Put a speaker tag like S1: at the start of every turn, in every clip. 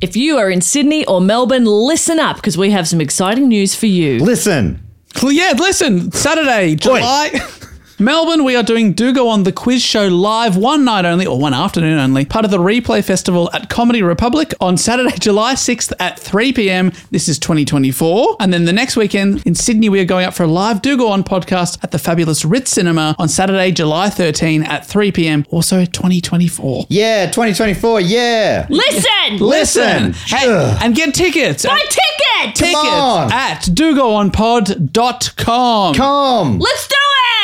S1: If you are in Sydney or Melbourne, listen up because we have some exciting news for you.
S2: Listen.
S3: Well, yeah, listen, Saturday, July. Melbourne, we are doing Do Go On the Quiz Show live one night only, or one afternoon only, part of the Replay Festival at Comedy Republic on Saturday, July 6th at 3 p.m. This is 2024. And then the next weekend in Sydney, we are going up for a live Do Go On podcast at the fabulous Ritz Cinema on Saturday, July 13 at 3 p.m. Also 2024.
S2: Yeah, 2024. Yeah.
S1: Listen!
S2: Listen.
S3: Hey,
S2: Ugh.
S3: and get tickets.
S1: My
S3: at-
S1: ticket!
S3: tickets
S2: on.
S3: at dogoonpod.com.
S2: Come.
S1: Let's do it!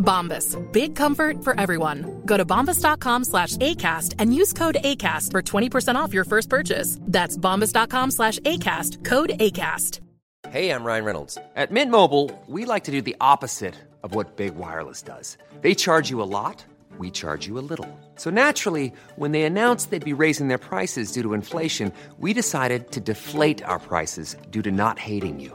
S4: Bombas. Big comfort for everyone. Go to bombas.com slash ACAST and use code ACAST for 20% off your first purchase. That's bombas.com slash ACAST. Code ACAST.
S5: Hey, I'm Ryan Reynolds. At Mint Mobile, we like to do the opposite of what Big Wireless does. They charge you a lot, we charge you a little. So naturally, when they announced they'd be raising their prices due to inflation, we decided to deflate our prices due to not hating you.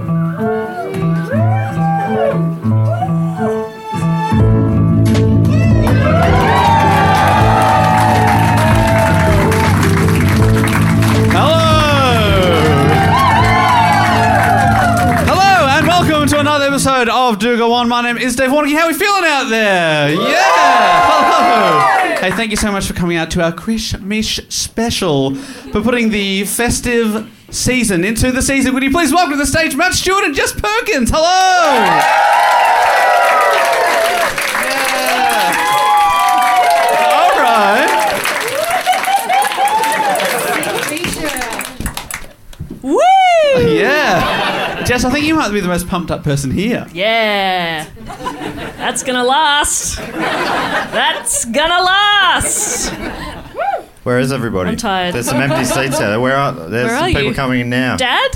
S3: Hello! Hello, and welcome to another episode of Do Go On. My name is Dave Warnocky. How are we feeling out there? Yeah! Hello! Hey, thank you so much for coming out to our Mish special, for putting the festive season into the season. Would you please welcome to the stage Matt Stewart and Jess Perkins? Hello! Yeah. All right.
S1: Woo!
S3: Yeah. Jess, I think you might be the most pumped up person here.
S1: Yeah. That's gonna last. That's gonna last.
S2: Where is everybody?
S1: I'm tired.
S2: There's some empty seats out there. Where are there's
S1: Where
S2: some
S1: are
S2: people
S1: you?
S2: coming in now?
S1: Dad?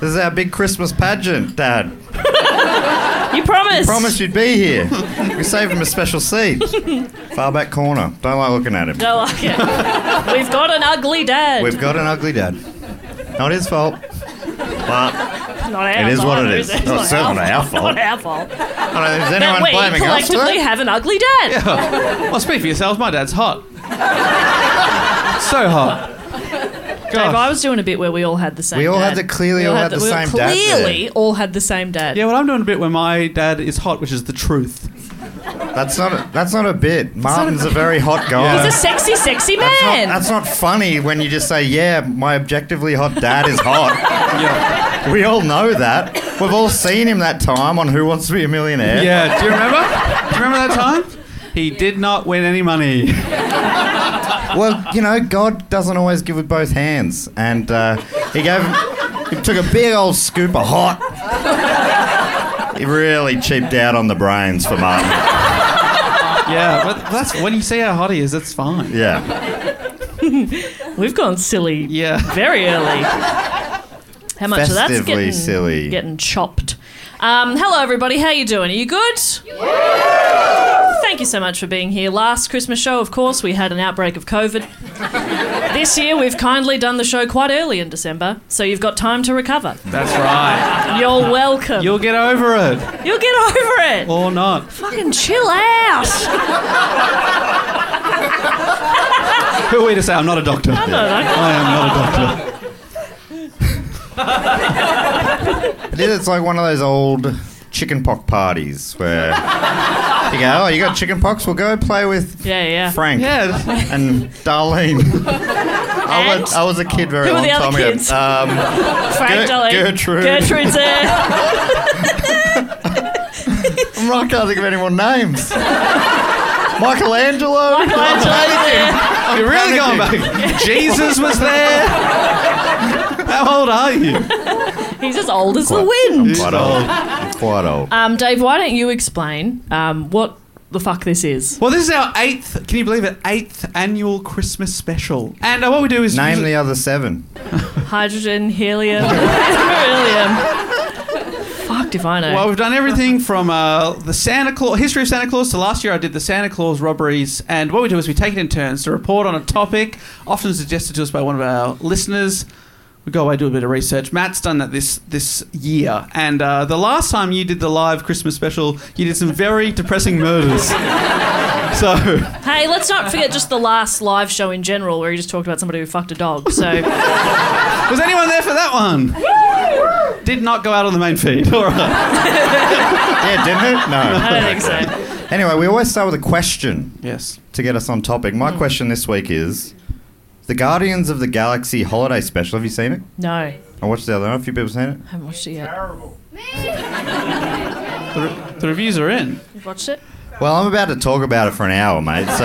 S2: This is our big Christmas pageant, Dad.
S1: You promised.
S2: Promised you'd be here. We saved him a special seat. Far back corner. Don't like looking at him.
S1: I like it. We've got an ugly dad.
S2: We've got an ugly dad. Not his fault. But
S1: not our
S2: It is
S1: fault,
S2: what it
S1: is
S2: is. No, it's certainly not our fault.
S1: Not our fault.
S2: I don't know, is anyone
S1: That we
S2: blaming us
S1: collectively
S2: today?
S1: have an ugly dad.
S3: Well, speak for yourselves. My dad's hot. so hot.
S1: Dave, I
S3: Gosh.
S1: was doing a bit where we all had the same.
S2: We all
S1: dad.
S2: had the- clearly all had the
S1: we
S2: same dad
S1: Clearly, all had the same dad.
S3: Yeah, well, I'm doing a bit where my dad is hot, which is the truth.
S2: That's not a, that's not a bit. Martin's a, very hot guy.
S1: He's a sexy, sexy man.
S2: that's, not, that's not funny when you just say, yeah, my objectively hot dad is hot.
S3: Yeah.
S2: we all know that. We've all seen him that time on Who Wants to Be a Millionaire.
S3: Yeah. Do you remember? Do you remember that time? He did not win any money.
S2: Well, you know, God doesn't always give with both hands, and uh, he gave him, he took a big old scoop of hot. He really cheaped out on the brains for Martin.
S3: Yeah, but that's when you see how hot he is. That's fine.
S2: Yeah,
S1: We've gone silly.
S3: Yeah.
S1: Very early. How much of that's
S2: festively
S1: getting
S2: silly.
S1: getting chopped. Um, hello, everybody. How you doing? Are you good? Thank you so much for being here. Last Christmas show, of course, we had an outbreak of COVID. this year, we've kindly done the show quite early in December, so you've got time to recover.
S3: That's right.
S1: You're welcome.
S3: You'll get over it
S1: You'll get over it.
S2: Oh.
S3: or not.
S1: Fucking chill out.
S3: Who are we to say? I'm not a doctor. I am not a doctor.
S2: It is, it's like one of those old chicken pox parties where you go, oh, you got chicken pox? Well, go play with
S1: Yeah, yeah.
S2: Frank
S3: Yeah.
S2: and Darlene. I, was, I was a kid very
S1: Who were
S2: long
S1: the other
S2: time ago.
S1: kids?
S2: Um,
S1: Frank
S2: Ger-
S1: Dolly.
S2: Gertrude.
S1: Gertrude's there.
S2: I can't think of any more names. Michelangelo.
S1: Michelangelo's there.
S3: You're really going back. Jesus was there.
S6: How old are you?
S1: He's as old as the
S2: Quite-
S1: wind.
S2: Quite old. I'm quite old.
S1: Um, Dave, why don't you explain um, what the fuck this is?
S6: Well, this is our eighth, can you believe it, eighth annual Christmas special. And uh, what we do is.
S2: Name the other seven.
S1: Hydrogen, helium, beryllium. Fucked if I know.
S6: Well, we've done everything from uh, the Santa Claus history of Santa Claus to last year. I did the Santa Claus robberies, and what we do is we take it in turns to report on a topic, often suggested to us by one of our listeners. We go away do a bit of research. Matt's done that this this year, and uh, the last time you did the live Christmas special, you did some very depressing murders. so
S1: hey, let's not forget just the last live show in general where you just talked about somebody who fucked a dog. So.
S6: was anyone there for that one? Did not go out on the main feed. All right.
S2: Yeah, didn't it?
S1: I
S2: No.
S1: don't think so.
S2: Anyway, we always start with a question
S6: Yes.
S2: to get us on topic.
S1: Hmm.
S2: My question this week is the Guardians of the Galaxy holiday special. Have you seen it?
S1: No, I
S2: I watched the other one. A few people seen it.
S1: haven't watched it yet.
S6: The, re- the reviews are in.
S1: You've watched it?
S2: Well, I'm about to talk about it for an hour, mate. So.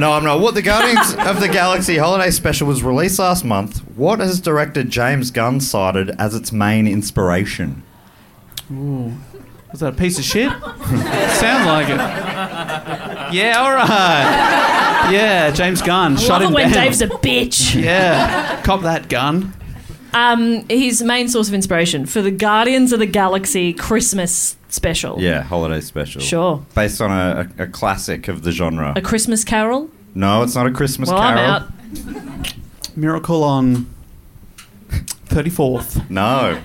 S2: no, I'm not. What the Guardians of the Galaxy holiday special was released last month. What has director James Gunn cited as its main inspiration?
S6: Was that a piece of shit? Sound like it. Yeah, all right. Yeah, James Gunn. shot
S1: Love
S6: him
S1: it when
S6: down.
S1: Dave's a bitch.
S6: yeah, cop that gun.
S1: Um, his main source of inspiration for the Guardians of the Galaxy Christmas special.
S2: Yeah, holiday special.
S1: Sure.
S2: Based on a, a, a classic of the genre.
S1: A Christmas Carol.
S2: No, it's not a Christmas
S1: Well, I'm
S2: carol.
S1: out.
S6: Miracle on 34th.
S2: No.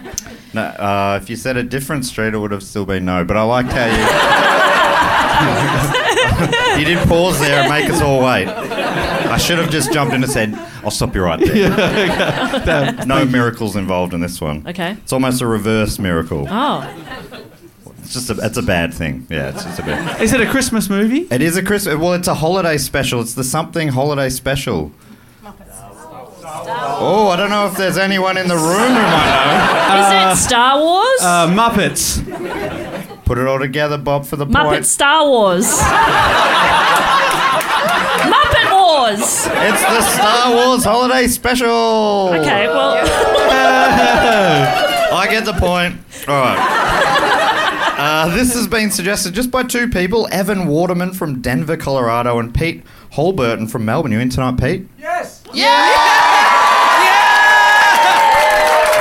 S2: No, uh, if you said a different street, it would have still been no. But I liked how you. you did pause there and make us all wait. I should have just jumped in and said, I'll stop you right there. no miracles involved in this one.
S1: Okay.
S2: It's almost a reverse miracle.
S1: Oh,
S2: It's just a, it's a bad thing. Yeah, it's just a bad.
S6: Is it a Christmas movie?
S2: It is a Christmas. Well, it's a holiday special. It's the something holiday special. Oh, I don't know if there's anyone in the room who might
S1: is it Star Wars?
S6: Uh, Muppets.
S2: know. Put it all together, Bob, for the
S1: Muppet
S2: point.
S1: Star Wars. Muppet Wars.
S2: It's the Star Wars Holiday Special.
S1: Okay, well,
S2: I get the point. All right. Uh, this has been suggested just by two people Evan Waterman from Denver, Colorado, and Pete Holburton from Melbourne. You in tonight, Pete?
S5: Yes.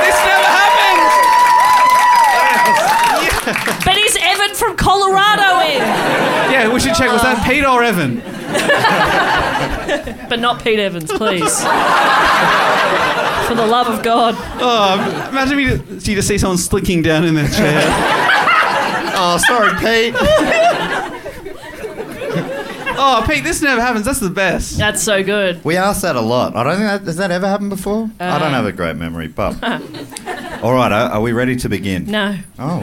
S6: This never happened!
S1: but is Evan from Colorado in?
S6: Yeah, we should check. Was that Pete or Evan?
S1: But not Pete Evans, please. For the love of God.
S6: Oh, imagine me you just see someone slinking down in their chair.
S2: Oh, sorry, Pete.
S6: Oh, Pete, this never happens. That's the best.
S1: That's so good.
S2: We asked that a lot. I don't think that has that ever happened before. I
S1: Uh.
S2: don't have a great memory, but all right. Are, are we ready to begin?
S1: No,
S2: Oh,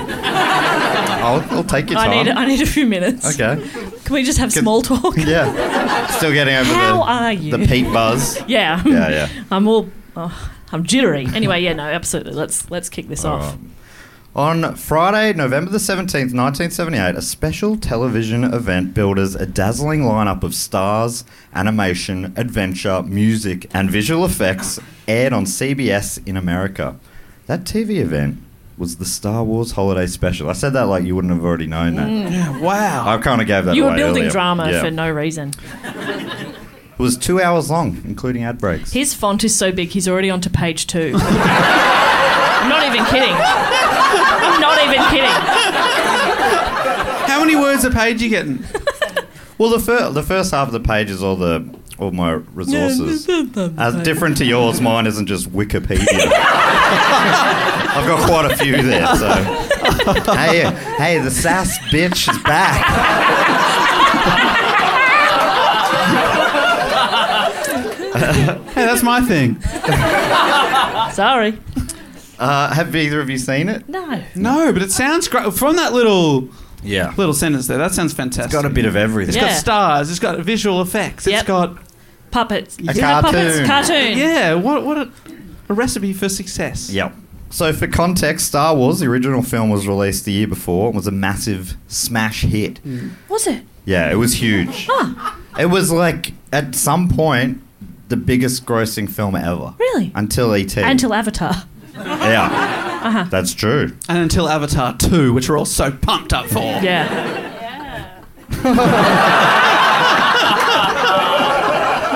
S2: I'll, I'll take your
S1: I
S2: time.
S1: need I need a few minutes.
S2: Okay.
S1: Can we just have small talk?
S2: Yeah. Still getting over
S1: How
S2: the
S1: are you?
S2: the Pete buzz.
S1: Yeah.
S2: Yeah, yeah.
S1: I'm all. Oh, I'm jittery. Anyway, yeah, no, absolutely. Let's let's kick this off.
S2: On Friday, November the 17th, 1978, a special television event builders a dazzling lineup of stars, animation, adventure, music, and visual effects aired on CBS in America. That TV event was the Star Wars Holiday Special. I said that like you wouldn't have already known that.
S6: Wow.
S2: I kind of gave that
S1: Mm. You were
S2: away
S1: building
S2: earlier.
S1: drama
S2: Yeah.
S1: for no reason.
S2: It was two hours long, including ad breaks.
S1: His font is so big, he's already onto page two. I'm not even kidding. I'm not even kidding.
S6: How many words a page you getting?
S2: Well, the, fir- the first half of the page is all the all my resources. As different to yours, mine isn't just Wikipedia. I've got quite a few there. So, hey, hey, the sass bitch is back.
S6: Hey, that's my thing.
S1: Sorry.
S2: Uh, have either of you seen it?
S1: No.
S6: No, but it sounds great. From that little
S2: Yeah,
S6: little sentence there, that sounds fantastic.
S2: got a bit of everything.
S1: Yeah.
S6: It's got stars. It's got visual effects. It's
S1: Yep.
S6: got
S1: Puppets.
S2: A
S1: Yeah, Puppets.
S2: cartoon.
S1: Cartoon.
S6: yeah. What what a, a recipe for success.
S2: Yep. So, for context, Star Wars, the original film, was released the year before and was a massive smash hit.
S1: Was it?
S2: Yeah, it was huge. It was like at some point the biggest grossing film ever.
S1: Really?
S2: Until ET.
S1: Until Uh-huh. Avatar.
S2: yeah. That's true.
S3: And until Avatar 2, which we're all so pumped up for.
S1: Yeah.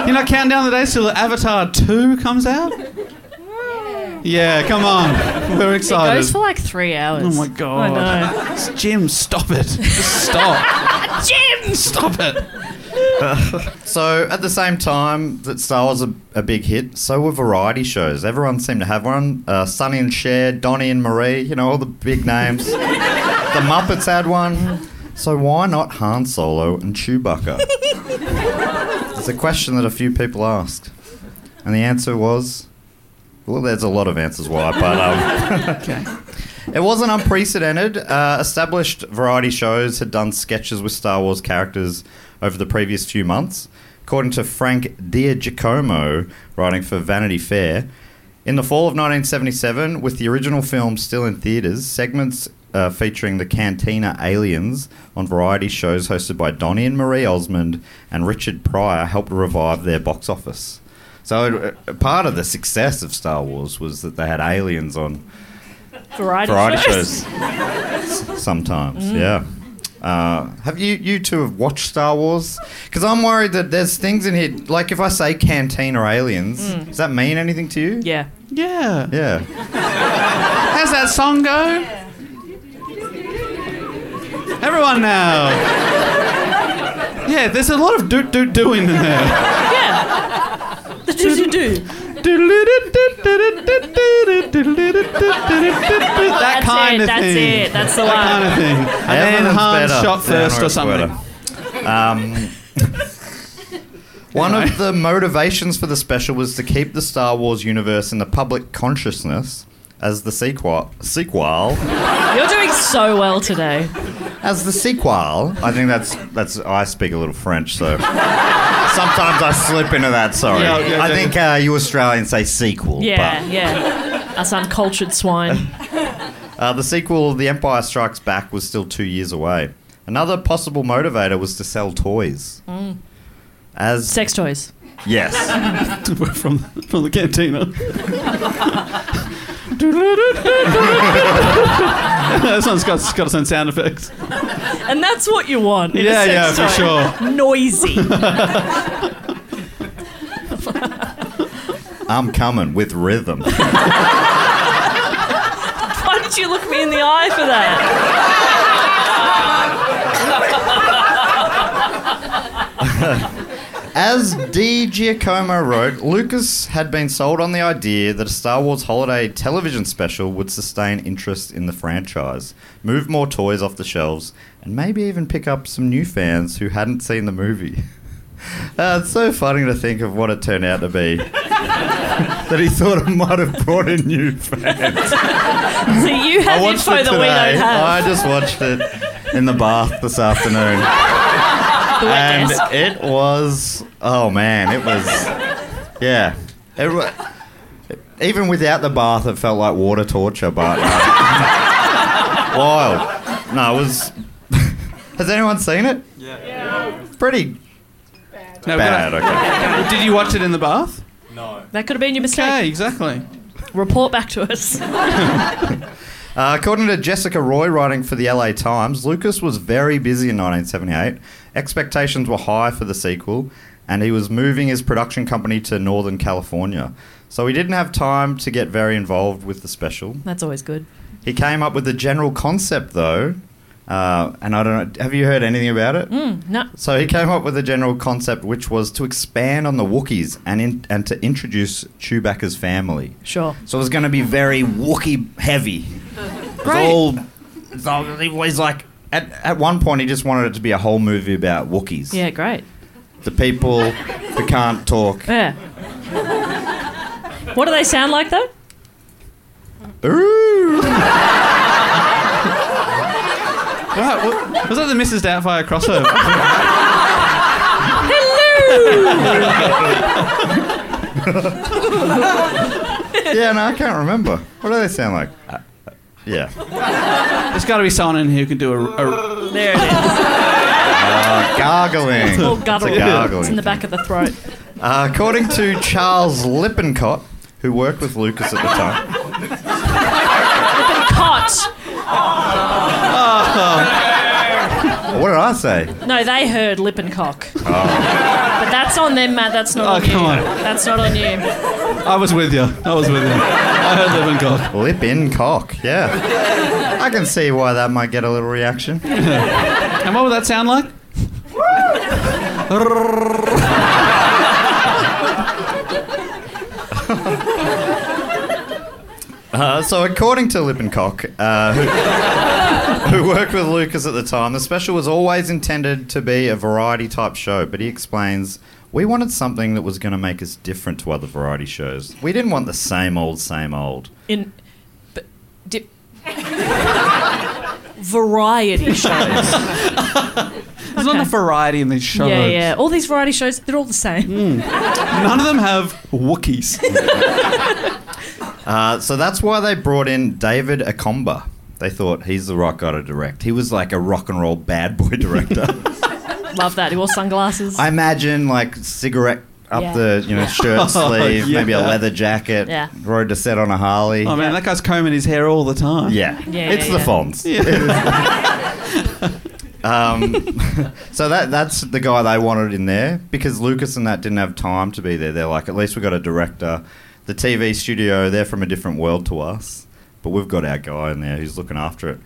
S3: You're not counting down the days till Avatar 2 comes out? Yeah, come on. We're
S1: It
S3: excited.
S1: goes for like three hours.
S3: oh my god.
S1: I
S3: Jim, stop it. Just stop. Jim! Stop it.
S2: So at the same time that Star Wars a, a big hit, so were variety shows. Everyone seemed to have one. Uh, Sonny and Cher, Donnie and Marie, you know, all the big names. the Muppets had one. So why not Han Solo and Chewbacca? it's a question that a few people asked. And the answer was well, there's a lot of answers why, but. Um, It wasn't unprecedented. Uh, established variety shows had done sketches with Star Wars characters over the previous few months. According to Frank Giacomo, writing for Vanity Fair, in the fall of 1977, with the original film still in theaters, segments uh, featuring the Cantina aliens on variety shows hosted by Donnie and Marie Osmond and Richard Pryor helped revive their box office. So, uh, part of the success of Star Wars was that they had aliens on
S1: know. Variety,
S2: variety
S1: shows.
S2: shows S- sometimes
S3: Mm.
S2: yeah uh, have you you two have watched star wars because i'm worried that there's things in here like if i say canteen or aliens
S3: Mm.
S2: does that mean anything to you
S1: Yeah.
S3: Yeah.
S2: yeah
S3: How's that song go? Everyone now. Yeah, there's a lot of doot doot doing in there.
S1: Yeah. The do do do.
S3: that
S1: That's
S3: kind
S1: it.
S3: of
S1: that's
S3: thing.
S1: it. That's the one.
S3: That kind of thing. And then
S2: Everyone's
S3: Han
S2: better.
S3: shot first or
S2: Everyone's
S3: something.
S2: better. Um, one of the motivations for the special was to keep the Star Wars universe in the public consciousness as the sequel, sequel,
S1: You're doing so well today.
S2: as the sequel. I think that's that's. I speak a little French, so sometimes I slip into that. Sorry,
S3: Yeah, yeah,
S2: I
S3: yeah.
S2: think uh, you Australians say sequel.
S1: Yeah,
S2: but-
S1: yeah. Us uncultured swine.
S2: Uh, the sequel, The Empire Strikes Back, was still two years away. Another possible motivator was to sell toys. As
S1: Sex toys.
S2: yes,
S3: from from the cantina. that one's got, it's got its own sound effects.
S1: And that's what you want. in a
S3: Yeah, yeah,
S1: sex
S3: for
S1: toy.
S3: sure.
S1: Noisy.
S2: I'm coming with rhythm.
S1: Why did you look me in the eye for that?
S2: As D. Giacomo wrote, Lucas had been sold on the idea that a Star Wars holiday television special would sustain interest in the franchise, move more toys off the shelves, and maybe even pick up some new fans who hadn't seen the movie. Uh, it's so funny to think of what it turned out to be. that he thought it might have brought in new fans.
S1: So you have info that we don't
S2: I
S3: Uh,
S1: have.
S2: just watched it in the bath this afternoon
S1: The wet
S2: and
S1: desk.
S2: it was oh man it was yeah it wa- even without the bath it felt like water torture but uh, wild no it was has anyone seen it yeah, pretty
S3: No,
S2: bad okay
S3: but- Did you watch it in the bath?
S1: That could have been your mistake.
S3: Okay, exactly.
S1: Report back to us.
S2: uh, according to Jessica Roy writing for the LA Times Lucas was very busy in 1978 expectations were high for the sequel and he was moving his production company to Northern California so he didn't have time to get very involved with the special
S1: That's always good.
S2: He came up with the general concept, though, uh, and I don't know. Have you heard anything about it?
S1: No.
S2: So he came up with a general concept, which was to expand on the Wookiees and in, and to introduce Chewbacca's family.
S1: Sure.
S2: So it was going to be very Wookiee heavy. It was all. it was all- He was like. At, at one point, he just wanted it to be a whole movie about Wookiees.
S1: Yeah, great.
S2: The people that can't talk.
S1: Yeah. What do they sound like though?
S2: Ooh.
S3: Right, wa- was that the Mrs. Doubtfire crossover?
S2: Yeah, no, I can't remember. What do they sound like? Uh, uh, yeah.
S3: There's got to be someone in here who can do a, a
S1: There it is.
S2: Gargling.
S1: All guttural.
S2: It's a gargling.
S1: It's in the back of the throat.
S2: Uh, according to Charles Lippincott, who worked with Lucas at the time.
S1: Cot.
S2: What did I say?
S1: No, they heard lip and cock. But that's on them, Matt. That's not
S3: Oh,
S1: on you.
S3: come on.
S1: That's not on you.
S3: I was with you. I was with you. I heard Living God.
S2: Lip in cock, yeah. I can see why that might get a little reaction.
S3: And what would that sound like?
S2: Uh, so, according to Lippincott, uh, who, who worked with Lucas at the time, the special was always intended to be a variety type show, but he explains. We wanted something that was going to make us different to other variety shows. We didn't want the same old, same old.
S1: In. But, di- variety shows.
S3: There's not enough variety in these shows.
S1: Yeah, yeah. All these variety shows, they're all the same.
S3: None of them have Wookiees.
S2: Uh, so that's why they brought in David Akomba. They thought he's the right guy to direct. He was like a rock and roll bad boy director.
S1: Love that. He wore sunglasses.
S2: I imagine like cigarette up
S1: Yeah.
S2: the you know shirt sleeve,
S3: yeah.
S2: maybe a leather jacket,
S1: Yeah.
S2: rode a set on a Harley.
S3: Oh man, that guy's combing his hair all the time.
S2: yeah.
S1: Yeah,
S2: it's
S1: yeah,
S2: the
S1: yeah.
S2: Fonz. um, so that that's the guy they wanted in there because Lucas and that didn't have time to be there. They're like, at least we got a director. The TV studio, they're from a different world to us, but we've got our guy in there who's looking after it.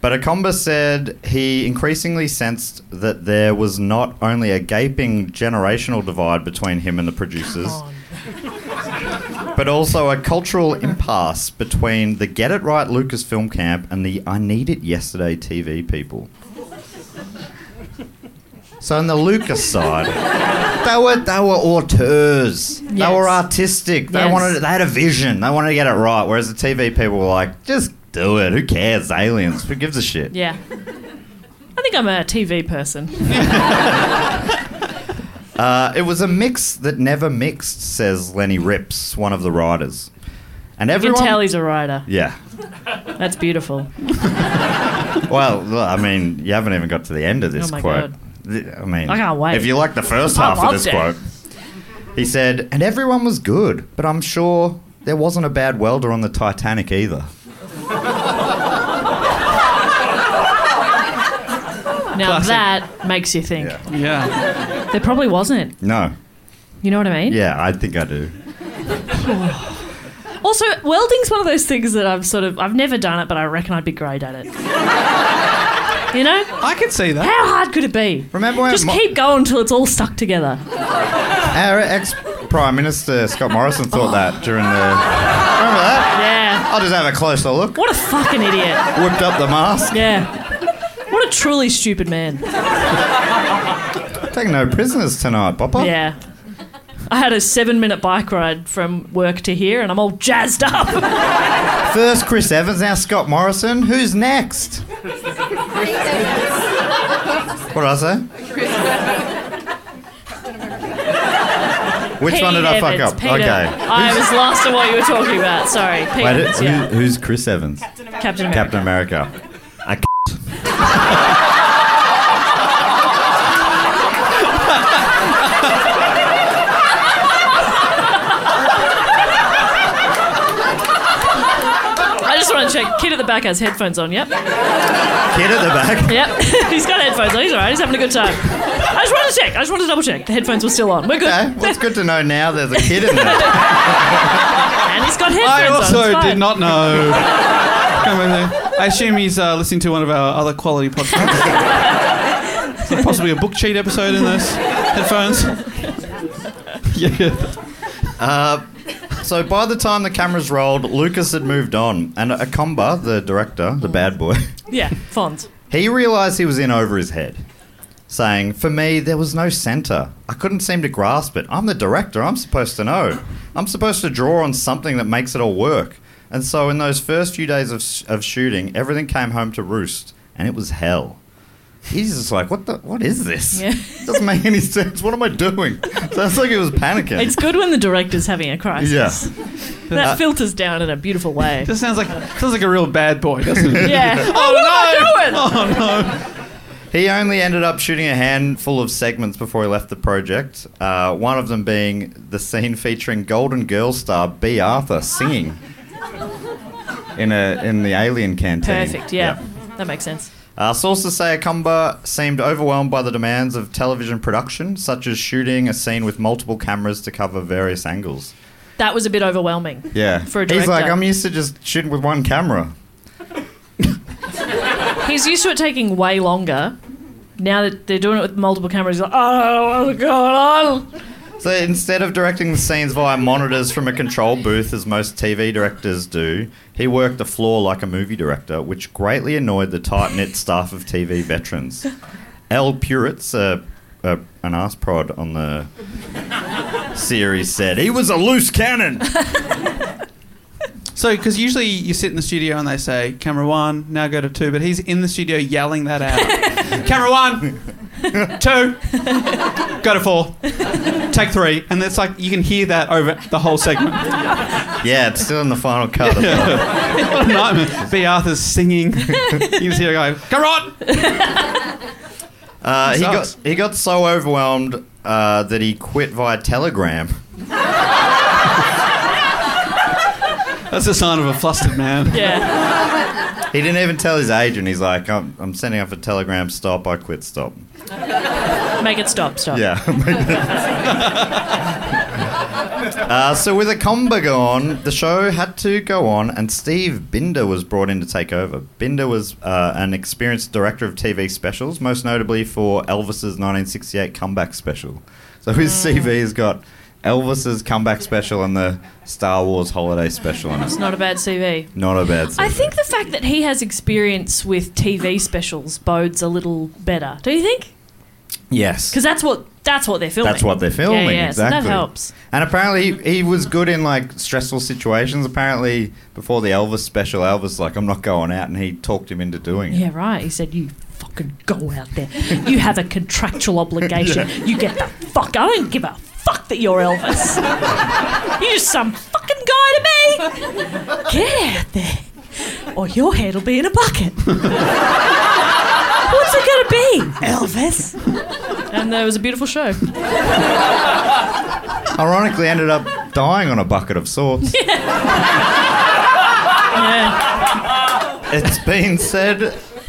S2: But Akomba said he increasingly sensed that there was not only a gaping generational divide between him and the
S1: Oh.
S2: producers, but also a cultural impasse between the Get It Right Lucasfilm camp and the I Need It Yesterday TV people. So on the Lucas side, they were they were auteurs.
S1: Yes.
S2: They were artistic. They
S1: Yes.
S2: wanted they had a vision. They wanted to get it right. Whereas the TV people were like, just do it. Who cares? Aliens. Who gives a shit?
S1: Yeah. I think I'm a TV person.
S2: Uh, it was a mix that never mixed, says Lenny Rips, one of the writers. And
S1: You can
S2: everyone
S1: tell he's a writer.
S2: yeah.
S1: That's beautiful.
S2: Well, look, I mean, you haven't even got to the end of this
S1: Oh my
S2: quote.
S1: God.
S2: Th- I mean,
S1: I can't wait.
S2: If you like the first
S1: I
S2: half of this quote,
S1: loved
S2: he said, and everyone was good, but I'm sure there wasn't a bad welder on the Titanic either.
S1: Now
S3: Classic.
S1: that makes you think.
S2: Yeah.
S3: Yeah.
S1: There probably wasn't.
S2: No.
S1: You know what I mean?
S2: Yeah, I think I do.
S1: Also, welding's one of those things that I've sort of I've never done it, but I reckon I'd be great at it. you know?
S3: I can see that.
S1: How hard could it be?
S2: Remember when
S1: Just
S2: Mo-
S1: keep going until it's all stuck together.
S2: our ex Prime Minister Scott Morrison thought that during the. Remember that?
S1: Yeah.
S2: I'll just have a closer look.
S1: What a fucking idiot.
S2: Whipped up the mask.
S1: Yeah. What a truly stupid man.
S2: Taking no prisoners tonight, Bopper.
S1: Yeah. I had a seven minute bike ride from work to here and I'm all jazzed up.
S2: First Chris Evans, now Scott Morrison. Who's next? what did I say? Which one did I fuck up?
S1: Pete Evans.
S2: Okay.
S1: I was lost on what you were talking about. Sorry. Pete
S2: Wait,
S1: Evans,
S2: who-
S1: yeah.
S2: who's Chris Evans? Captain
S1: Captain America.
S2: Captain America. A c-
S1: I just want to check. Kid at the back has headphones on. Yep.
S2: kid at the back.
S1: Yep. he's got headphones on. He's all right. He's having a good time. I just wanted to check. I just wanted to double check. The headphones were still on. We're good.
S2: Okay, well, it's good to know now there's a kid in there.
S1: And he's got headphones
S3: I
S1: on. It's
S3: also did
S1: fine.
S3: not know. Come in there. I assume he's uh, listening to one of our other quality podcasts. So possibly a book cheat episode in this. Headphones. yeah.
S2: So by the time the cameras rolled, Lucas had moved on, and Akomba, the director, the bad boy,
S1: Yeah. Fonz.
S2: He realised he was in over his head, saying, For me, there was no centre. I couldn't seem to grasp it. I'm the director. I'm supposed to know. I'm supposed to draw on something that makes it all work. And so, in those first few days of, of shooting, everything came home to roost, and it was hell. He's just like, What, the, what is this?
S1: Yeah.
S2: It doesn't make any sense. What am I doing? Sounds like he was panicking.
S1: It's good when the director's having a crisis.
S2: yeah.
S1: That filters down in a beautiful way. Oh,
S3: Just sounds like sounds like a real bad boy, doesn't it?
S1: Yeah. oh, what am I doing?
S3: Oh no.
S2: He only ended up shooting a handful of segments before he left the project. Uh, one of them being the scene featuring Golden Girl star B. Arthur singing in a in the Alien canteen.
S1: Perfect, yeah. That makes sense.
S2: Uh, sources say Akumba seemed overwhelmed by the demands of television production, such as shooting a scene with multiple cameras to cover various angles.
S1: That was a bit overwhelming.
S2: Yeah.
S1: For a
S2: He's like,
S1: director.
S2: I'm used to just shooting with one camera.
S1: He's used to it taking way longer. Now that they're doing it with multiple cameras, he's like, oh, what's going on?
S2: So instead of directing the scenes via monitors from a control booth, as most TV directors do, he worked the floor like a movie director, which greatly annoyed the tight knit staff of TV veterans. L. Puritz, uh, uh, an ass prod on the series, said, He was a loose cannon!
S3: So, because usually you sit in the studio and they say, camera one, now go to two, but he's in the studio yelling that out. camera one, two, go to four, take three. And it's like you can hear that over the whole segment.
S2: Yeah, it's still in the final cut. of the-
S3: what a nightmare. B. Arthur's singing. you just hear her go, camera one!
S2: Uh, he,
S3: Sucks.
S2: got, he got so overwhelmed uh, that he quit via telegram.
S3: That's a sign of a flustered man.
S1: Yeah.
S2: He didn't even tell his agent. He's like, I'm, I'm sending off a telegram, stop, I quit, stop.
S1: Make it stop, stop.
S2: Yeah. uh, so with a combo gone, the show had to go on, and Steve Binder was brought in to take over. Binder was uh, an experienced director of TV specials, most notably for Elvis's 1968 comeback special. So his CV has got Elvis's comeback special and the Star Wars holiday special on it.
S1: Not a bad CV.
S2: Not a bad.
S1: I
S2: CV.
S1: think the fact that he has experience with TV specials bodes a little better. Do you think?
S2: yes.
S1: Because that's what that's what they're filming.
S2: That's what they're filming.
S1: Yeah, yeah.
S2: exactly.
S1: So that helps.
S2: And apparently, he, he was good in like stressful situations. Apparently, before the Elvis special, Elvis like, "I'm not going out," and he talked him into doing it.
S1: Yeah, right. He said, "You fucking go out there. You have a contractual obligation. You get the fuck. I don't give a fuck that you're Elvis. You're just some fucking guy to me. Get out there, or your head will be in a bucket. What's it gonna be, Elvis?" And there was a beautiful show.
S2: Ironically, ended up dying on a bucket of sorts. It's been said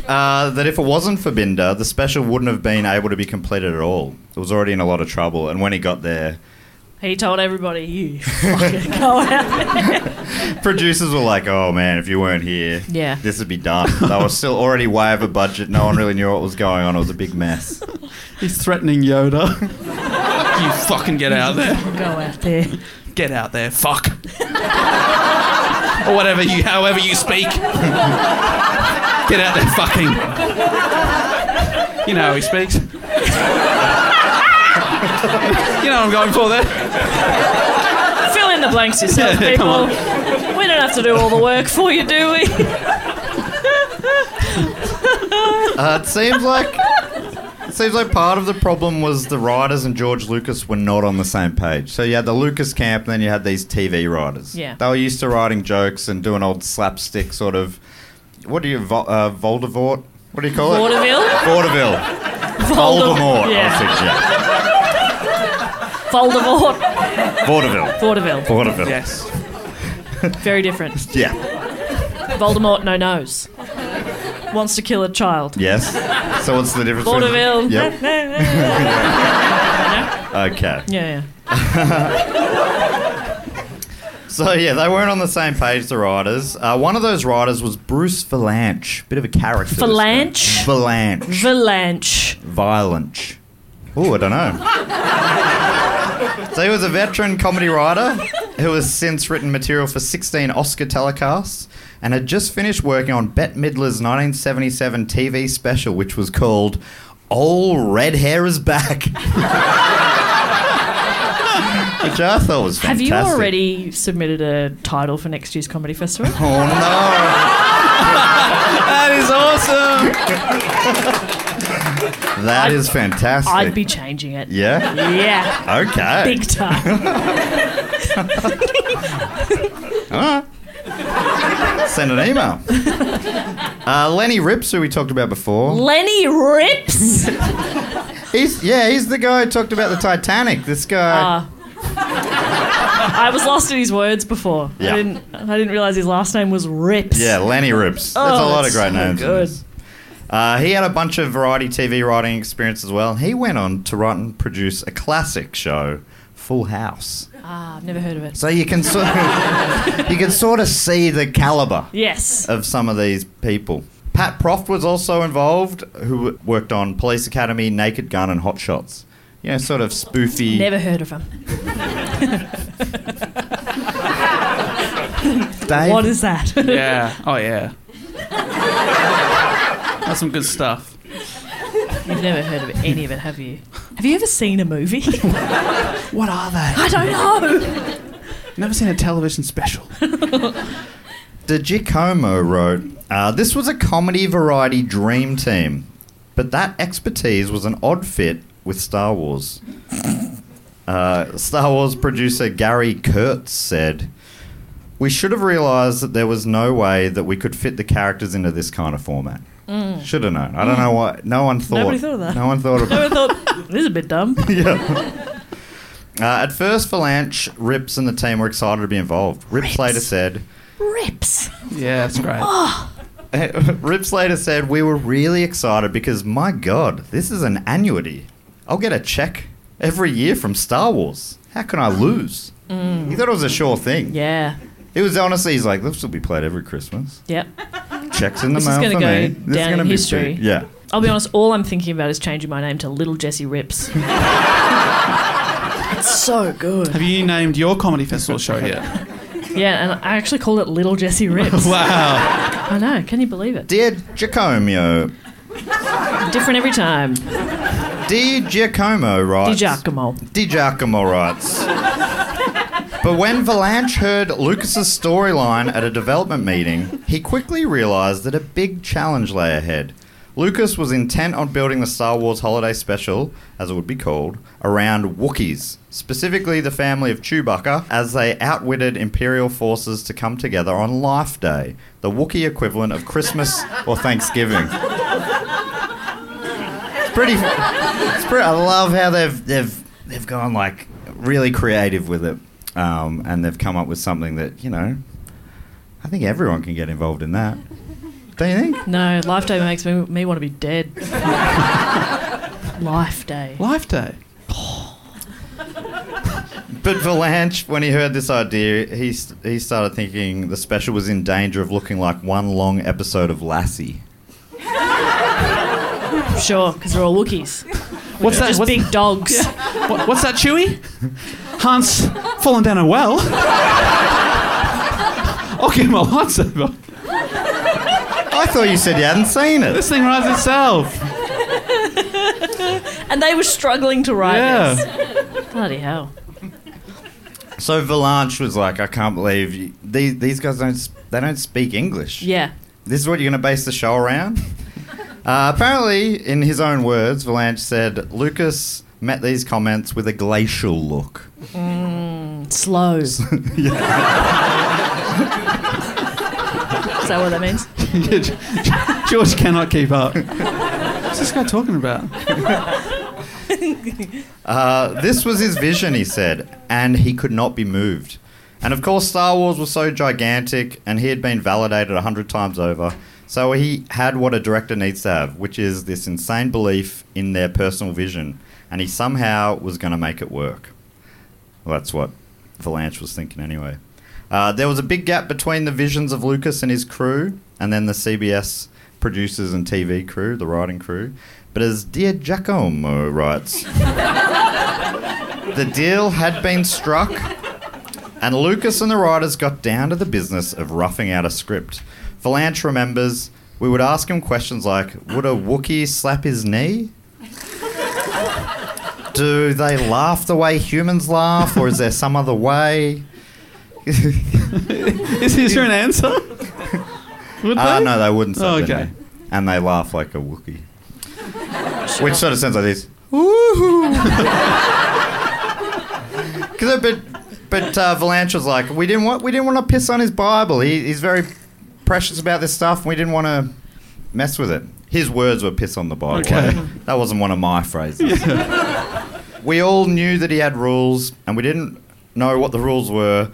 S2: uh, that if it wasn't for Binder, the special wouldn't have been able to be completed at all. It was already in a lot of trouble, and when he got there,
S1: He told everybody, "You fucking go out." there."
S2: producers were like, "Oh man, if you weren't here,
S1: Yeah.
S2: this would be done." They were still already way over budget. No one really knew what was going on. It was a big mess.
S3: He's threatening Yoda. you fucking get out there.
S1: Go out there.
S3: Get out there. Fuck. or whatever you, however you speak. get out there, fucking. You know how he speaks. you know what I'm going for there.
S1: Fill in the blanks yourself,
S3: Yeah, come
S1: people.
S3: on.
S1: We don't have to do all the work for you, do we?
S2: Uh, it seems like it seems like part of the problem was the writers and George Lucas were not on the same page. So you had the Lucas camp, and then you had these TV writers.
S1: Yeah.
S2: they were used to writing jokes and doing old slapstick sort of. What do you vo- uh, Voldemort? What do you call it?
S1: Vaudeville?
S2: Vaudeville. Voldemort. I
S1: Yeah.
S2: think, yeah.
S1: Voldemort.
S2: Vaudeville.
S1: Vaudeville.
S2: Vaudeville.
S3: Yes.
S1: Very different.
S2: Yeah.
S1: Voldemort no nose. Wants to kill a child.
S2: Yes. So what's the difference? between-
S1: Vaudeville.
S2: Yep.
S1: yeah,
S2: Okay.
S1: yeah.
S2: So yeah, they weren't on the same page. The writers. Uh, one of those writers was Bruce Valanche, bit of a character. this guy.
S1: Valanche?
S2: Valanche.
S1: Valanche.
S2: Violence. Ooh, I don't know. so he was a veteran comedy writer who has since written material for 16 Oscar telecasts and had just finished working on Bette Midler's 1977 TV special, which was called "All Red Hair Is Back," which I thought was fantastic.
S1: Have you already submitted a title for next year's comedy festival?
S2: Oh no! that is awesome. That is fantastic.
S1: I'd be changing it.
S2: Yeah.
S1: Yeah.
S2: Okay.
S1: Big time.
S2: Send an email. Uh, Lenny Rips, who we talked about before.
S1: Lenny Rips?
S2: He's yeah, he's the guy who talked about the Titanic. This guy.
S1: Ah. I was lost in his words before.
S2: Yeah.
S1: I didn't I didn't realize his last name was Rips.
S2: yeah, Lenny Rips.
S1: Oh,
S2: There's a lot of
S1: that's
S2: great
S1: so
S2: names. in
S1: Good.
S2: this. Uh, he had a bunch of variety TV writing experience as well. He went on to write and produce a classic show, Full House.
S1: Ah, I've never heard of it.
S2: So you can sort of, you can sort of see the caliber
S1: Yes.
S2: of some of these people. Pat Proft was also involved, who worked on Police Academy, Naked Gun, and Hot Shots. You know, sort of spoofy.
S1: Never heard of him.
S2: Dave,
S1: What is that?
S3: Yeah. Oh, yeah. That's some good stuff.
S1: You've never heard of any of it, have you? Have you ever seen a movie? I
S3: What are they?
S1: don't know.
S3: Never seen a television special.
S2: De Giacomo wrote, uh, This was a comedy variety dream team, but that expertise was an odd fit with Star Wars. Uh, Star Wars producer Gary Kurtz said, We should have realised that there was no way that we could fit the characters into this kind of format. Should have known. I don't know why. No one thought.
S1: Mm. Nobody thought of that.
S2: No one thought of
S1: I thought this is a bit dumb.
S2: yeah. Uh, at first, Phalanx, Rips, and the team were excited to be involved. Rips, later said,
S1: Rips.
S3: Yeah, that's great.
S2: Rips later said, We were really excited because, my God, this is an annuity. I'll get a check every year from Star Wars. How can I lose? He thought it was a sure thing.
S1: Mm. Yeah.
S2: It was honestly, he's like, This will be played every Christmas.
S1: Yep.
S2: Checks in the
S1: This is
S2: mail
S1: gonna go
S2: for me.
S1: down
S2: this is
S1: in
S2: gonna be
S1: history.
S2: big." Yeah.
S1: I'll be honest, all I'm thinking about is changing my name to Little Jesse Rips. it's so good.
S3: Have you named your comedy festival show yet?
S1: Yeah, and I actually called it Little Jesse Rips.
S3: wow.
S1: I know, can you believe it?
S2: Dear Giacomo,
S1: Different every time.
S2: Dear Giacomo
S1: Di
S2: writes.
S1: Giacomo.
S2: Di Giacomo writes. But when Valanche heard Lucas's storyline at a development meeting, he quickly realized that a big challenge lay ahead. Lucas was intent on building the Star Wars Holiday Special, as it would be called, around Wookiees, specifically the family of Chewbacca, as they outwitted Imperial forces to come together on Life Day, the Wookiee equivalent of Christmas or Thanksgiving. It's pretty. It's pretty. I love how they've they've they've gone like really creative with it, um, and they've come up with something that you know. I think everyone can get involved in that. Don't you think?
S1: No, Life Day makes me, me want to be dead. Life Day.
S3: Life Day.
S2: But Valanche, when he heard this idea, he s- he started thinking the special was in danger of looking like one long episode of Lassie.
S1: Sure, because they're all Wookiees.
S3: What's that?
S1: Just
S3: What's,
S1: big dogs.
S3: what- what's that, Chewy? Hans fallen down a well. I'll give him a lightsaber.
S2: I thought you said you hadn't seen it.
S3: This thing rides itself.
S1: And they were struggling to write
S3: Yeah.
S1: this. Bloody hell.
S2: So Valanche was like, I can't believe you, these these guys don't s- they don't speak English.
S1: Yeah.
S2: this is what you're going to base the show around? Uh, apparently, in his own words, Valanche said Lucas met these comments with a glacial look.
S1: Slow. Is that what that means?
S3: George cannot keep up. What's this guy talking about?
S2: Uh, this was his vision, he said, and he could not be moved. And of course, Star Wars was so gigantic, and he had been validated a hundred times over. So he had what a director needs to have, which is this insane belief in their personal vision, and he somehow was going to make it work. Well, that's what Valanche was thinking anyway. Uh, there was a big gap between the visions of Lucas and his crew, and then the CBS producers and TV crew, the writing crew. But as Dear Giacomo writes, the deal had been struck, and Lucas and the writers got down to the business of roughing out a script. Valanche remembers we would ask him questions like Would a Wookiee slap his knee? Do they laugh the way humans laugh, or is there some other way?
S3: Is, is there an answer? Would
S2: Uh,
S3: they?
S2: no, they wouldn't say
S3: Oh,
S2: their
S3: okay.
S2: name. And they laugh like a Wookiee. Which sort of sounds like this. Because uh, but but uh, Valanche was like, we didn't want we didn't want to piss on his Bible. He, he's very precious about this stuff. And we didn't want to mess with it. His words were piss on the bottle.
S3: Okay.
S2: That wasn't one of my phrases. we all knew that he had rules, and we didn't know what the rules were.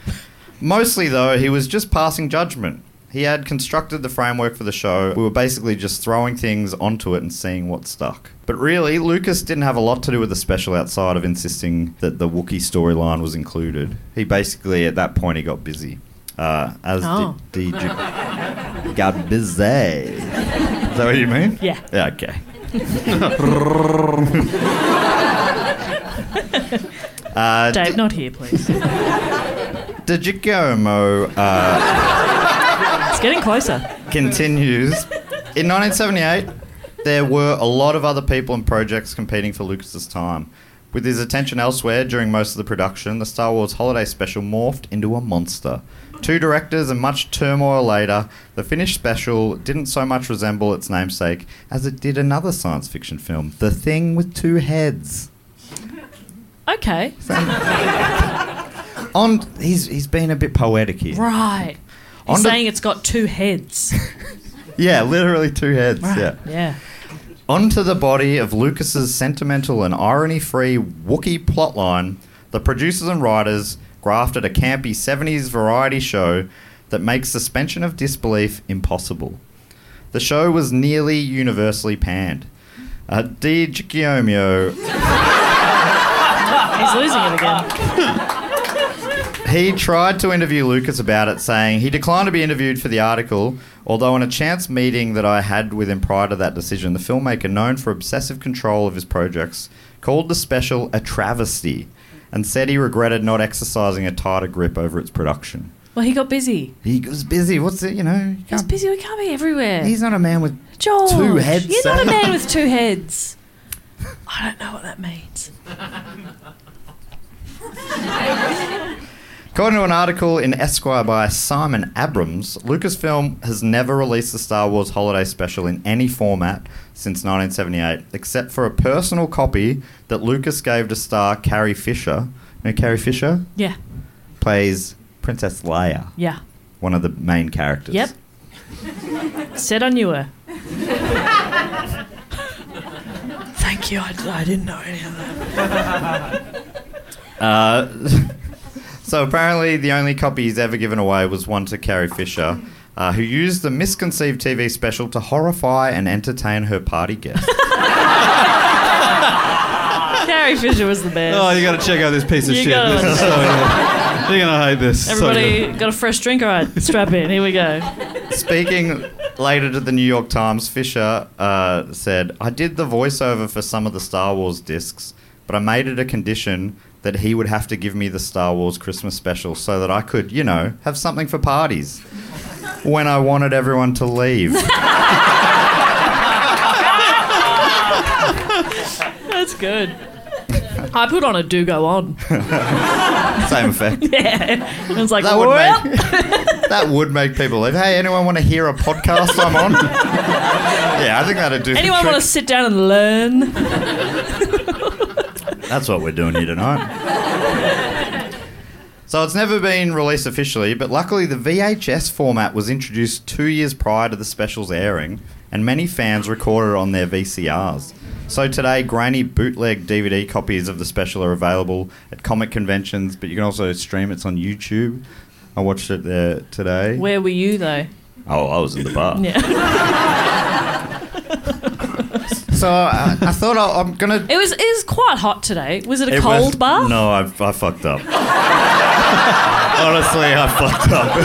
S2: Mostly, though, he was just passing judgment. He had constructed the framework for the show. We were basically just throwing things onto it and seeing what stuck. But really, Lucas didn't have a lot to do with the special outside of insisting that the Wookiee storyline was included. He basically, at that point, he got busy. Uh, as
S1: Oh.
S2: did DJ got busy. Is that what you mean?
S1: Yeah.
S2: Yeah. Okay. Uh,
S1: Dave, not here, please.
S2: The Giacomo uh,
S1: It's getting closer.
S2: continues. In 1978, there were a lot of other people and projects competing for Lucas's time. With his attention elsewhere during most of the production, the Star Wars holiday special morphed into a monster. Two directors and much turmoil later, the finished special didn't so much resemble its namesake as it did another science fiction film, The Thing with Two Heads.
S1: Okay.
S2: On he's he's been a bit poetic here.
S1: Right. He's
S2: On to-
S1: saying it's got two heads.
S2: Yeah, literally two heads. Yeah.
S1: Yeah.
S2: Onto the body of Lucas's sentimental and irony-free Wookiee plotline, the producers and writers grafted a campy 70s variety show that makes suspension of disbelief impossible. The show was nearly universally panned. Uh, Di Giacomo
S1: He's losing it again.
S2: He tried to interview Lucas about it, saying he declined to be interviewed for the article. Although, in a chance meeting that I had with him prior to that decision, the filmmaker, known for obsessive control of his projects, called the special a travesty and said he regretted not exercising a tighter grip over its production.
S1: Well, he got busy.
S2: He was busy. What's it, you know? he
S1: He's
S2: can't-
S1: busy. We can't be everywhere.
S2: He's not a man with.
S1: George,
S2: two heads, eh?
S1: You're not a
S2: Sam.
S1: man with two heads. I don't know what that means.
S2: According to an article in Esquire by Simon Abrams, Lucasfilm has never released the Star Wars Holiday Special in any format since 1978, except for a personal copy that Lucas gave to star Carrie Fisher. You know, Carrie Fisher
S1: Yeah.
S2: plays Princess Leia,
S1: Yeah.
S2: one of the main characters.
S1: Yep. Said I knew her. Thank you. I, I didn't know any of that.
S2: So apparently, the only copy he's ever given away was one to Carrie Fisher, uh, who used the misconceived TV special to horrify and entertain her party guests.
S1: Carrie Fisher was the best.
S6: Oh, you got to check out this piece of
S1: You
S6: shit.
S1: gotta
S6: This is so good. You're gonna hate this. So
S1: Everybody
S6: good.
S1: got a fresh drink? All right, strap in. Here we go.
S2: Speaking later to the New York Times, Fisher uh, said, I did the voiceover for some of the Star Wars discs, but I made it a condition that he would have to give me the Star Wars Christmas special so that I could, you know, have something for parties when I wanted everyone to leave.
S1: That's good. I put on a do go on.
S2: Same effect.
S1: I was like,
S2: That would,
S1: well,
S2: make, that would make people leave. Hey, anyone want to hear a podcast I'm on? yeah, I think that'd do the
S1: anyone
S2: trick.
S1: want to sit down and learn?
S2: That's what we're doing here tonight. so it's never been released officially, but luckily the VHS format was introduced two years prior to the special's airing, and many fans recorded on their VCRs. So today, grainy bootleg DVD copies of the special are available at comic conventions, but you can also stream it's on YouTube. I watched it there today.
S1: Where were you though?
S2: Oh, I was in the bar.
S1: Yeah.
S2: So I, I thought I, I'm gonna.
S1: It was it was quite hot today. Was it a
S2: It
S1: cold
S2: was-
S1: bath?
S2: No, I, I fucked up. Honestly, I fucked up.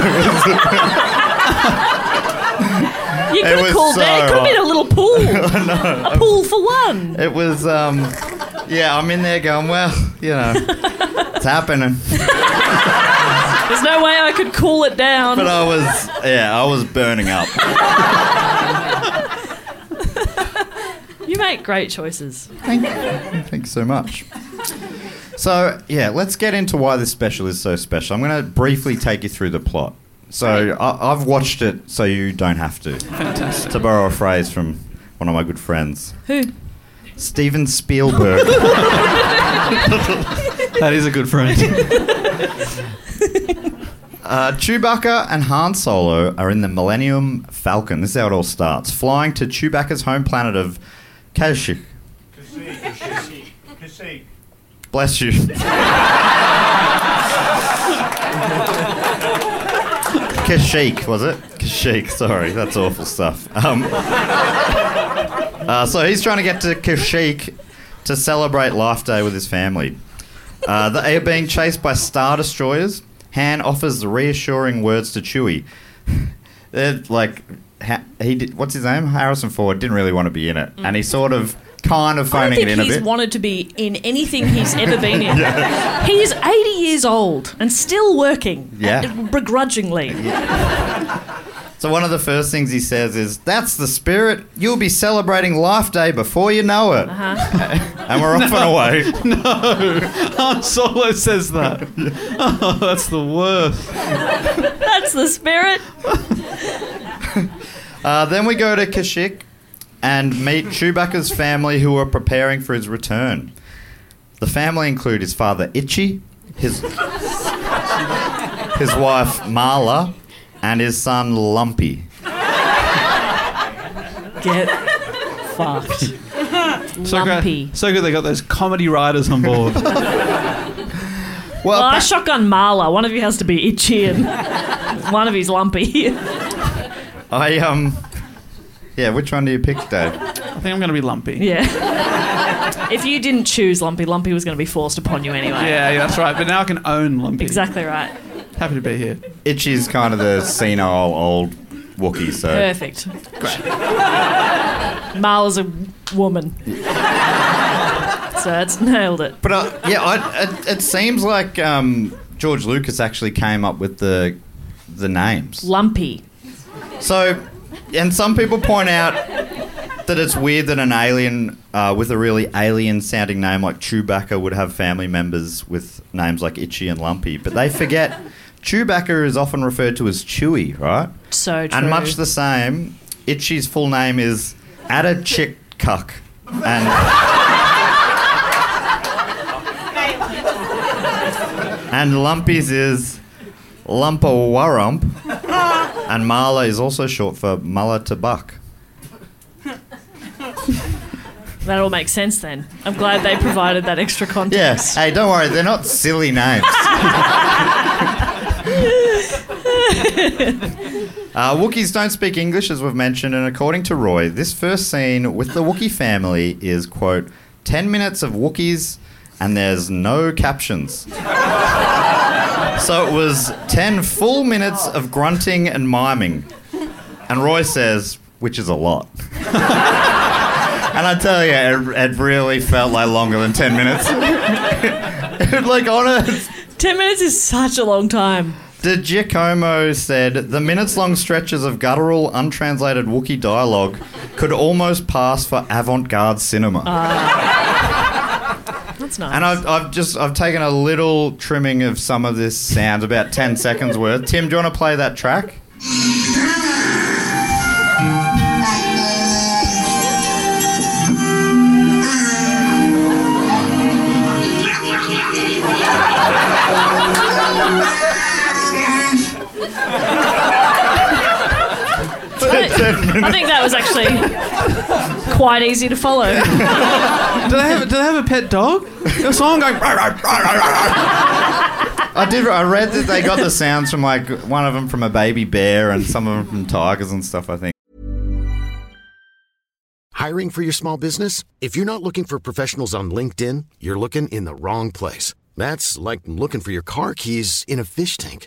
S1: You could
S2: was
S1: have cooled
S2: so
S1: down. It could have been
S2: hot.
S1: a little pool. A pool for one.
S2: It was, um, yeah, I'm in there going, well, you know, it's happening.
S1: There's no way I could cool it down.
S2: But I was, yeah, I was burning up.
S1: You make great choices.
S2: Thank you. Thanks so much. So, yeah, let's get into why this special is so special. I'm going to briefly take you through the plot. So, I, I've watched it so you don't have to. Fantastic. To borrow a phrase from one of my good friends,
S1: Who?
S2: Steven Spielberg.
S6: that is a good friend.
S2: Uh, Chewbacca and Han Solo are in the Millennium Falcon. This is how it all starts. Flying to Chewbacca's home planet of Kashyyyk. Bless you. Kashyyyk, was it? Kashyyyk, sorry, that's awful stuff. Um, uh, so he's trying to get to Kashyyyk to celebrate Life Day with his family. Uh, they are being chased by Star Destroyers. Han offers the reassuring words to Chewie. They're like, ha- he did, what's his name? Harrison Ford didn't really want to be in it. And he sort of, kind of
S1: I
S2: phoning
S1: don't think
S2: it in a
S1: he's
S2: bit.
S1: wanted to be in anything he's ever been in. He's 80 years old and still working.
S2: Yeah.
S1: and begrudgingly.
S2: So one of the first things he says is, "That's the spirit. You'll be celebrating Life Day before you know it." and we're off and away.
S6: Han Solo says that. Oh, that's the worst.
S1: That's the spirit.
S2: Uh, then we go to Kashyyyk and meet Chewbacca's family, who are preparing for his return. The family include his father Itchy, his his wife Marla, and his son Lumpy.
S1: Get fucked.
S6: So
S1: Lumpy.
S6: good, so good they got those comedy writers on board.
S2: Well,
S1: Well, Oh, I
S2: appa-
S1: shotgun Marla. One of you has to be itchy and one of you's lumpy.
S2: I um, yeah. Which one do you pick, Dave?
S3: I think I'm going to be lumpy.
S1: yeah. If you didn't choose lumpy, lumpy was going to be forced upon you anyway.
S3: Yeah, yeah, that's right. But now I can own lumpy.
S1: Exactly right.
S3: Happy to be here.
S2: Itchy's kind of the senile old Wookiee, so.
S1: Perfect. Great. Marla's a woman. so that's nailed it.
S2: But uh, yeah, I, it, it seems like um, George Lucas actually came up with the the names.
S1: Lumpy.
S2: So, and some people point out that it's weird that an alien uh, with a really alien-sounding name like Chewbacca would have family members with names like Itchy and Lumpy, but they forget Chewbacca is often referred to as Chewy, right?
S1: So true.
S2: And much the same, Itchy's full name is Ada Chick Cuck. And, and Lumpy's is Lumperwarump. And Marla is also short for Muller to Buck.
S1: That all makes sense then. I'm glad they provided that extra
S2: Yes.
S1: context.
S2: Hey, don't worry, they're not silly names. Uh, Wookiees don't speak English, as we've mentioned, and according to Roy, this first scene with the Wookiee family is, quote, 10 minutes of Wookiees and there's no captions. so it was 10 full minutes of grunting and miming. And Roy says, which is a lot. and I tell you, it, it really felt like longer than 10 minutes. like, honest.
S1: Ten minutes is such a long time.
S2: De Giacomo said the minutes long stretches of guttural, untranslated Wookiee dialogue could almost pass for avant garde cinema.
S1: That's nice.
S2: and I've, I've just I've taken a little trimming of some of this sound, about 10 seconds worth. Tim, do you want to play that track?
S1: I think that was actually quite easy to follow.
S6: do, they have, do they have a pet dog? The song going. "Rah, rah, rah, rah, rah, rah."
S2: I did. I read that they got the sounds from like one of them from a baby bear and some of them from tigers and stuff. I think.
S7: Hiring for your small business? If you're not looking for professionals on LinkedIn, you're looking in the wrong place. That's like looking for your car keys in a fish tank.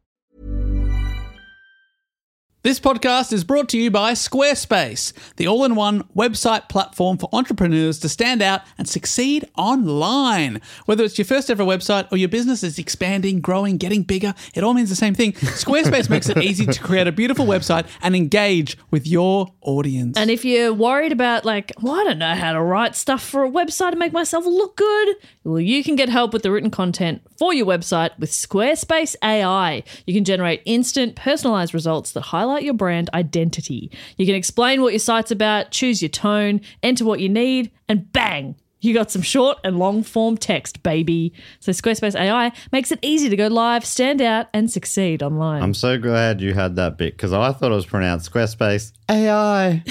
S3: This podcast is brought to you by Squarespace, the all in one website platform for entrepreneurs to stand out and succeed online. Whether it's your first ever website or your business is expanding, growing, getting bigger, it all means the same thing. Squarespace makes it easy to create a beautiful website and engage with your audience.
S1: And if you're worried about, like, well, I don't know how to write stuff for a website to make myself look good, well, you can get help with the written content for your website with Squarespace AI. You can generate instant, personalized results that highlight your brand identity. You can explain what your site's about, choose your tone, enter what you need, and bang! You got some short and long form text, baby. So Squarespace AI makes it easy to go live, stand out, and succeed online.
S2: I'm so glad you had that bit because I thought it was pronounced Squarespace AI.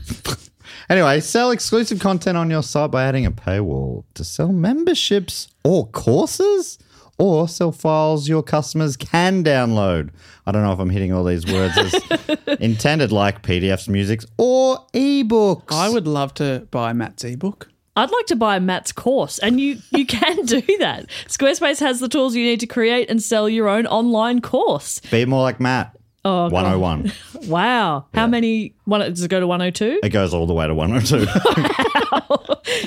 S2: anyway, sell exclusive content on your site by adding a paywall to sell memberships or courses or sell files your customers can download. I don't know if I'm hitting all these words as intended, like PDFs, musics, or ebooks.
S3: I would love to buy Matt's ebook.
S1: I'd like to buy Matt's course, and you you can do that. Squarespace has the tools you need to create and sell your own online course.
S2: Be more like Matt.
S1: Oh, God.
S2: 101.
S1: Wow, how many? One, does it go to one hundred two?
S2: It goes all the way to 102.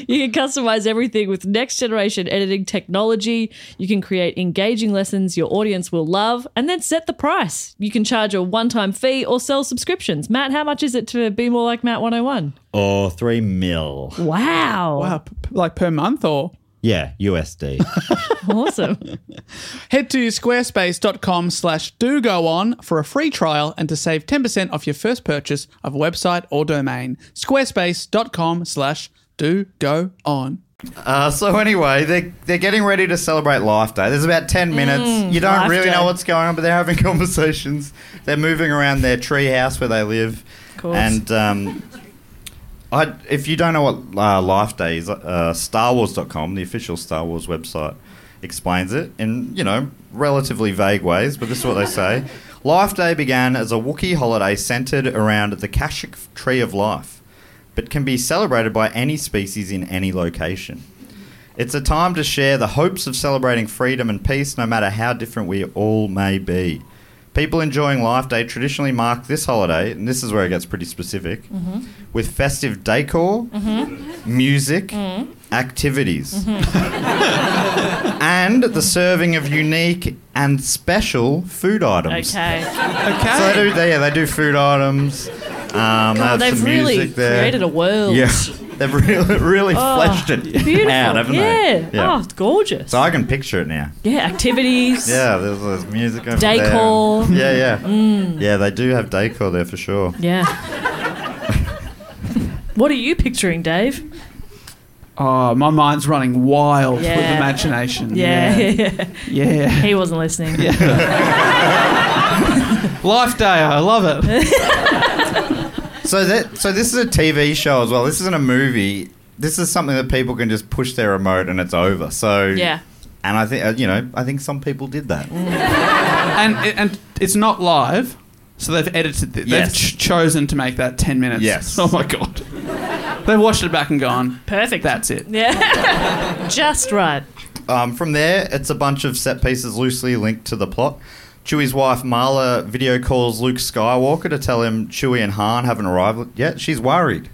S1: You can customize everything with next generation editing technology. You can create engaging lessons your audience will love and then set the price. You can charge a one time fee or sell subscriptions. Matt, how much is it to be more like Matt 101?
S2: or 3 mil.
S1: Wow.
S3: Wow, p- p- like per month or?
S2: Yeah, USD.
S1: Awesome.
S3: Head to squarespace.com slash do go on for a free trial and to save 10% off your first purchase of a website or domain. Squarespace.com slash do go on.
S2: Uh, so anyway, they're, they're getting ready to celebrate Life Day. There's about 10 minutes. you don't
S1: Mm, Life
S2: really
S1: Day.
S2: know what's going on, but they're having conversations. They're moving around their tree house where they live. Of
S1: course.
S2: And um, I, if you don't know what uh, Life Day is, uh, StarWars.com, the official Star Wars website, explains it in, you know, relatively vague ways, but this is what they say. Life Day began as a Wookiee holiday centered around the Kashyyyk Tree of Life, but can be celebrated by any species in any location. It's a time to share the hopes of celebrating freedom and peace, no matter how different we all may be. People enjoying Life Day traditionally mark this holiday, and this is where it gets pretty specific,
S1: Mm-hmm.
S2: with festive decor, music,
S1: Mm-hmm.
S2: activities, and the serving of unique and special food items.
S1: Okay.
S3: Okay.
S2: So they do, they, yeah, they do food items. Um, they have
S1: They've
S2: some
S1: really
S2: music there.
S1: created a world. Oh,
S2: Yeah, they've really, really fleshed it
S1: Beautiful.
S2: out, haven't
S1: yeah.
S2: they? Yeah.
S1: Oh, it's gorgeous.
S2: So I can picture it now.
S1: yeah, activities.
S2: Yeah, there's, there's music over
S1: Decor. Mm.
S2: there. Yeah, yeah. Yeah, they do have decor there for sure.
S1: Yeah. what are you picturing, Dave?
S3: Oh, my mind's running wild with
S1: Yeah.
S3: imagination.
S1: Yeah. yeah.
S3: Yeah.
S1: He wasn't listening.
S3: Life Day, I love it.
S2: So that so this is a TV show as well. This isn't a movie. This is something that people can just push their remote and it's over. So
S1: Yeah.
S2: And I think uh, you know, I think some people did that.
S3: and, and it's not live, so they've edited it.
S2: Yes.
S3: They've ch- chosen to make that 10 minutes.
S2: Yes.
S3: Oh, my God. They've watched it back and gone,
S1: Perfect.
S3: that's it.
S1: Yeah. Just right.
S2: Um, from there, it's a bunch of set pieces loosely linked to the plot. Chewie's wife Marla video calls Luke Skywalker to tell him Chewie and Han haven't arrived yet. She's worried.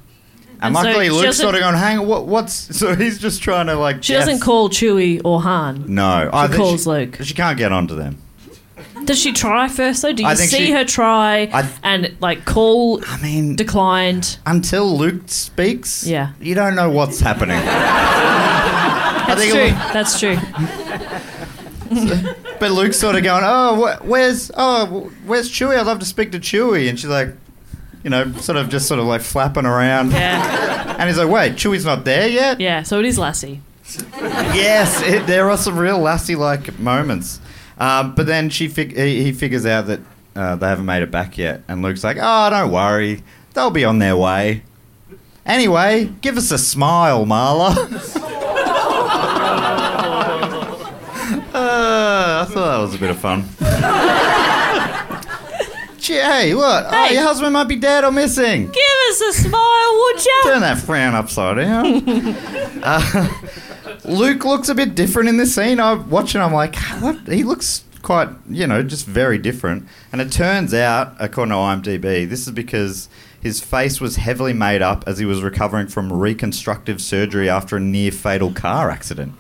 S1: And
S2: And,
S1: so
S2: luckily,
S1: she
S2: Luke's
S1: doesn't-
S2: sort of going, "Hang, on, what, what's?" So he's just trying to like.
S1: She
S2: guess.
S1: doesn't call Chewie or Han.
S2: No, she I think
S1: calls
S2: she,
S1: Luke.
S2: She can't get onto them.
S1: Does she try first though? Do you
S2: I think
S1: see
S2: she-
S1: her try
S2: I-
S1: and like call
S2: I mean,
S1: declined?
S2: until Luke speaks,
S1: Yeah.
S2: you don't know what's happening. I think it was-
S1: That's true.
S2: but Luke's sort of going, "Oh, wh- where's oh, wh- where's Chewie? I'd love to speak to Chewie." And she's like, you know, sort of just sort of like flapping around.
S1: Yeah.
S2: And he's like, "Wait, Chewie's not there yet."
S1: Yeah. So it is Lassie.
S2: Yes, it, there are some real lassie-like moments. Um, but then she fig- he, he figures out that uh, they haven't made it back yet, and Luke's like, "Oh, don't worry, they'll be on their way." Anyway, give us a smile, Marla. Uh, I thought that was a bit of fun. Gee, hey, what? Oh,
S1: Hey.
S2: your husband might be dead or missing.
S1: Give us a smile, would you?
S2: Turn that frown upside down. uh, Luke looks a bit different in this scene. I watch and I'm like, what? He looks quite, you know, just very different. And it turns out, according to IMDb, this is because his face was heavily made up as he was recovering from reconstructive surgery after a near fatal car accident.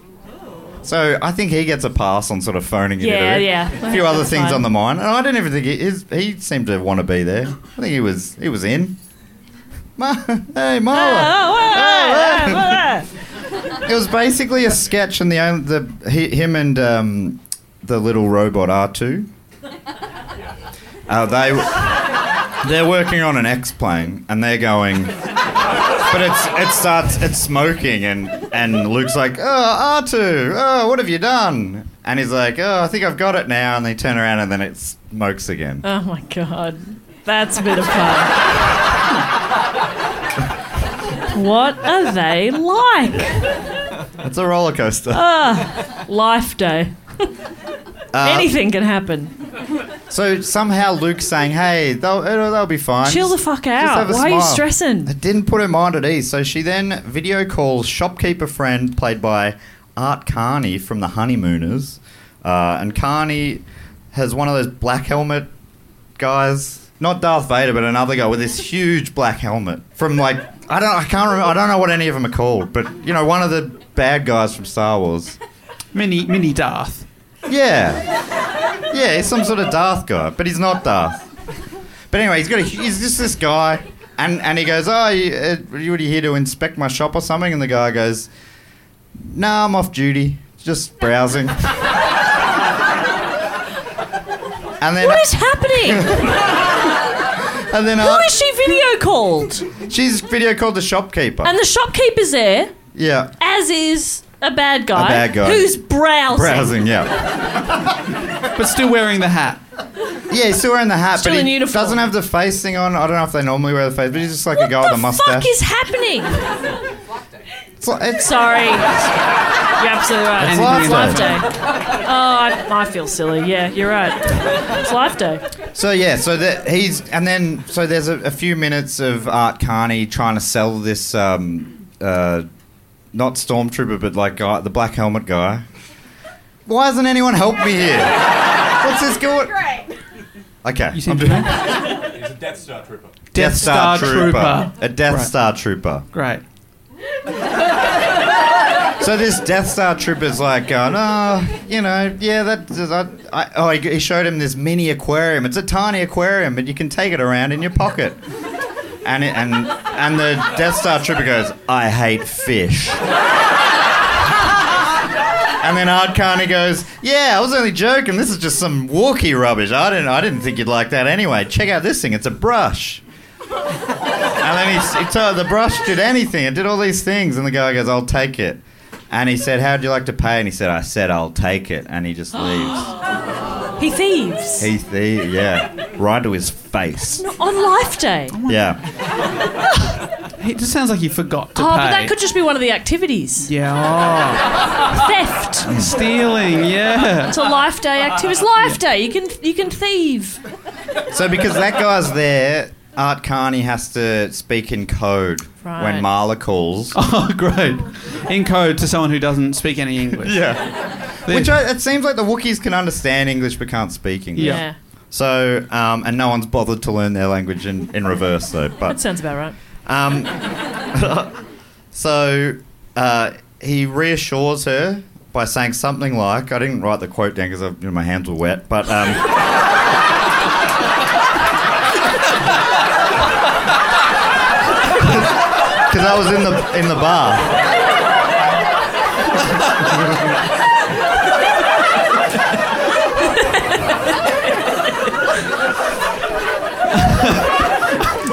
S2: So I think he gets a pass on sort of phoning it
S1: Oh. Yeah,
S2: in.
S1: yeah.
S2: A few other
S1: That's
S2: things
S1: fine.
S2: on the mind, and I didn't even think he his, he seemed to want to be there. I think he was he was in. Ma- hey, Marla.
S1: Oh,
S2: Oh, It was basically a sketch, and the only, the he, him and um, the little robot R two. Uh, they they're working on an X plane, and they're going. But it's it starts it's smoking, and and Luke's like, oh R two, oh what have you done? And he's like, oh I think I've got it now. And they turn around, and then it smokes again.
S1: Oh my god. That's a bit of fun. what are they like?
S2: It's a roller coaster.
S1: Life day.
S2: Uh,
S1: Anything can happen.
S2: so somehow Luke's saying, hey, they'll it'll, they'll be fine.
S1: Chill the fuck
S2: have
S1: out.
S2: a
S1: Why are you
S2: smile.
S1: stressing?
S2: It didn't put her mind at ease, so she then video calls shopkeeper friend played by Art Carney from The Honeymooners, uh, and Carney has one of those black helmet guys, not Darth Vader, but another guy with this huge black helmet from like I don't I can't remember I don't know what any of them are called, but you know one of the bad guys from Star Wars.
S6: Mini, mini Darth.
S2: Yeah. Yeah, he's some sort of Darth guy, but he's not Darth. But anyway, he's got a, he's just this guy, and, and he goes, "Oh, you, uh, you were here to inspect my shop or something?" And the guy goes, "Nah, I'm off duty, just browsing." and then
S1: What is happening?
S2: and then
S1: Who
S2: uh,
S1: is she video called?
S2: she's video called the shopkeeper.
S1: And the shopkeeper's there,
S2: yeah,
S1: as is a bad guy,
S2: A bad guy.
S1: who's browsing.
S2: browsing. Yeah,
S3: But still wearing the hat.
S2: yeah. He's still wearing the hat,
S1: Still
S2: but
S1: in
S2: he
S1: uniform.
S2: doesn't have the face thing on. I don't know if they normally wear the face, but he's just like
S1: What
S2: a guy
S1: the
S2: with a mustache.
S1: fuck is happening?
S2: it's, like- it's
S1: Sorry. You're absolutely right.
S2: It's
S1: It's life
S2: Life
S1: day. Oh, I, I feel silly. Yeah, you're right. It's life day.
S2: So yeah, so that he's and then so there's a, a few minutes of Art Carney trying to sell this, um, uh, not stormtrooper, but like guy, the black helmet guy. Why hasn't anyone helped me here? What's this going? Okay,
S3: You
S2: I'm
S3: seem to
S2: doing-
S3: know.
S2: Death Star,
S3: Star
S2: Trooper.
S3: Trooper.
S2: a Death
S3: Right.
S2: Star Trooper.
S3: Great.
S2: So this Death Star Trooper's like going, oh, you know, yeah, that. that I, oh, he, he showed him this mini aquarium. It's a tiny aquarium, but you can take it around in your pocket. And it, and and the Death Star Trooper goes, I hate fish. And then Art Carney goes, "Yeah, I was only joking. This is just some walkie rubbish. I didn't, I didn't think you'd like that anyway. Check out this thing. It's a brush." and then he, s- he told the brush did anything. It did all these things, and the guy goes, "I'll take it." And he said, "How'd you like to pay?" And he said, "I said I'll take it." And he just leaves.
S1: He thieves
S2: he, he, yeah, right to his face.
S1: on life day.
S2: Yeah,
S3: It just sounds like you forgot to
S1: Oh,
S3: pay.
S1: but that could just be one of the activities.
S3: Yeah.
S1: Theft.
S3: oh, stealing. Yeah.
S1: It's a life day activity. It's life day. You can you can thieve.
S2: So because that guy's there, Art Carney has to speak in code
S1: Right.
S2: when Marla calls.
S3: Oh, great. In code to someone who doesn't speak any English.
S2: Yeah. Which I, it seems like the Wookiees can understand English but can't speak English.
S3: Yeah.
S1: Yeah.
S2: So, um, and no one's bothered to learn their language in, in reverse though.
S1: That
S2: But
S1: sounds about right.
S2: so uh, he reassures her by saying something like, I didn't write the quote down because you know, my hands were wet, but. Um, Because I was in the in the bar.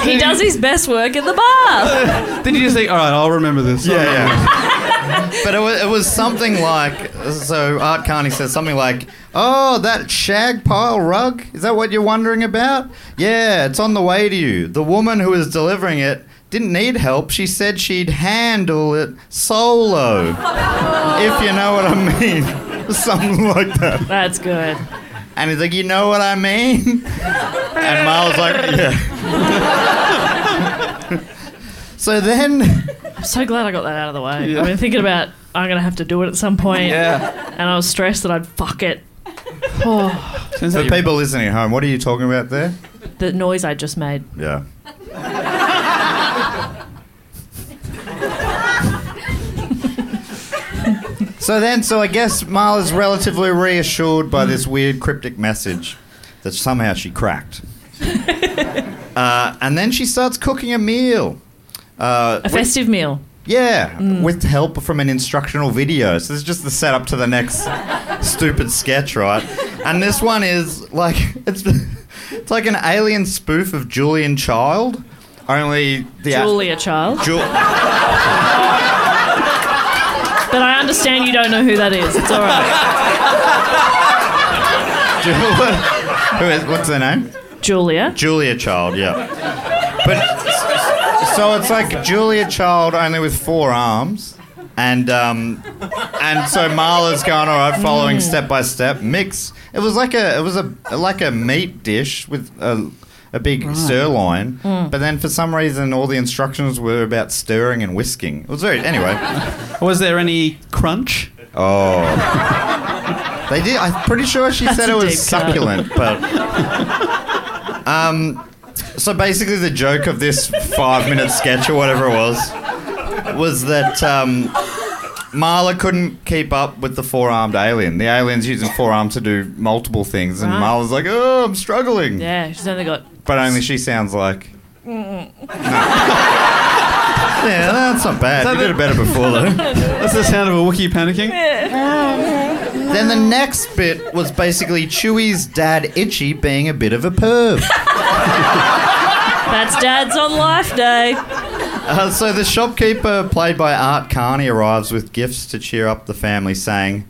S1: He does his best work at the bar.
S3: Then you just think, all right, I'll remember this.
S2: Yeah, yeah. but it was, it was something like so. Art Carney says something like, "Oh, that shag pile rug. Is that what you're wondering about? Yeah, it's on the way to you. The woman who was delivering it." Didn't need help. She said she'd handle it solo, if you know what I mean. Something like that.
S1: That's good.
S2: And he's like, You know what I mean? And Miles like, Yeah. so then.
S1: I'm so glad I got that out of the way. I've been thinking about I'm gonna have to do it at some point,
S3: Yeah.
S1: and I was stressed that I'd fuck it. Oh,
S2: For people listening at home, what are you talking about there?
S1: the noise I just made.
S2: Yeah. so then, so I guess Marla's relatively reassured by this weird cryptic message that somehow she cracked. uh, and then she starts cooking a meal. Uh,
S1: A festive meal.
S2: yeah, with help from an instructional video. So this is just the setup to the next stupid sketch, right? And this one is like it's it's like an alien spoof of Julian Child, only the
S1: Julia Child.
S2: Ju-
S1: But I understand you don't know who that is. It's all right.
S2: Ju- who is what's her name?
S1: Julia.
S2: Julia Child, yeah. But so it's like Julia Child only with four arms. And um, and so Marla's going all right, following step by step. Mix. It was like a it was a like a meat dish with a, a big sirloin. But then for some reason, all the instructions were about stirring and whisking. It was very anyway.
S6: Was there any crunch?
S2: They did. I'm pretty sure she said it
S1: a
S2: was
S1: deep cut.
S2: succulent, but. Um, so basically, the joke of this five-minute sketch or whatever it was was that um, Marla couldn't keep up with the four-armed alien. The alien's using four arms to do multiple things, and
S1: Right.
S2: Marla's like, "Oh, I'm struggling,"
S1: Yeah, she's only got.
S2: but only she sounds like. No. yeah, that's not bad. You did it better before though.
S6: That's the sound of a Wookiee panicking.
S2: Then the next bit was basically Chewie's dad Itchy being a bit of a perv.
S1: That's Dad's on life day.
S2: Uh, so the shopkeeper, played by Art Carney, arrives with gifts to cheer up the family, saying,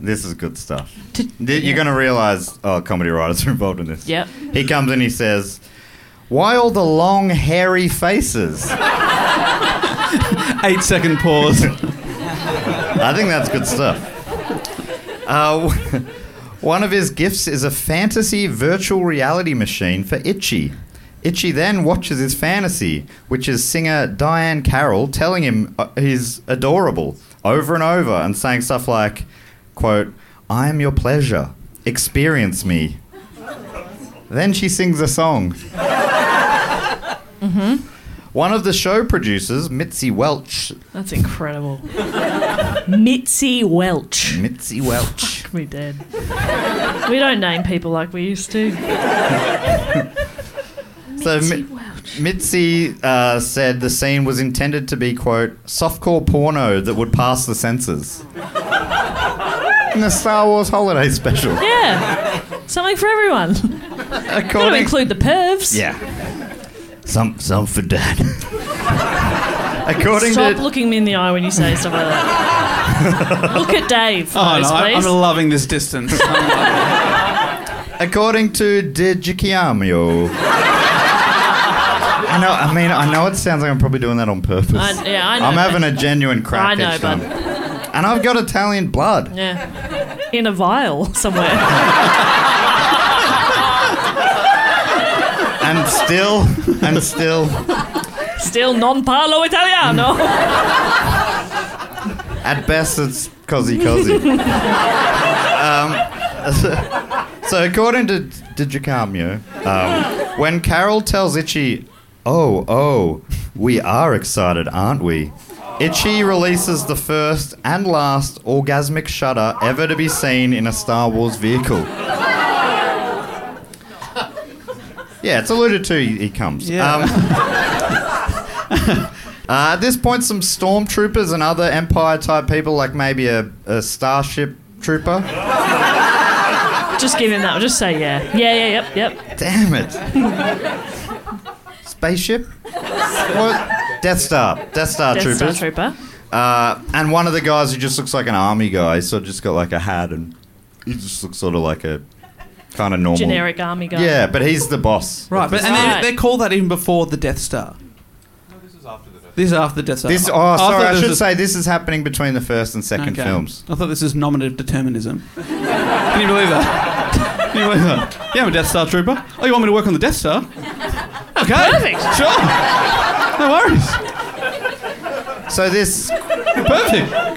S2: "This is good stuff. Th- You're going to realise, oh, comedy writers are involved in this."
S1: Yep.
S2: He comes and he says, "Why all the long hairy faces?"
S6: Eight second pause. Oh,
S2: I think that's good stuff. Uh, w- one of his gifts is a fantasy virtual reality machine for Itchy. Itchy then watches his fantasy, which is singer Diane Carroll telling him uh, he's adorable over and over and saying stuff like, quote, I am your pleasure. Experience me. Then she sings a song. One of the show producers, Mitzi Welch,
S1: That's incredible. Mitzi Welch.
S2: Mitzi Welch.
S1: We did. We don't name people like we used to.
S2: So Mi- Mitzi uh, said the scene was intended to be quote softcore porno that would pass the censors. In the Star Wars holiday special,
S1: Yeah. Something for everyone. Gotta
S2: according
S1: include the pervs.
S2: yeah, some some for dad. according
S1: Stop
S2: to
S1: looking me in the eye when you say stuff like that. Look at Dave.
S6: Oh
S1: guys,
S6: no, I, I'm
S1: please.
S6: loving this distance.
S2: Um, according to De Giacomo. I know. I mean, I know it sounds like I'm probably doing that on purpose.
S1: I- yeah, I know,
S2: am
S1: but-
S2: having a genuine crack.
S1: I know,
S2: each
S1: but-
S2: time. and I've got Italian blood.
S1: yeah. In a vial somewhere.
S2: and still, and still,
S1: Still non parlo italiano.
S2: at best it's cozy cozy. um, so according to Digicamio, um, when Carol tells Itchy, "Oh, oh, we are excited, aren't we?" Itchy releases the first and last orgasmic shudder ever to be seen in a Star Wars vehicle. Yeah, it's alluded to. He he comes.
S6: Yeah.
S2: Um, Uh, at this point, some stormtroopers and other Empire type people, like maybe a, a starship trooper.
S1: Just give him that. Just say yeah. Yeah, yeah, yep, yep.
S2: Damn it. Spaceship? What? Death Star. Death Star
S1: Death Star
S2: troopers.
S1: Trooper.
S2: Uh, and one of the guys who just looks like an army guy, so just got like a hat and he just looks sort of like a kind of normal.
S1: Generic army guy.
S2: Yeah, but he's the boss.
S6: right, but and
S1: Right.
S6: They, they call that even before the Death Star. This is after the Death Star.
S2: This, oh,
S6: I thought
S2: sorry, I
S6: this
S2: should
S6: was-
S2: say this is happening between the first and second
S6: Okay.
S2: films.
S6: I thought this was nominative determinism. Can you believe that? Can you believe that? Yeah, I'm a Death Star trooper. Oh, you want me to work on the Death Star? Okay.
S1: Perfect.
S6: Sure. No worries.
S2: So this
S6: Perfect.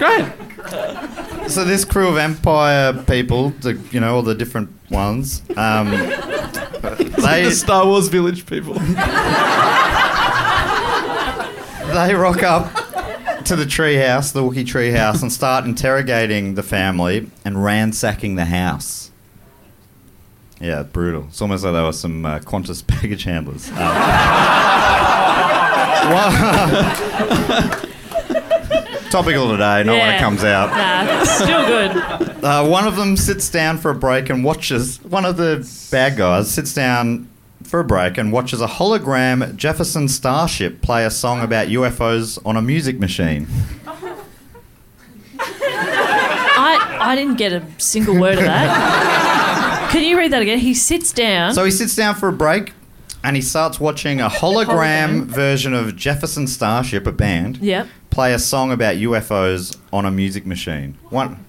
S6: Great.
S2: So this crew of Empire people, the, you know, all the different ones. Um,
S6: the
S2: they,
S6: Star Wars Village people.
S2: they rock up to the treehouse, the Wookiee treehouse, and start interrogating the family and ransacking the house. Yeah, brutal. It's almost like they were some uh, Qantas baggage handlers. Um, one- topical today, not when
S1: Yeah.
S2: it comes out.
S1: Nah, still good.
S2: Uh, one of them sits down for a break and watches. One of the bad guys sits down for a break and watches a hologram Jefferson Starship play a song about UFOs on a music machine.
S1: I, I didn't get a single word of that. Can you read that again? He sits down.
S2: So he sits down for a break and he starts watching a hologram version of Jefferson Starship, a band,
S1: Yep.
S2: play a song about UFOs on a music machine. One.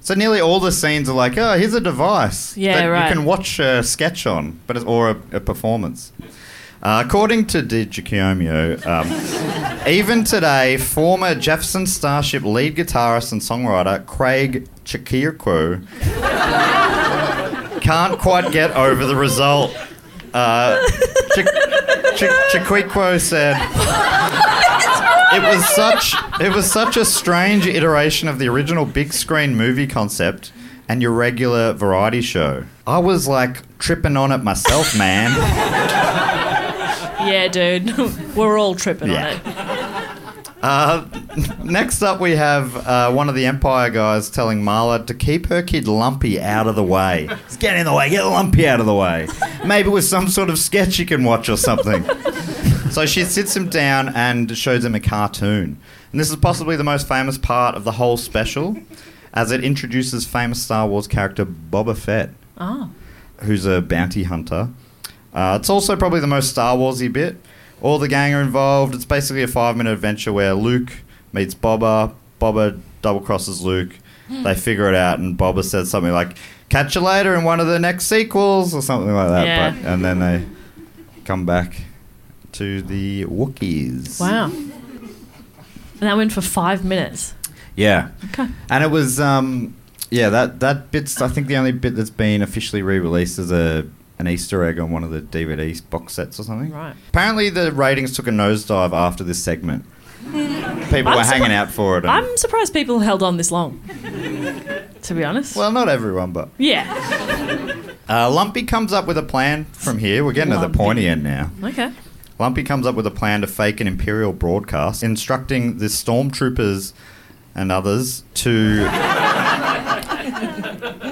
S2: So nearly all the scenes are like, oh, here's a device
S1: Yeah,
S2: that
S1: right.
S2: you can watch a sketch on, but it's, or a, a performance. Uh, according to DiGiacomio, um, even today, former Jefferson Starship lead guitarist and songwriter Craig Chikirko can't quite get over the result. Uh, Ch- Ch- Chiquiquo said, "It was such it was such a strange iteration of the original big screen movie concept and your regular variety show. I was like tripping on it myself, man."
S1: Yeah, dude. We're all tripping
S2: Yeah.
S1: on it.
S2: Next up, we have uh, one of the Empire guys telling Marla to keep her kid Lumpy out of the way. Just Get in the way, get Lumpy out of the way. Maybe with some sort of sketch you can watch or something. so she sits him down and shows him a cartoon. And this is possibly the most famous part of the whole special, as it introduces famous Star Wars character Boba Fett, who's a bounty hunter. Uh, it's also probably the most Star Warsy bit. All the gang are involved. It's basically a five-minute adventure where Luke meets Boba. Boba double crosses Luke. They figure it out, and Boba says something like "Catch you later" in one of the next sequels or something like that.
S1: Yeah.
S2: But, and then they come back to the Wookiees.
S1: Wow. And that went for five minutes.
S2: Yeah. Okay. And it was um yeah, that that bit's I think the only bit that's been officially re-released as a an Easter egg on one of the DVD box sets or something.
S1: Right.
S2: Apparently the ratings took a nosedive after this segment. People were
S1: I'm surpri-
S2: hanging out for it. and-
S1: I'm surprised people held on this long. To be honest.
S2: well, not everyone, but
S1: yeah.
S2: uh, Lumpy comes up with a plan from here. We're getting to the pointy end now.
S1: Okay.
S2: Lumpy comes up with a plan to fake an Imperial broadcast, instructing the stormtroopers and others to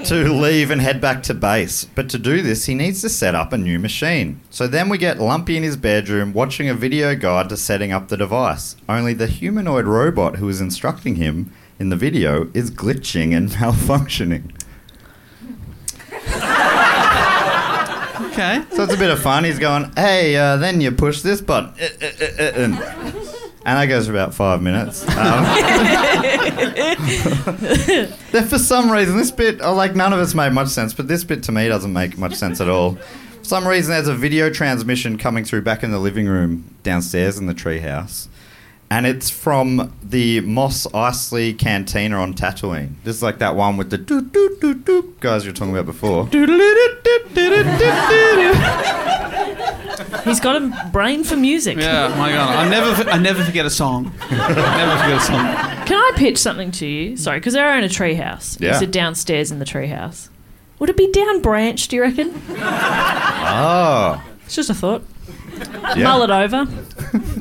S2: to leave and head back to base. But to do this, he needs to set up a new machine. So then we get Lumpy in his bedroom watching a video guide to setting up the device. Only the humanoid robot who is instructing him in the video is glitching and malfunctioning.
S6: Okay.
S2: So it's a bit of fun. He's going, hey, uh, then you push this button. Eh, eh, eh, eh, And, and that goes for about five minutes. Um, then for some reason, this bit, oh, like none of us made much sense, but this bit to me doesn't make much sense at all. For some reason, there's a video transmission coming through back in the living room downstairs in the treehouse. And it's from the Moss Isley Cantina on Tatooine. This is like that one with the doot doot doot doot guys you were talking about before.
S1: He's got a brain for music.
S6: Yeah, my God. I never, I never forget a song. never forget a song.
S1: Can I pitch something to you? Sorry, because they're in a treehouse.
S2: Yeah.
S1: Is it downstairs in the treehouse? Would it be down branch, do you reckon?
S2: Oh.
S1: It's just a thought.
S2: Yeah.
S1: Mull it over.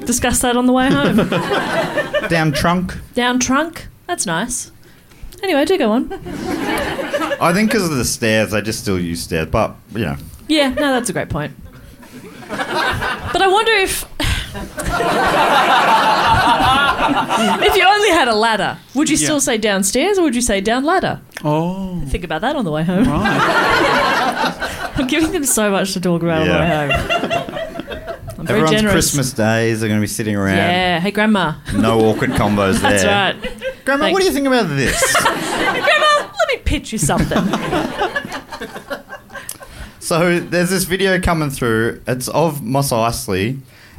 S1: Discuss that on the way home.
S2: Damn trunk.
S1: down trunk. That's nice. Anyway, do go on.
S2: I think because of the stairs, I just still use stairs. But you know,
S1: Yeah, no, that's a great point. But I wonder if. if you only had a ladder, would you still
S6: Yeah.
S1: say downstairs or would you say down ladder?
S6: Oh,
S1: Think about that on the way home.
S6: right.
S1: I'm giving them so much to talk about on the way
S2: Yeah.
S1: home. I'm very
S2: everyone's
S1: generous.
S2: Christmas days are going to be sitting around.
S1: Yeah, hey, Grandma.
S2: No awkward combos there.
S1: That's right.
S2: Grandma, what do you think about this?
S1: Grandma, let me pitch you something.
S2: so there's this video coming through. It's of Moss Isley,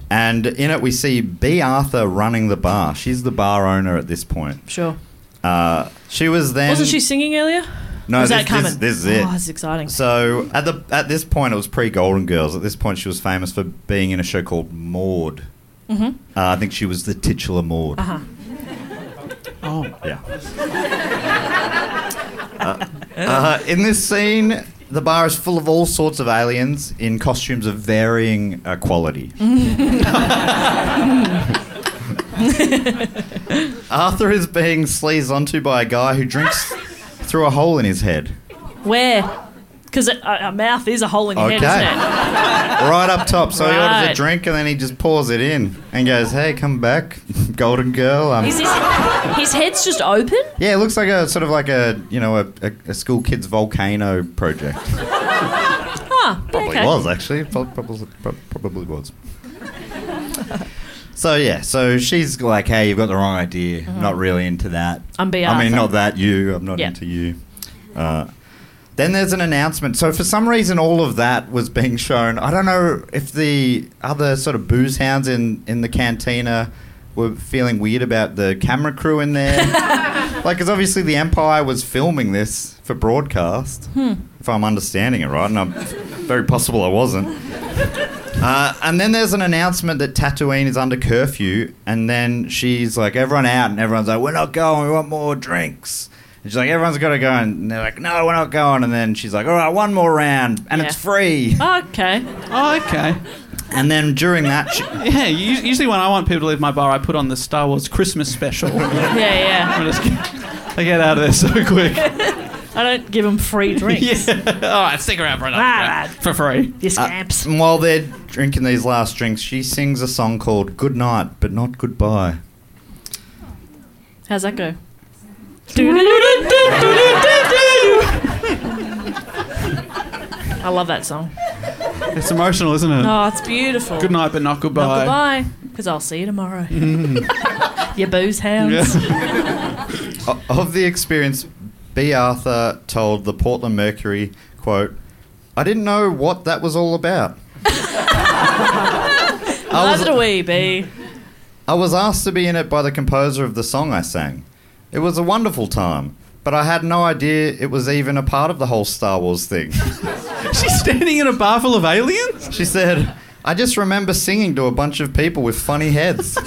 S2: and in it we see B. Arthur running the bar. She's the bar owner at this point.
S1: sure.
S2: Uh, she was then.
S1: Wasn't she singing earlier?
S2: No,
S1: Or is
S2: this,
S1: that coming?
S2: This, this is it.
S1: Oh, it's exciting.
S2: So at the at this point, it was pre Golden Girls. At this point, she was famous for being in a show called Maud.
S1: Mhm.
S2: Uh, I think she was the titular Maud.
S1: Uh-huh.
S3: Oh.
S2: Yeah. Uh, uh, in this scene, the bar is full of all sorts of aliens in costumes of varying uh, quality. Arthur is being sleazed onto by a guy who drinks through a hole in his head.
S1: Where? Because a, a mouth is a hole in your
S2: Okay.
S1: head,
S2: right up top. So he orders
S1: Right.
S2: a drink and then he just pours it in and goes, "Hey, come back, golden girl." Um,
S1: isn't it? Is his, his head's just open?
S2: yeah, it looks like a sort of like a you know a, a, a school kids volcano project.
S1: Huh. yeah,
S2: Probably
S1: okay.
S2: was actually. Prob- Probably, prob- probably was. So yeah, so she's like, "Hey, you've got the wrong idea. I'm Not really into that.
S1: Mm-hmm. I'm B.
S2: I mean,
S1: Arthur.
S2: not that you. I'm not
S1: Yeah.
S2: into you." Uh, then there's an announcement. So for some reason, all of that was being shown. I don't know if the other sort of booze hounds in in the cantina were feeling weird about the camera crew in there, like because obviously the Empire was filming this for broadcast, if I'm understanding it right, and I'm very possible I wasn't. Uh, and then there's an announcement that Tatooine is under curfew, and then she's like, "Everyone out," and everyone's like, "We're not going. We want more drinks." And she's like, "Everyone's got to go," and they're like, "No, we're not going." And then she's like, "All right, one more round, and it's
S1: Yeah.
S2: free."
S1: Okay.
S6: Oh, okay.
S2: And then during that, she,
S6: Yeah, u- usually when I want people to leave my bar, I put on the Star Wars Christmas special. I
S1: Yeah, yeah.
S6: just get, I get out of there so quick.
S1: I don't give him free drinks.
S6: Yeah. All right, stick around for another
S1: Ah.
S6: for free.
S2: Uh,
S1: You scamps.
S2: and while they're drinking these last drinks, she sings a song called "Good Night, but Not Goodbye."
S1: How's that go? I love that song.
S6: It's emotional, isn't it?
S1: Oh, it's beautiful.
S6: Good night, but not goodbye.
S1: Goodbye. Because I'll see you tomorrow.
S2: Mm.
S1: you booze hounds.
S6: Yeah.
S2: O- of the experience, B. Arthur told the Portland Mercury, "quote I didn't know what that was all about. I
S1: Neither do
S2: was,
S1: we, B.
S2: I was asked to be in it by the composer of the song I sang. It was a wonderful time, but I had no idea it was even a part of the whole Star Wars thing."
S6: She's standing in a bar full of aliens?
S2: She said, "I just remember singing to a bunch of people with funny heads."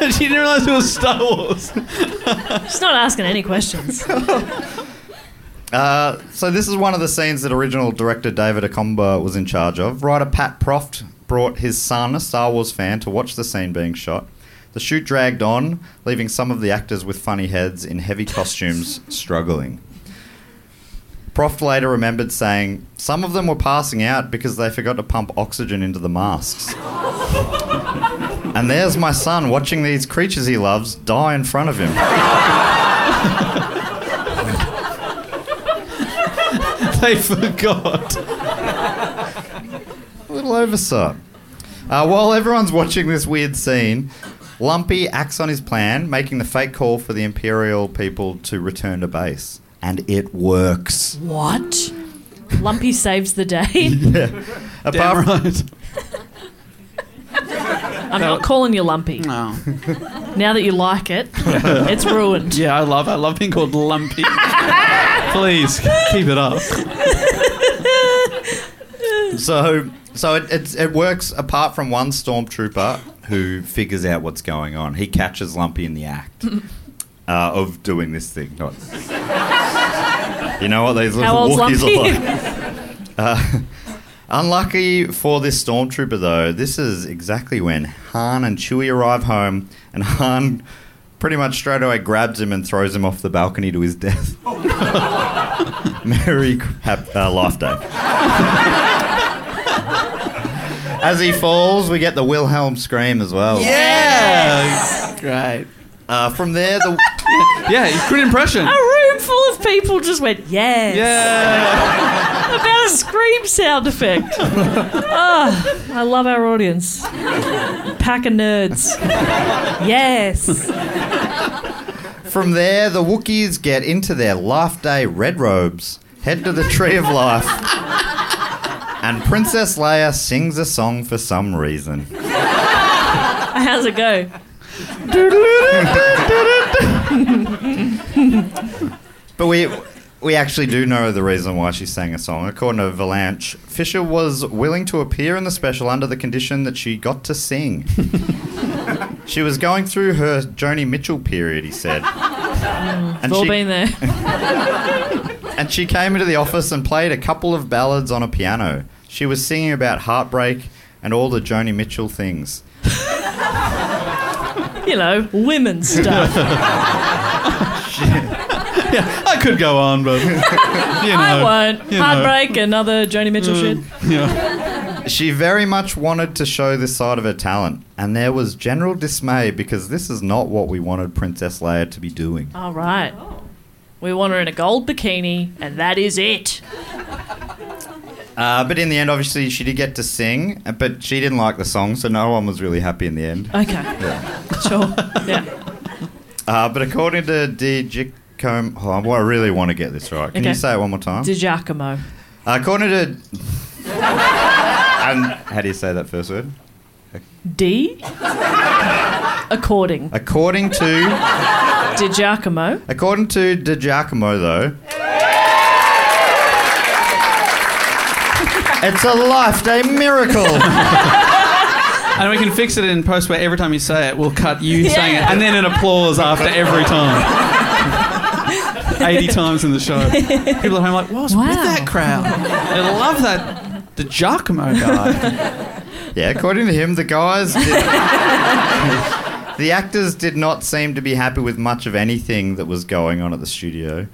S6: And she didn't realize it was Star Wars.
S1: She's not asking any questions.
S2: Uh, so this is one of the scenes that original director David Acomba was in charge of. Writer Pat Proft brought his son, a Star Wars fan, to watch the scene being shot. The shoot dragged on, leaving some of the actors with funny heads in heavy costumes struggling. Proft later remembered saying, Some of them were passing out because they forgot to pump oxygen into the masks. and there's my son watching these creatures he loves die in front of him.
S6: They forgot.
S2: A little oversight. Uh, while everyone's watching this weird scene, Lumpy acts on his plan, making the fake call for the Imperial people to return to base. And it works.
S1: what? Lumpy saves the day.
S2: Apart-
S6: Damn right.
S1: I'm not calling you Lumpy.
S6: Oh.
S1: Now that you like it, it's ruined.
S6: Yeah, I love I love being called lumpy. Please keep it up.
S2: So, so it, it, it works apart from one stormtrooper who figures out what's going on. He catches Lumpy in the act uh, of doing this thing. Not, you know what these
S1: How
S2: little
S1: old's
S2: walkies are
S1: Lumpy?
S2: like. Unlucky for this stormtrooper, though, this is exactly when Han and Chewie arrive home, and Han pretty much straight away grabs him and throws him off the balcony to his death. Merry hap- uh, Life Day. As he falls, we get the Wilhelm scream as well. Yeah.
S6: Great.
S2: Uh, from there, the
S6: Yeah, good impression.
S1: A room full of people just went, yes.
S6: Yeah.
S1: About a scream sound effect. oh, I love our audience. Pack of nerds. Yes.
S2: from there the Wookiees get into their Life Day red robes, head to the Tree of Life, and Princess Leia sings a song for some reason.
S1: How's it go?
S2: But we we actually do know the reason why she sang a song. According to Valanche, Fisher was willing to appear in the special under the condition that she got to sing. she was going through her Joni Mitchell period, he said.
S1: We've
S2: And
S1: Hmm. all
S2: she,
S1: been there.
S2: and she came into the office and played a couple of ballads on a piano. She was singing about heartbreak and all the Joni Mitchell things.
S1: You know, women stuff.
S6: I could go on, but you know,
S1: I won't.
S6: you know. Mm.
S1: Heartbreak, another Joni Mitchell shit.
S6: Yeah.
S2: She very much wanted to show this side of her talent, and there was general dismay because this is not what we wanted Princess Leia to be doing.
S1: All right. We want her in a gold bikini, and that is it.
S2: Uh, but in the end, obviously, she did get to sing, uh, but she didn't like the song, so no one was really happy in the end.
S1: Okay. Sure. Yeah.
S2: Uh, but according to D. Gicom, oh, well, I really want to get this right. Can you
S1: Okay.
S2: say it one more time?
S1: Di Giacomo.
S2: Uh, according to. um, how do you say that first word?
S1: D? According.
S2: According to
S1: Di Giacomo.
S2: according to Di Giacomo, though, it's a life day miracle.
S6: And we can fix it in post where every time you say it, we'll cut you saying it and then an applause after every time. 80 times in the show. People at home are like, what's
S1: Wow.
S6: with that crowd? They love that. The Giacomo guy.
S2: Yeah, according to him, the guys. Did, the actors did not seem to be happy with much of anything that was going on at the studio.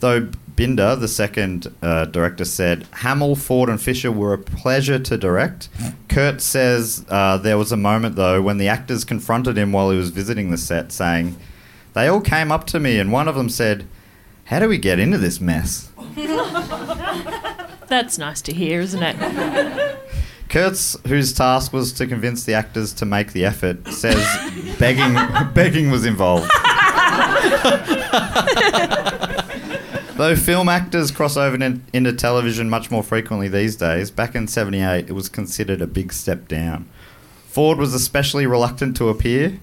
S2: Though Binder, the second uh, director, said Hamill, Ford, and Fisher were a pleasure to direct. Kurt says uh, there was a moment, though, when the actors confronted him while he was visiting the set, saying, They all came up to me, and one of them said, How do we get into this mess?
S1: That's nice to hear, isn't it?
S2: Kurtz, whose task was to convince the actors to make the effort, says begging begging was involved. Though film actors cross over in- into television much more frequently these days, back in 78 it was considered a big step down. Ford was especially reluctant to appear.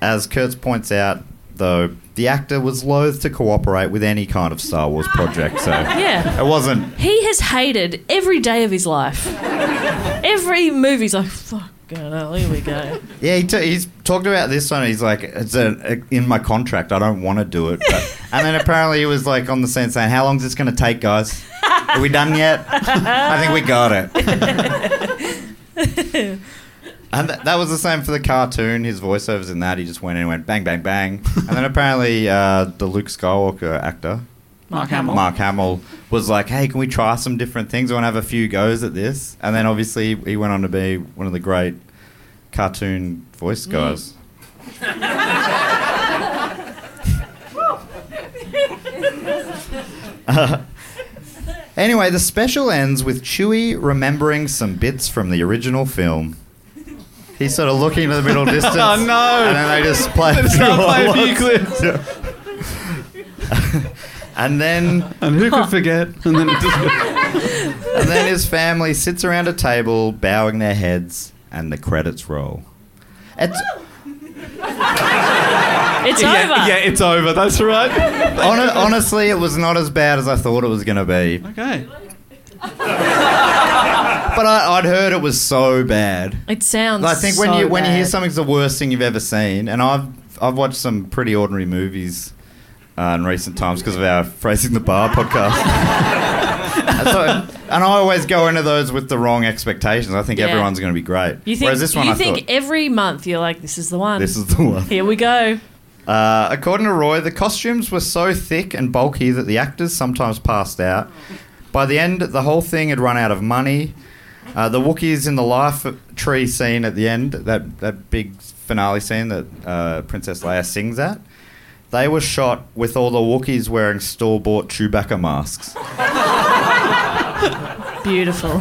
S2: As Kurtz points out, though, the actor was loath to cooperate with any kind of Star Wars project, so
S1: Yeah.
S2: it wasn't
S1: He has hated every day of his life. Every movie's like, fuck. hell, here we go.
S2: Yeah, he t- he's talked about this one. He's like, it's a, in my contract. I don't want to do it. But, and then apparently he was like on the scene saying, "How long's this going to take, guys? Are we done yet? I think we got it." and th- that was the same for the cartoon. His voiceovers in that, he just went in and went bang, bang, bang. And then apparently uh, the Luke Skywalker actor,
S6: Mark Hamill.
S2: Mark Hamill, was like, "Hey, can we try some different things? I want to have a few goes at this." And then obviously he went on to be one of the great cartoon voice
S6: Mm.
S2: guys. Uh, anyway, the special ends with Chewie remembering some bits from the original film. He's sort of looking to the middle distance.
S6: Oh, no.
S2: And then they just play
S6: Let's
S2: through
S6: not play
S2: all
S6: a few
S2: of-
S6: clips.
S2: And then
S6: And who could forget? And then it just-
S2: And then his family sits around a table, bowing their heads, and the credits roll. It's
S1: It's over.
S6: yeah, yeah, it's over. That's right.
S2: hon- honestly, it was not as bad as I thought it was going to be.
S6: Okay.
S2: But I, I'd heard it was so bad.
S1: It sounds.
S2: I think when
S1: so
S2: you when you hear
S1: bad.
S2: something's the worst thing you've ever seen, and I've I've watched some pretty ordinary movies uh, in recent times because of our phrasing the bar podcast. And so, and I always go into those with the wrong expectations. I think
S1: Yeah.
S2: everyone's going to be great.
S1: You think,
S2: Whereas this one,
S1: you
S2: I
S1: think
S2: thought
S1: every month you're like, this is the one.
S2: this is the one.
S1: Here we go.
S2: Uh, according to Roy, the costumes were so thick and bulky that the actors sometimes passed out. By the end, the whole thing had run out of money. Uh, the Wookiees in the life tree scene at the end, that, that big finale scene that uh, Princess Leia sings at, they were shot with all the Wookiees wearing store bought Chewbacca masks.
S1: Beautiful.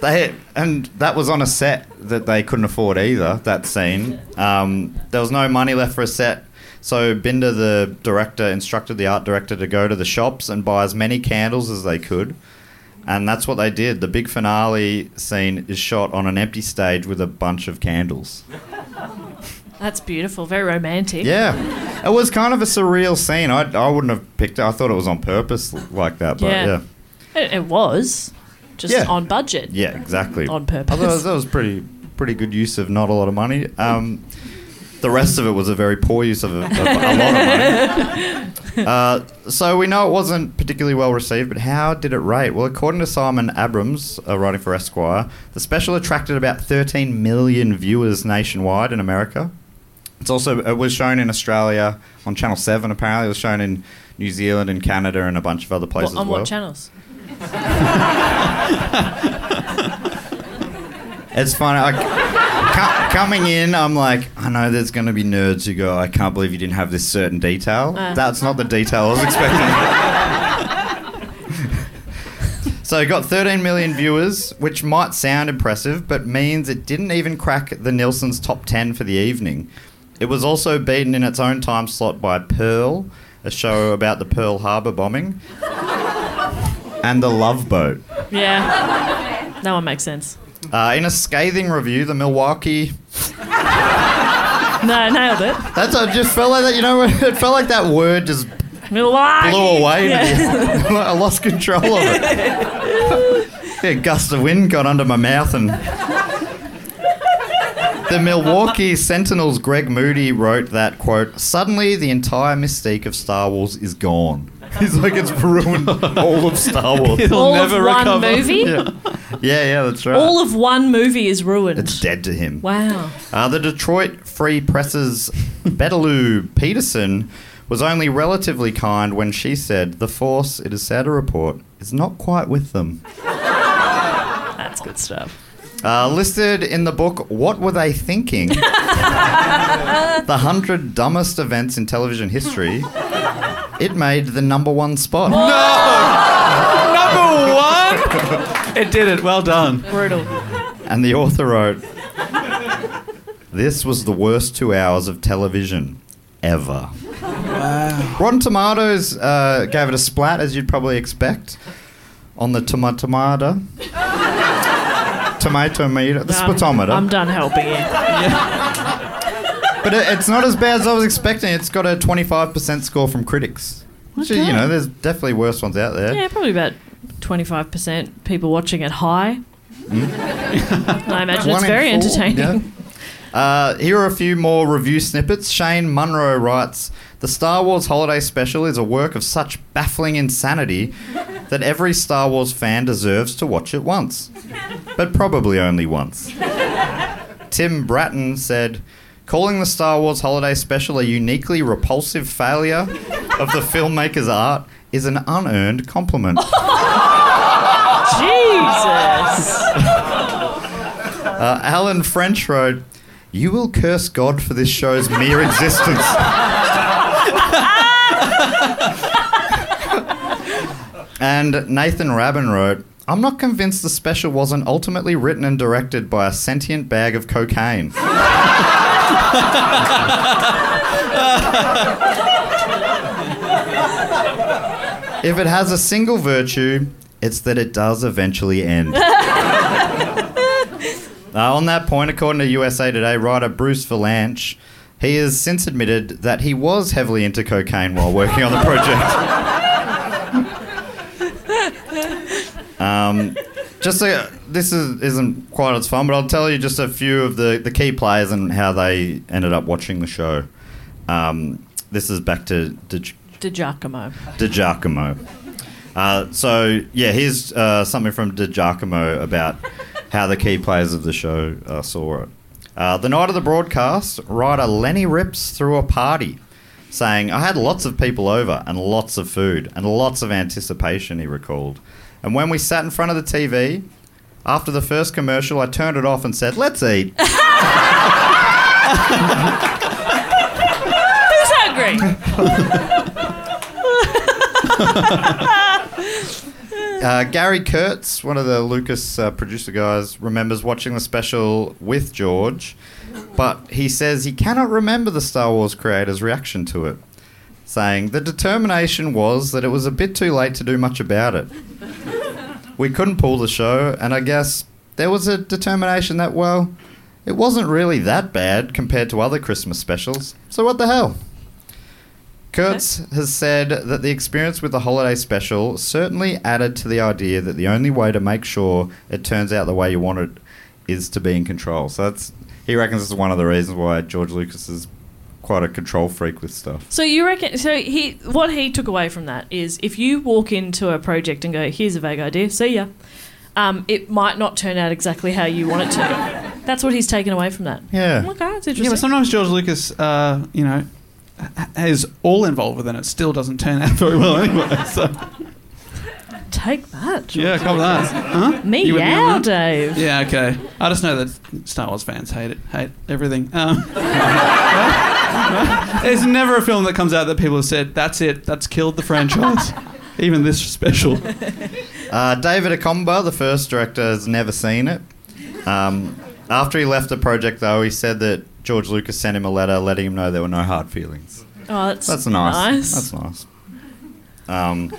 S2: They and that was on a set that they couldn't afford either. That scene, um, there was no money left for a set, so Binder, the director, instructed the art director to go to the shops and buy as many candles as they could, and that's what they did. The big finale scene is shot on an empty stage with a bunch of candles.
S1: That's beautiful. Very romantic.
S2: Yeah. It was kind of a surreal scene. I, I wouldn't have picked it. I thought it was on purpose like that, but
S1: Yeah.
S2: yeah. Yeah,
S1: It, it was just
S2: Yeah.
S1: on budget.
S2: exactly.
S1: On purpose.
S2: I thought that was, that was pretty pretty good use of not a lot of money. Um, the rest of it was a very poor use of a, of a lot of money. Uh, so we know it wasn't particularly well received, but how did it rate? Well, according to Simon Abrams, uh, writing for Esquire, the special attracted about 13 million viewers nationwide in America. It's also it was shown in Australia on Channel Seven. Apparently, it was shown in New Zealand and Canada and a bunch of other places.
S1: What- on
S2: as well.
S1: what channels?
S2: It's funny. I, co- coming in, I'm like, I know there's going to be nerds who go, I can't believe you didn't have this certain detail.
S1: Uh.
S2: That's not the detail I was expecting. so it got 13 million viewers, which might sound impressive, but means it didn't even crack the Nielsen's top 10 for the evening. It was also beaten in its own time slot by Pearl, a show about the Pearl Harbor bombing, and The Love Boat.
S1: Yeah. That one makes sense.
S2: Uh, in a scathing review, the Milwaukee
S1: No, I nailed it.
S2: That's I just felt like that. You know, it felt like that word just
S1: Milwaukee.
S2: blew away.
S1: Yeah.
S2: into the- I lost control of it. Yeah, a gust of wind got under my mouth and. The Milwaukee Sentinel's Greg Moody wrote that quote, suddenly the entire mystique of Star Wars is gone. He's like, it's ruined all of Star Wars. yeah,
S6: It'll
S1: All
S6: never
S1: of one
S6: recover.
S1: movie.
S2: yeah, that's right.
S1: All of one movie is ruined.
S2: it's dead to him.
S1: Wow.
S2: Uh, the Detroit Free Press's Betalou Peterson was only relatively kind when she said, The force, it is sad to report, is not quite with them.
S1: That's good stuff.
S2: Uh, listed in the book, What Were They Thinking? the 100 Dumbest Events in Television History. It made the number one spot.
S6: Number one. It did it. Well done.
S1: Brutal.
S2: And the author wrote, This was the worst two hours of television ever. Rotten Tomatoes uh, gave it a splat, as you'd probably expect, on the toma- tomato. Tomato meter, the
S1: I'm- Um,
S2: spatometer.
S1: I'm done helping you.
S2: But it, it's not as bad as I was expecting. It's got a 25% score from critics. Which,
S1: Okay.
S2: you know, there's definitely worse ones out there.
S1: Yeah, probably about 25% people watching it high. I imagine it's
S2: Hmm. One in
S1: very
S2: four,
S1: entertaining.
S2: yeah. Uh, here are a few more review snippets. Shane Munro writes The Star Wars Holiday Special is a work of such baffling insanity that every Star Wars fan deserves to watch it once, but probably only once. Tim Bratton said, Calling the Star Wars Holiday Special a uniquely repulsive failure of the filmmaker's art is an unearned compliment.
S1: Jesus.
S2: Uh, Alan French wrote, You will curse God for this show's mere existence. and Nathan Rabin wrote, I'm not convinced the special wasn't ultimately written and directed by a sentient bag of cocaine. if it has a single virtue, it's that it does eventually end. Uh, on that point, according to USA Today writer Bruce Valanche, he has since admitted that he was heavily into cocaine while working on the project. um, just a, this is, isn't quite as fun, but I'll tell you just a few of the, the key players and how they ended up watching the show. Um, this is back to, to
S1: DiGiacomo.
S2: DiGiacomo. Uh, so, yeah, here's uh, something from DiGiacomo about how the key players of the show uh, saw it. Uh, the night of the broadcast, writer Lenny Rips threw a party saying, I had lots of people over and lots of food and lots of anticipation, he recalled. And when we sat in front of the TV, after the first commercial, I turned it off and said, Let's eat.
S1: Who's hungry?
S2: Uh, Gary Kurtz, one of the Lucas uh, producer guys, remembers watching the special with George, but he says he cannot remember the Star Wars creator's reaction to it, saying, The determination was that it was a bit too late to do much about it. We couldn't pull the show, and I guess there was a determination that, well, It wasn't really that bad compared to other Christmas specials, so what the hell? Kurtz has said that the experience with the holiday special certainly added to the idea that the only way to make sure it turns out the way you want it is to be in control. So that's he reckons this is one of the reasons why George Lucas is quite a control freak with stuff.
S1: So you reckon? So he, what he took away from that is, if you walk into a project and go, "Here's a vague idea, see ya," um, it might not turn out exactly how you want it to. That's what he's taken away from that.
S2: Yeah.
S1: Okay, that's interesting.
S6: Yeah, but sometimes George Lucas, uh, you know, h- is all involved, and it still doesn't turn out very well anyway. So
S1: Take that. George.
S6: yeah, come on. Huh?
S1: Me
S6: You would be on
S1: yeah,
S6: that?
S1: Dave.
S6: Yeah, okay. I just know that Star Wars fans hate it, hate everything. Um, there's never a film that comes out that people have said, "That's it, that's killed the franchise." Even this special.
S2: Uh, David Acomba, the first director, has never seen it. Um, after he left the project, though, he said that George Lucas sent him a letter letting him know there were no hard feelings.
S1: Oh, that's,
S2: That's nice. That's nice. Um,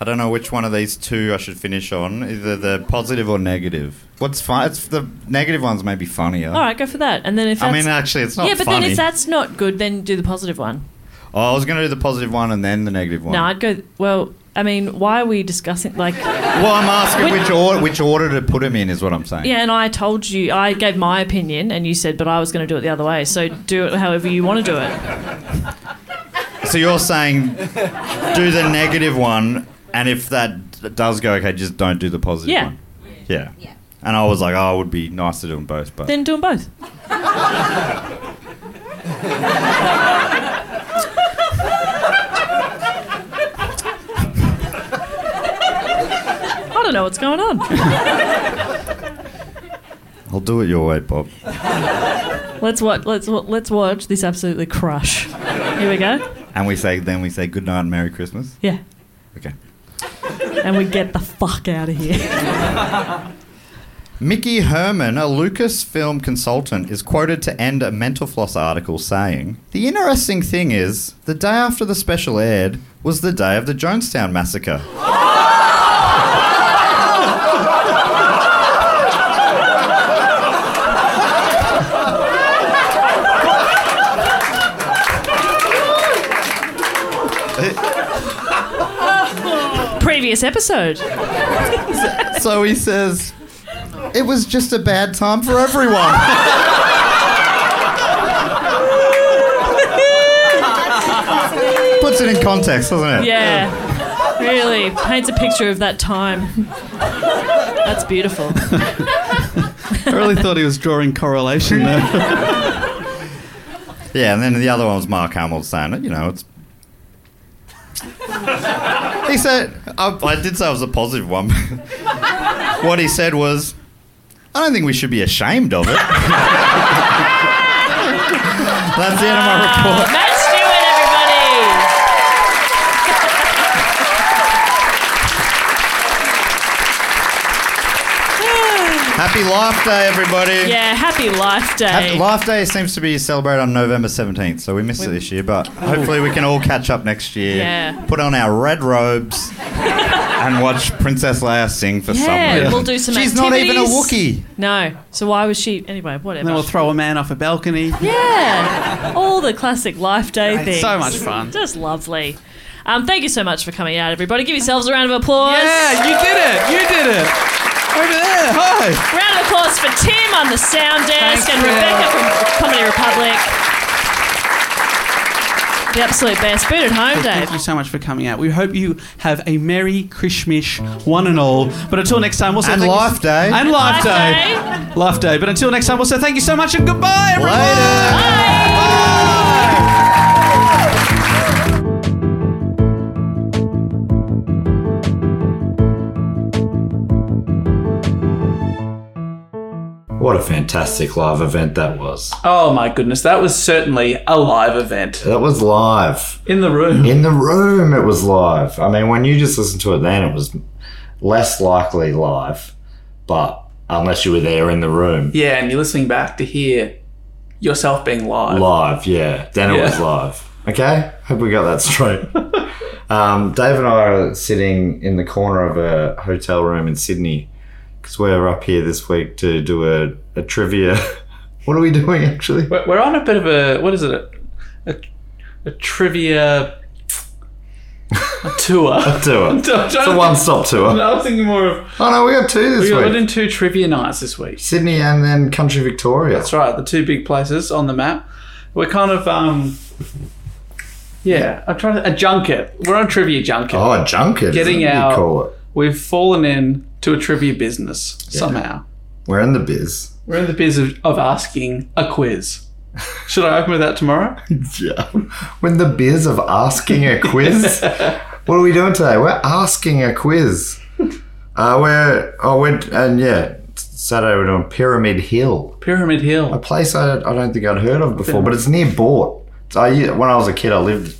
S2: I don't know which one of these two I should finish on, either the positive or negative. What's fun? It's the negative ones may be funnier.
S1: All right, go for that. And then if
S2: I
S1: that's,
S2: mean, actually, it's not
S1: yeah, but
S2: funny.
S1: then if that's not good, then do the positive one.
S2: oh, I was going to do the positive one and then the negative one.
S1: No, I'd go. Well, I mean, why are we discussing like?
S2: Well, I'm asking which order, which order to put him in is what I'm saying.
S1: Yeah, and I told you, I gave my opinion, and you said, but I was going to do it the other way. So do it however you want to do it.
S2: So you're saying do the negative one, and if that d- does go okay, just don't do the positive
S1: Yeah.
S2: one. Yeah. Yeah. And I was like, oh, it would be nice to do them both, but
S1: Then do them both. I don't know what's going on.
S2: I'll do it your way, Bob.
S1: Let's watch. Let's wa- let's watch this absolutely crush. Here we go.
S2: And we say, then we say good night and Merry Christmas.
S1: Yeah,
S2: Okay.
S1: and we get the fuck out of here.
S2: Mickey Herman, a Lucasfilm consultant, is quoted to end a Mental Floss article saying, The interesting thing is, the day after the special aired was the day of the Jonestown Massacre.
S1: Previous episode.
S2: So he says, It was just a bad time for everyone. Puts it in context, doesn't it?
S1: Yeah. Really paints a picture of that time. That's beautiful.
S6: I really thought he was drawing correlation there.
S2: Yeah, and then the other one was Mark Hamill saying it. You know, it's. he said, I, I did say it was a positive one. what he said was, I don't think we should be ashamed of it. That's the end of my report.
S1: Matt Stewart, everybody.
S2: Happy Life Day, everybody.
S1: Yeah, happy life day.
S2: Happy Life Day seems to be celebrated on November 17th, so we missed it this year, but hopefully we can all catch up next year.
S1: Oh. Yeah.
S2: Put on our red robes and watch Princess Leia sing for
S1: yeah,
S2: someone.
S1: we'll do some
S2: She's not even a
S1: activities.
S2: Wookiee.
S1: No. So why was she anyway,
S6: and then
S1: whatever.
S6: we'll throw a man off a balcony.
S1: yeah. All the classic life day things.
S6: so much fun.
S1: Just lovely. Um, thank you so much for coming out, everybody. Give yourselves a round of applause.
S6: Yeah, you did it. You did it. Over there. Hi.
S1: Round of applause for Tim on the sound desk
S6: Thanks,
S1: and
S6: Tim.
S1: Rebecca from Comedy Republic. The absolute best. Boot at home,
S6: Thank you
S1: Dave.
S6: so much for coming out. We hope you have a merry Christmas, one and all. But until next time, we'll say
S2: And
S6: thank you-
S2: Life Day.
S6: and life day.
S1: Bye.
S6: Life Day. But until next time, we'll say thank you so much and goodbye, everyone.
S2: Later.
S8: What a fantastic live event that was.
S3: Oh my goodness, that was certainly a live event
S8: That was live.
S3: in the room.
S8: In the room, it was live. I mean, when you just listened to it then, it was less likely live, but unless you were there in the room,
S3: Yeah, and you're listening back to hear yourself being live.
S8: live, yeah, then it
S3: Yeah.
S8: was live. Okay, hope we got that straight. um, Dave and I are sitting in the corner of a hotel room in Sydney
S2: because we're up here this week to do a, a trivia. what are we doing actually?
S6: We're we're on a bit of a what is it? A, a, a trivia a tour.
S2: A tour.
S6: I'm trying
S2: It's
S6: to
S2: a
S6: think-
S2: one-stop tour.
S6: No, I was thinking more of.
S2: Oh no, we got two
S6: We
S2: this
S6: got
S2: week:
S6: in two trivia nights this week.
S2: Sydney and then Country Victoria.
S6: That's right, the two big places on the map. We're kind of um, yeah. I'm trying to a junket. We're on trivia junket.
S2: Oh, a junket.
S6: Getting
S2: is what
S6: out.
S2: You call it.
S6: We've fallen in to a trivia business somehow.
S2: We're in the biz.
S6: We're in the business of, of asking a quiz. Should I open with that tomorrow?
S2: Yeah. We're in the biz of asking a quiz. what are we doing today? We're asking a quiz. Uh, we're oh we're and yeah. Saturday we're doing Pyramid Hill.
S6: Pyramid
S2: a
S6: Hill.
S2: place I, I don't think I'd heard of before, but it's near Bort. So I, when I was a kid, I lived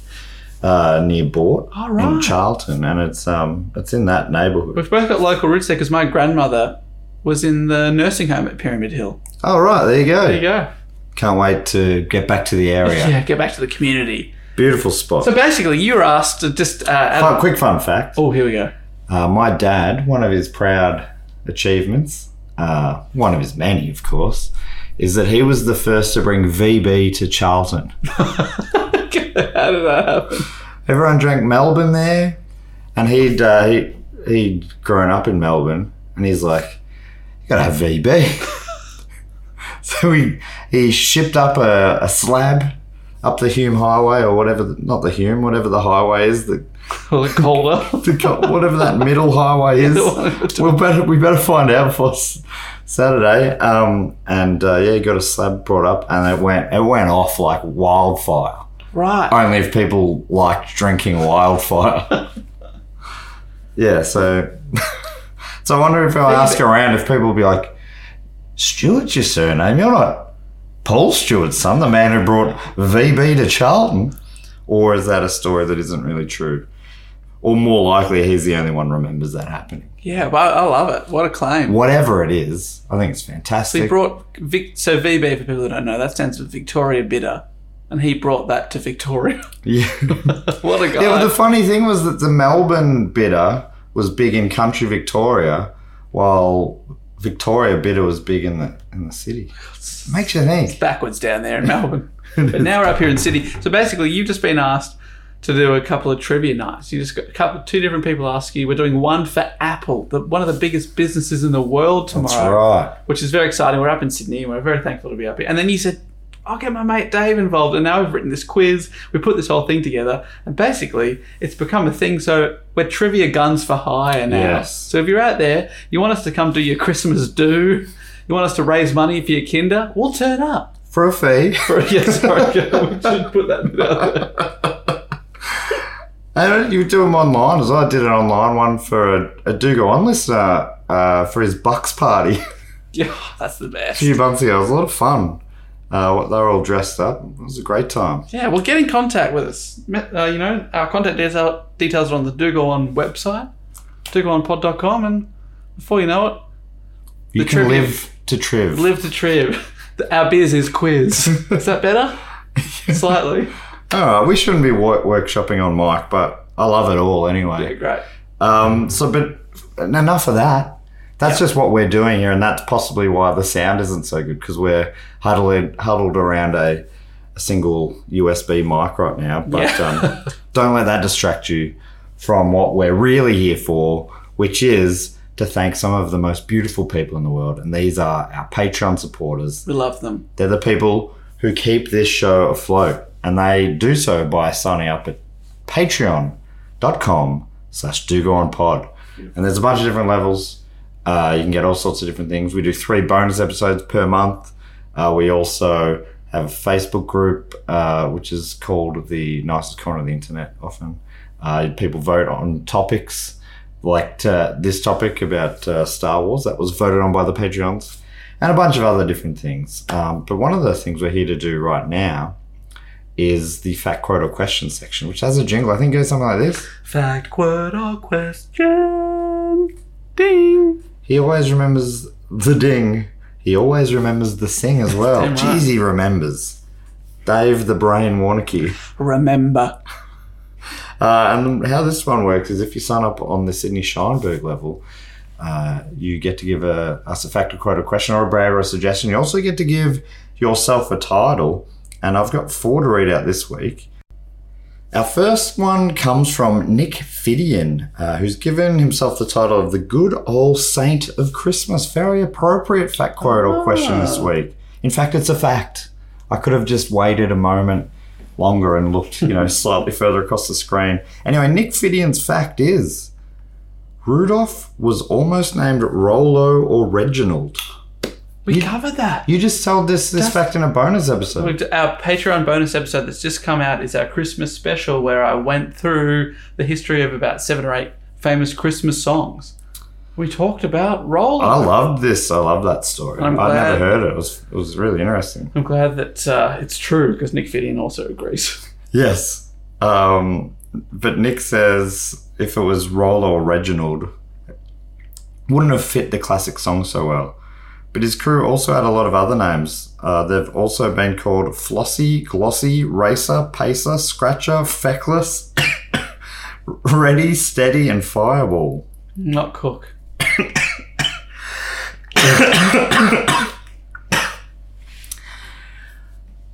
S2: uh, near Bort in Charlton, and it's um it's in that neighbourhood.
S6: We've both got local roots there because my grandmother was in the nursing home at Pyramid Hill.
S2: Oh right, there you go.
S6: There you go.
S2: Can't wait to get back to the area.
S6: Yeah, get back to the community.
S2: Beautiful spot.
S6: So basically, you were asked to just uh, add-
S2: Fun- quick fun fact:
S6: Oh, here we go.
S2: uh, my dad, one of his proud achievements, uh, one of his many, of course, is that he was the first to bring VB to Charlton.
S6: How did that happen?
S2: everyone drank Melbourne there, and he'd uh, he he'd grown up in Melbourne, and he's like, you gotta have VB. so he he shipped up a, a slab up the Hume Highway or whatever, the, not the Hume, whatever the highway is, the,
S6: Well, it colder.
S2: the co- whatever that middle highway is.
S6: one-
S2: we better we better find out for s- Saturday. Um, and uh, yeah, he got a slab brought up, and it went it went off like wildfire.
S6: right.
S2: Only if people like drinking wildfire. yeah, so so I wonder if I ask around if people will be like, Stewart's your surname. You're not Paul Stewart's son, the man who brought VB to Charlton. Or is that a story that isn't really true? Or more likely, he's the only one remembers that happening.
S6: Yeah, but I I love it. What a claim.
S2: Whatever it is, I think it's fantastic.
S6: He brought Vic, so VB for people that don't know that stands for Victoria Bitter, and he brought that to Victoria.
S2: yeah.
S6: what a guy!
S2: Yeah, but the funny thing was that the Melbourne bidder was big in country Victoria, while Victoria bidder was big in the in the city. Makes you think.
S6: Backwards down there in Melbourne, but now we're up here in Sydney. So basically, you've just been asked to do a couple of trivia nights. You just got a couple, two different people ask you. We're doing one for Apple, the, one of the biggest businesses in the world tomorrow.
S2: That's right.
S6: which is very exciting. We're up in Sydney and we're very thankful to be up here. And then you said, I'll get my mate Dave involved. And now we've written this quiz, we put this whole thing together, and basically it's become a thing. So we're trivia guns for hire now.
S2: Yes.
S6: So if you're out there, you want us to come do your Christmas do, you want us to raise money for your kinder, we'll turn up.
S2: For a fee.
S6: yes, sorry, we should put that bit out there.
S2: And you do them online as well. I did an online one for a, a do go on listener uh, for his Bucks party a
S6: Yeah, that's the best.
S2: few months ago. It was a lot of fun. Uh, what- they were all dressed up. It was a great time.
S6: Yeah, well, get in contact with us. Me- Uh, you know, our contact detail, details are on the Do Go On website, dogoonpod.com, and before you know it,
S2: You
S6: The
S2: can
S6: trivia.
S2: live to triv.
S6: live the trip. Our biz is quiz. is that better? Slightly.
S2: All right, Ah, we shouldn't be wor- workshopping on Mike, but I love it all anyway.
S6: Yeah, great.
S2: Um, so, but enough of that. That's just what we're doing here, and that's possibly why the sound isn't so good because we're huddled huddled around a, a single USB mic right now. But um, don't let that distract you from what we're really here for, which is to thank some of the most beautiful people in the world, and these are our Patreon supporters.
S6: We love them.
S2: They're the people who keep this show afloat, and they do so by signing up at patreon.com slash do go on pod. And there's a bunch of different levels. Uh, you can get all sorts of different things. We do three bonus episodes per month. Uh, we also have a Facebook group, uh, which is called the nicest corner of the internet often. Uh, people vote on topics like uh, this topic about uh, Star Wars that was voted on by the Patreons and a bunch of other different things. Um, but one of the things we're here to do right now is the fact quote or question section, which has a jingle. I think it goes something like this.
S6: Fact, word, or question. Ding.
S2: He always remembers the ding. He always remembers the sing as well.
S6: Damn right.
S2: Jeez, he remembers. Dave the Brain Warnicky.
S6: Remember.
S2: Uh, and how this one works is if you sign up on the Sydney Scheinberg level, Uh, you get to give a, us a fact or quote, a question or a brag or a suggestion. You also get to give yourself a title. And I've got four to read out this week. Our first one comes from Nick Fidian, uh, who's given himself the title of the Good Old Saint of Christmas. Very appropriate fact quote or question this week. In fact, it's a fact. I could have just waited a moment longer and looked, you know, slightly further across the screen. Anyway, Nick Fidian's fact is Rudolph was almost named Rollo or Reginald.
S6: We covered that.
S2: You just told this this fact in a bonus episode.
S6: We've- Our Patreon bonus episode that's just come out is our Christmas special where I went through the history of about seven or eight famous Christmas songs. We talked about Roll.
S2: I loved this. I love that story. i
S6: I'm
S2: would never
S6: glad-
S2: heard it. It was, it was really interesting.
S6: I'm glad that uh, it's true because Nick Fidian also agrees.
S2: Yes. Um, but Nick says if it was Rollo or Reginald, wouldn't have fit the classic song so well. But his crew also had a lot of other names. Uh, they've also been called Flossy, Glossy, Racer, Pacer, Scratcher, Feckless, Ready, Steady, and Fireball.
S6: Not Cook.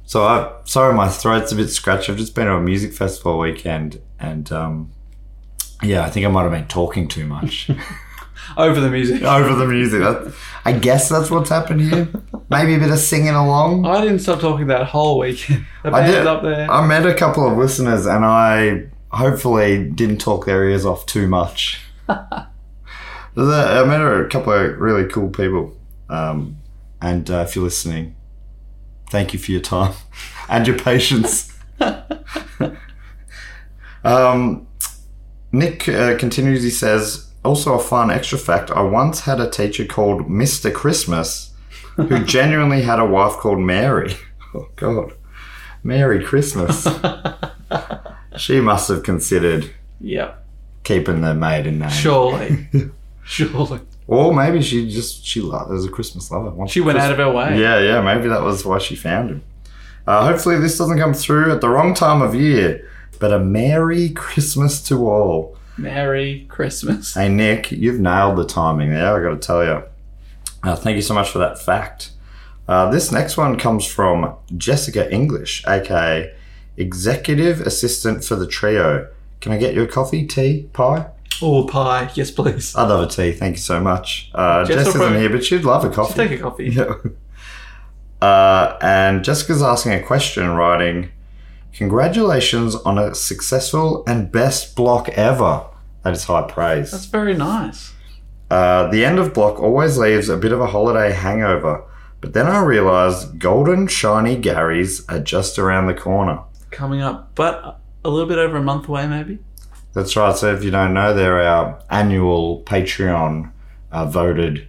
S2: So I sorry my throat's a bit scratched. I've just been at a music festival weekend and um, yeah, I think I might have been talking too much.
S6: Over the music.
S2: over the music. That, I guess that's what's happened here. Maybe a bit of singing along.
S6: I didn't stop talking that whole weekend. The
S2: I
S6: band's
S2: did.
S6: up there.
S2: I met a couple of listeners, and I hopefully didn't talk their ears off too much. The- I met a couple of really cool people, um, and uh, if you're listening, thank you for your time and your patience. um, Nick uh, continues. He says, "Also a fun extra fact: I once had a teacher called Mister Christmas, who genuinely had a wife called Mary. Oh God, Merry Christmas! she must have considered
S6: yeah.
S2: keeping the maiden name,
S6: Surely. Surely.
S2: or maybe she just she loved, was a Christmas lover.
S6: She went out of her way.
S2: Yeah, yeah, maybe that was why she found him. Uh, hopefully, this doesn't come through at the wrong time of year. But a Merry Christmas to all.
S6: Merry Christmas.
S2: Hey, Nick, you've nailed the timing there, I gotta tell you. Uh, thank you so much for that fact. Uh, this next one comes from Jessica English, aka Executive Assistant for the Trio. Can I get you a coffee, tea, pie?
S6: Oh, pie. Yes, please.
S2: I'd love a tea, thank you so much. Uh,
S6: Jess
S2: Jess
S6: will
S2: isn't
S6: probably-
S2: here, but she'd love a coffee.
S6: Take a coffee.
S2: Yeah. Uh, and Jessica's asking a question, writing, Congratulations on a successful and best block ever. That is high praise.
S6: That's very nice.
S2: Uh, the end of block always leaves a bit of a holiday hangover, but then I realised golden shiny Garys are just around the corner.
S6: Coming up, but a little bit over a month away, maybe.
S2: That's right. So if you don't know, they're our annual Patreon uh, voted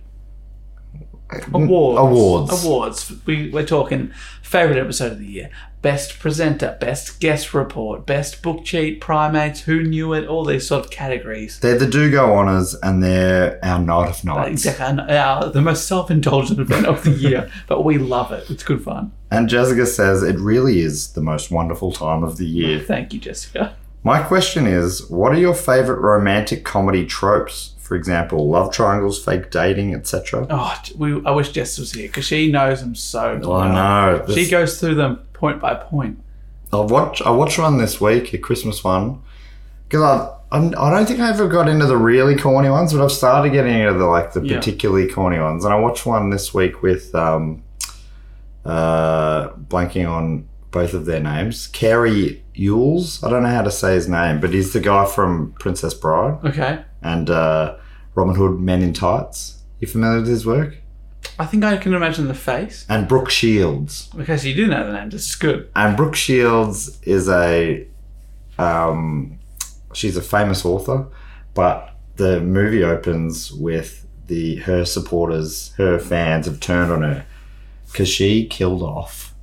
S6: Awards.
S2: awards.
S6: Awards. We, we're talking favourite episode of the year, best presenter, best guest report, best book cheat, primates, who knew it, all these sort of categories.
S2: They're the Do Go Honours, and they're our night of nights.
S6: Exactly. And our, the most self indulgent event of the year, but we love it. It's good fun.
S2: And Jessica says it really is the most wonderful time of the year.
S6: Thank you, Jessica.
S2: My question is, what are your favourite romantic comedy tropes? For example, love triangles, fake dating, etc.
S6: Oh, we, I wish Jess was here because she knows them so well.
S2: I know.
S6: She
S2: This-
S6: goes through them point by point.
S2: I watch I watched one this week, a Christmas one, because I I'm, I don't think I ever got into the really corny ones, but I've started getting into the like the
S6: Yeah.
S2: particularly corny ones. And I watched one this week with um, uh, blanking on both of their names, Carrie Yules. I don't know how to say his name, but he's the guy from Princess Bride
S6: Okay.
S2: and uh, Robin Hood Men in Tights. You familiar with his work?
S6: I think I can imagine the face.
S2: And Brooke Shields.
S6: Okay, so you do know the name. This is good.
S2: And Brooke Shields is a, um, she's a famous author, but the movie opens with the her supporters, her fans have turned on her because she killed off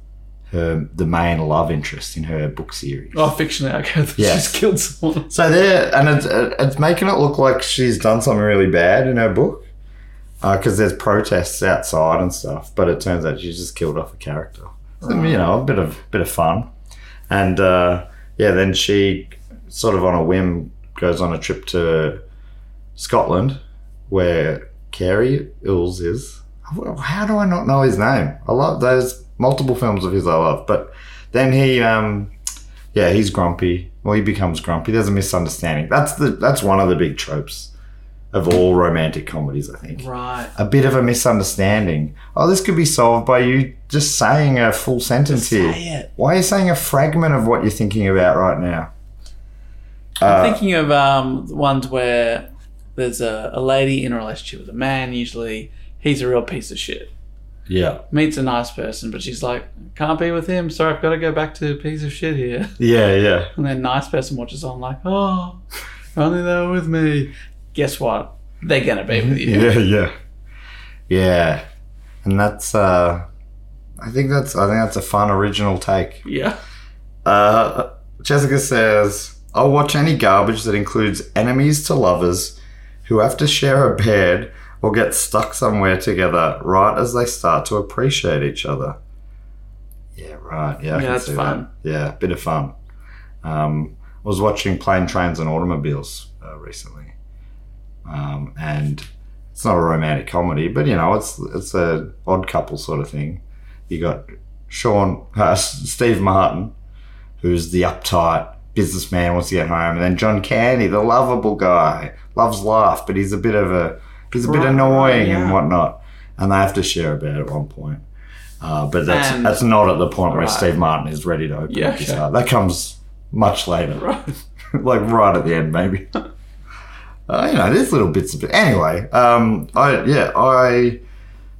S2: her the main love interest in her book series.
S6: Oh, fictionally, okay. I thought
S2: Yeah.
S6: She's killed someone.
S2: So there, and it's, it's making it look like she's done something really bad in her book, because there's protests outside and stuff. But it turns out she's just killed off a character. So, you know, a bit of bit of fun, and uh, yeah, then she sort of on a whim goes on a trip to Scotland where Carrie Ills is. Well, How do I not know his name? I love those multiple films of his. I love, but then he, um, yeah, he's grumpy. Well, he becomes grumpy. There's a misunderstanding. That's the that's one of the big tropes of all romantic comedies. I think
S6: Right.
S2: a bit of a misunderstanding. Oh, this could be solved by you just saying a full sentence here. Why are you saying a fragment of what you're thinking about right now? Uh,
S6: I'm thinking of um, ones where there's a, a lady in a relationship with a man, usually. He's a real piece of shit.
S2: Yeah.
S6: Meets a nice person, but she's like, can't be with him. Sorry, I've got to go back to piece of shit here.
S2: Yeah, yeah.
S6: And then nice person watches on, like, oh, if only they were with me. Guess what? They're going to be with you.
S2: Yeah, yeah. Yeah. And that's uh I think that's I think that's a fun original take.
S6: Yeah.
S2: Uh Jessica says, I'll watch any garbage that includes enemies to lovers who have to share a bed or get stuck somewhere together right as they start to appreciate each other. Yeah, right. Yeah, I
S6: Yeah,
S2: can
S6: that's
S2: see
S6: fun.
S2: That. Yeah, bit of fun. Um, I was watching Plane, Trains, and Automobiles uh, recently, um, and it's not a romantic comedy, but you know, it's it's a odd couple sort of thing. You got Sean, uh, Steve Martin, who's the uptight businessman, wants to get home, and then John Candy, the lovable guy, loves life, but he's a bit of a he's a bit
S6: Right,
S2: annoying and
S6: yeah.
S2: whatnot, and they have to share a bed at one point. Uh, but that's
S6: And-
S2: that's not at the point where
S6: Right.
S2: Steve Martin is ready to open
S6: Yeah,
S2: up his
S6: okay.
S2: heart. That comes much later, like right at the end, maybe. Uh, you know, there's little bits of it. Anyway, um, I yeah, I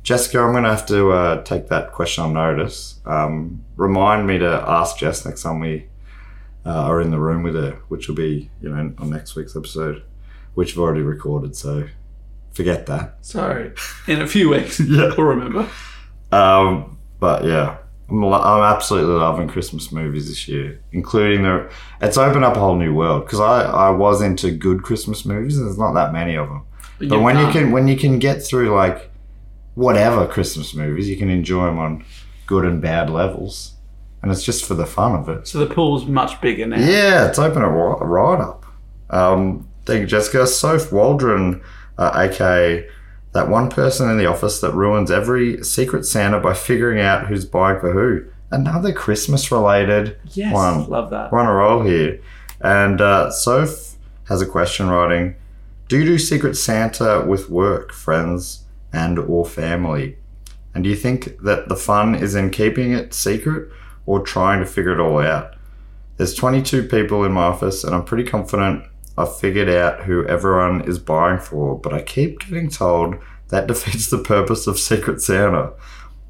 S2: Jessica, I'm gonna have to uh, take that question on notice. Um, remind me to ask Jess next time we uh, are in the room with her, which will be you know on next week's episode, which I've already recorded. So forget that.
S6: So, in a few weeks,
S2: Yeah.
S6: we'll remember.
S2: Um, but yeah, I'm, lo- I'm absolutely loving Christmas movies this year, including the. It's opened up a whole new world because I, I was into good Christmas movies and there's not that many of them. But,
S6: you
S2: when you
S6: can't.
S2: can when you can get through like whatever Christmas movies, you can enjoy them on good and bad levels, and it's just for the fun of it.
S6: So the pool's much bigger now.
S2: Yeah, it's open it ri- right up. Um, thank you, Jessica. Soph Waldron, uh, aka that one person in the office that ruins every secret Santa by figuring out who's buying for who. Another Christmas related
S6: Yes,
S2: one.
S6: love that.
S2: We're on a roll here. And uh, Soph has a question writing Do you do Secret Santa with work, friends, and or family? And do you think that the fun is in keeping it secret or trying to figure it all out? There's 22 people in my office, and I'm pretty confident I've figured out who everyone is buying for, but I keep getting told that defeats the purpose of Secret Santa.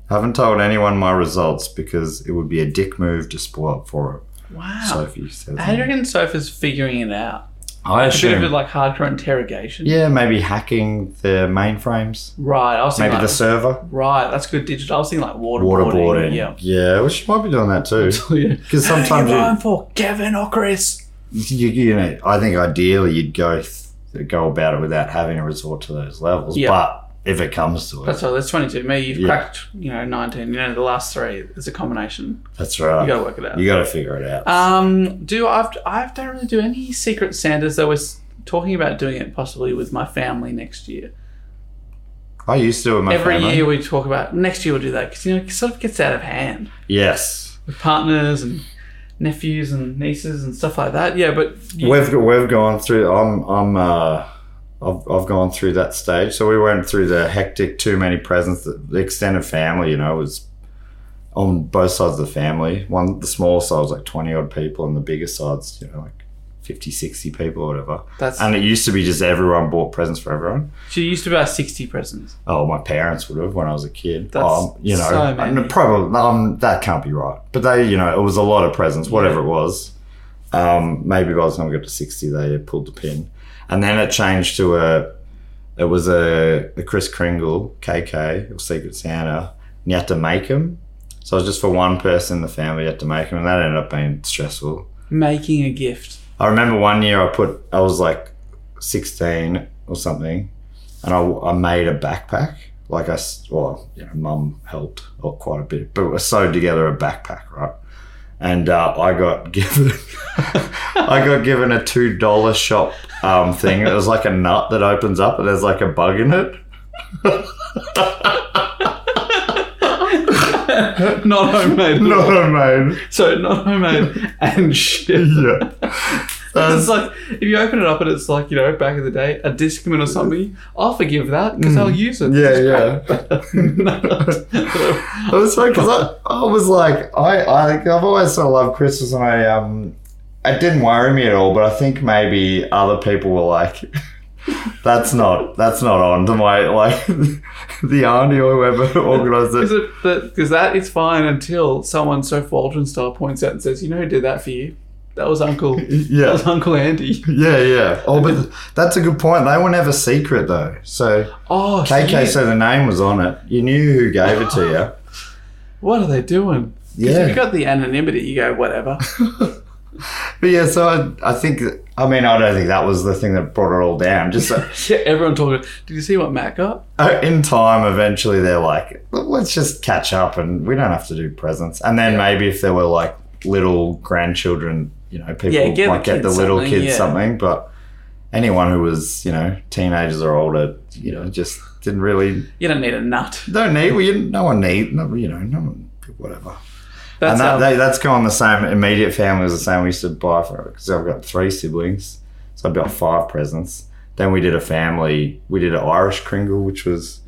S2: I haven't told anyone my results because it would be a dick move to spoil it for it.
S6: Wow.
S2: Sophie says.
S6: How do you reckon Sophie's figuring it out?
S2: I
S6: A bit of a,
S2: assume.
S6: like hardcore interrogation.
S2: Yeah, maybe hacking the mainframes,
S6: Right. I was thinking
S2: maybe the
S6: like,
S2: server,
S6: right. That's good digital. I was thinking like waterboarding.
S2: waterboarding.
S6: Yeah.
S2: yeah, well, she might be doing that too. Because
S6: What are
S2: sometimes
S6: you going
S2: you,
S6: for Kevin or Chris?
S2: you, you know, I think ideally you'd go th- go about it without having to resort to those levels.
S6: Yeah.
S2: But if it comes to it,
S6: That's all. That's twenty-two. Me, you've
S2: Yeah.
S6: cracked. You know, nineteen. You know, the last three is a combination.
S2: that's right.
S6: You gotta work it out.
S2: You got to figure it out.
S6: Um, do I've I don't really do any secret Santas. Though we're s- talking about doing it possibly with my family next year.
S2: I used to with my
S6: Every
S2: family.
S6: year we talk about next year we'll do that because you know it sort of gets out of hand.
S2: yes,
S6: with partners and nephews and nieces and stuff like that. Yeah, but you-
S2: we've we've gone through. I'm I'm uh, I've I've gone through that stage. So we went through the hectic, too many presents. The the extended family, you know, was on both sides of the family. One the smaller side was like twenty odd people, and the bigger sides, you know, like 50, 60 people or whatever.
S6: That's-
S2: and it used to be just everyone bought presents for everyone.
S6: she used to buy sixty presents.
S2: Oh, my parents would have when I was a kid.
S6: That's
S2: um, you know,
S6: so many.
S2: and probably um, that can't be right. But they, you know, it was a lot of presents, whatever it was. Um, maybe by the time we got to sixty, they had pulled the pin, and then it changed to a. It was a, a Chris Kringle, KK, or Secret Santa, and you had to make them. So it was just for one person in the family, you had to make them, and that ended up being stressful.
S6: Making a gift.
S2: I remember one year I put I was like 16 or something, and I, I made a backpack. Like I s- well, you know, mum helped oh, quite a bit, but I sewed together a backpack, right? and uh, I got given I got given a two dollar shop um, thing. It was like a nut that opens up and there's like a bug in it.
S6: Not homemade.
S2: Not homemade.
S6: So not homemade and shit.
S2: Yeah.
S6: it's like if you open it up and it's like you know back in the day a discman or something. I'll forgive that because I'll use it.
S2: Mm. Yeah, yeah. It was funny because I, I was like, I, I, I've always sort of loved Christmas, and I, um, it didn't worry me at all. But I think maybe other people were like, that's not, that's not on to my like, the auntie or whoever organised
S6: Because
S2: it.
S6: it, because that is fine until someone so Waldron style points out and says, "You know who did that for you? That was Uncle. That
S2: Yeah,
S6: was Uncle Andy."
S2: yeah, yeah. Oh, but that's a good point. They were never secret though. So
S6: Oh,
S2: KK
S6: shit.
S2: said the name was on it. You knew who gave it to you.
S6: what are they doing? 'Cause
S2: Yeah.
S6: if you got the anonymity. You go whatever.
S2: But yeah, so I, I think, I mean, I don't think that was the thing that brought it all down. Just uh, that-
S6: yeah, everyone talking. Did you see what Matt got?
S2: Uh, in time, eventually they're like, let's just catch up and we don't have to do presents. And then maybe if there were like little grandchildren, you know, people
S6: Yeah, give
S2: might
S6: the
S2: get the
S6: kids
S2: little
S6: something,
S2: kids
S6: yeah.
S2: something. But anyone who was, you know, teenagers or older, you know, just didn't really,
S6: You don't need a nut.
S2: don't need, well, you, no one need, no, you know, no one, whatever.
S6: That's
S2: and that,
S6: um,
S2: they, that's gone the same. Immediate family was the same. We used to buy for because I've got three siblings, so I bought five presents. Then we did a family. We did an Irish Kringle, which was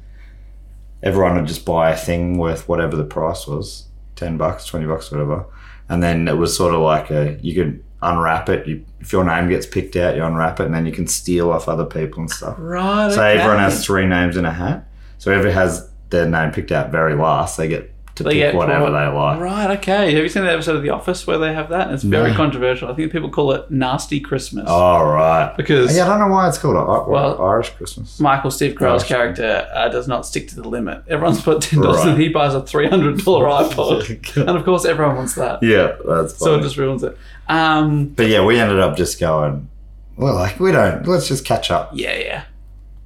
S2: everyone would just buy a thing worth whatever the price was, ten bucks, twenty bucks, whatever. And then it was sort of like a you could unwrap it. You, if your name gets picked out, you unwrap it, and then you can steal off other people and stuff.
S6: right.
S2: So
S6: okay.
S2: everyone has three names in a hat. So whoever has their name picked out very last, they get to
S6: They
S2: pick
S6: get
S2: whatever
S6: caught.
S2: they like.
S6: Right, okay. Have you seen the episode of The Office where they have that? It's very
S2: No.
S6: controversial. I think people call it Nasty Christmas.
S2: All right.
S6: Because
S2: Yeah, I don't know why it's called an
S6: Well-
S2: Irish Christmas.
S6: Michael Steve Carell's
S2: Right.
S6: character uh, does not stick to the limit. Everyone's put ten dollars
S2: Right. Oh
S6: and he buys a three hundred dollar iPod, and of course everyone wants that.
S2: Yeah, that's
S6: So it
S2: funny.
S6: just ruins it. Um,
S2: but yeah, we ended up just going. Well, like we don't. Let's just catch up.
S6: yeah, yeah.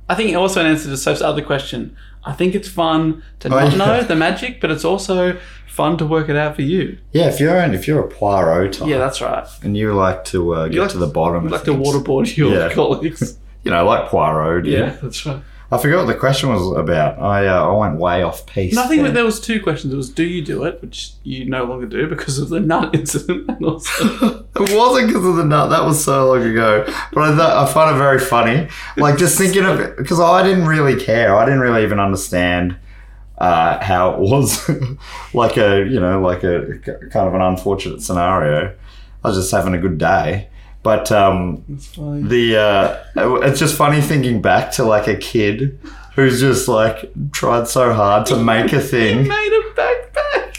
S6: I think also in answer to Soph's other question, I think it's fun to not
S2: Oh, yeah.
S6: know the magic, but it's also fun to work it out for you.
S2: Yeah, if you're in, if you're a Poirot type,
S6: Yeah, that's right.
S2: and you like to uh, get
S6: like-
S2: to the bottom,
S6: You
S2: of
S6: like to
S2: things.
S6: waterboard your
S2: Yeah.
S6: colleagues.
S2: you know, like Poirot. do you?
S6: Yeah, that's right.
S2: I forgot what the question was about. I uh, I went way off piece.
S6: No, I think
S2: there.
S6: there was two questions. It was do you do it, which you no longer do because of the nut incident, and also
S2: It wasn't because of the nut. That was so long ago. But I, thought, I find it very funny. Like just thinking of it, because I didn't really care. I didn't really even understand uh, how it was, like a you know, like a kind of an unfortunate scenario. I was just having a good day. But um, the uh, it- it's just funny thinking back to like a kid who's just like tried so hard to make a thing.
S6: made a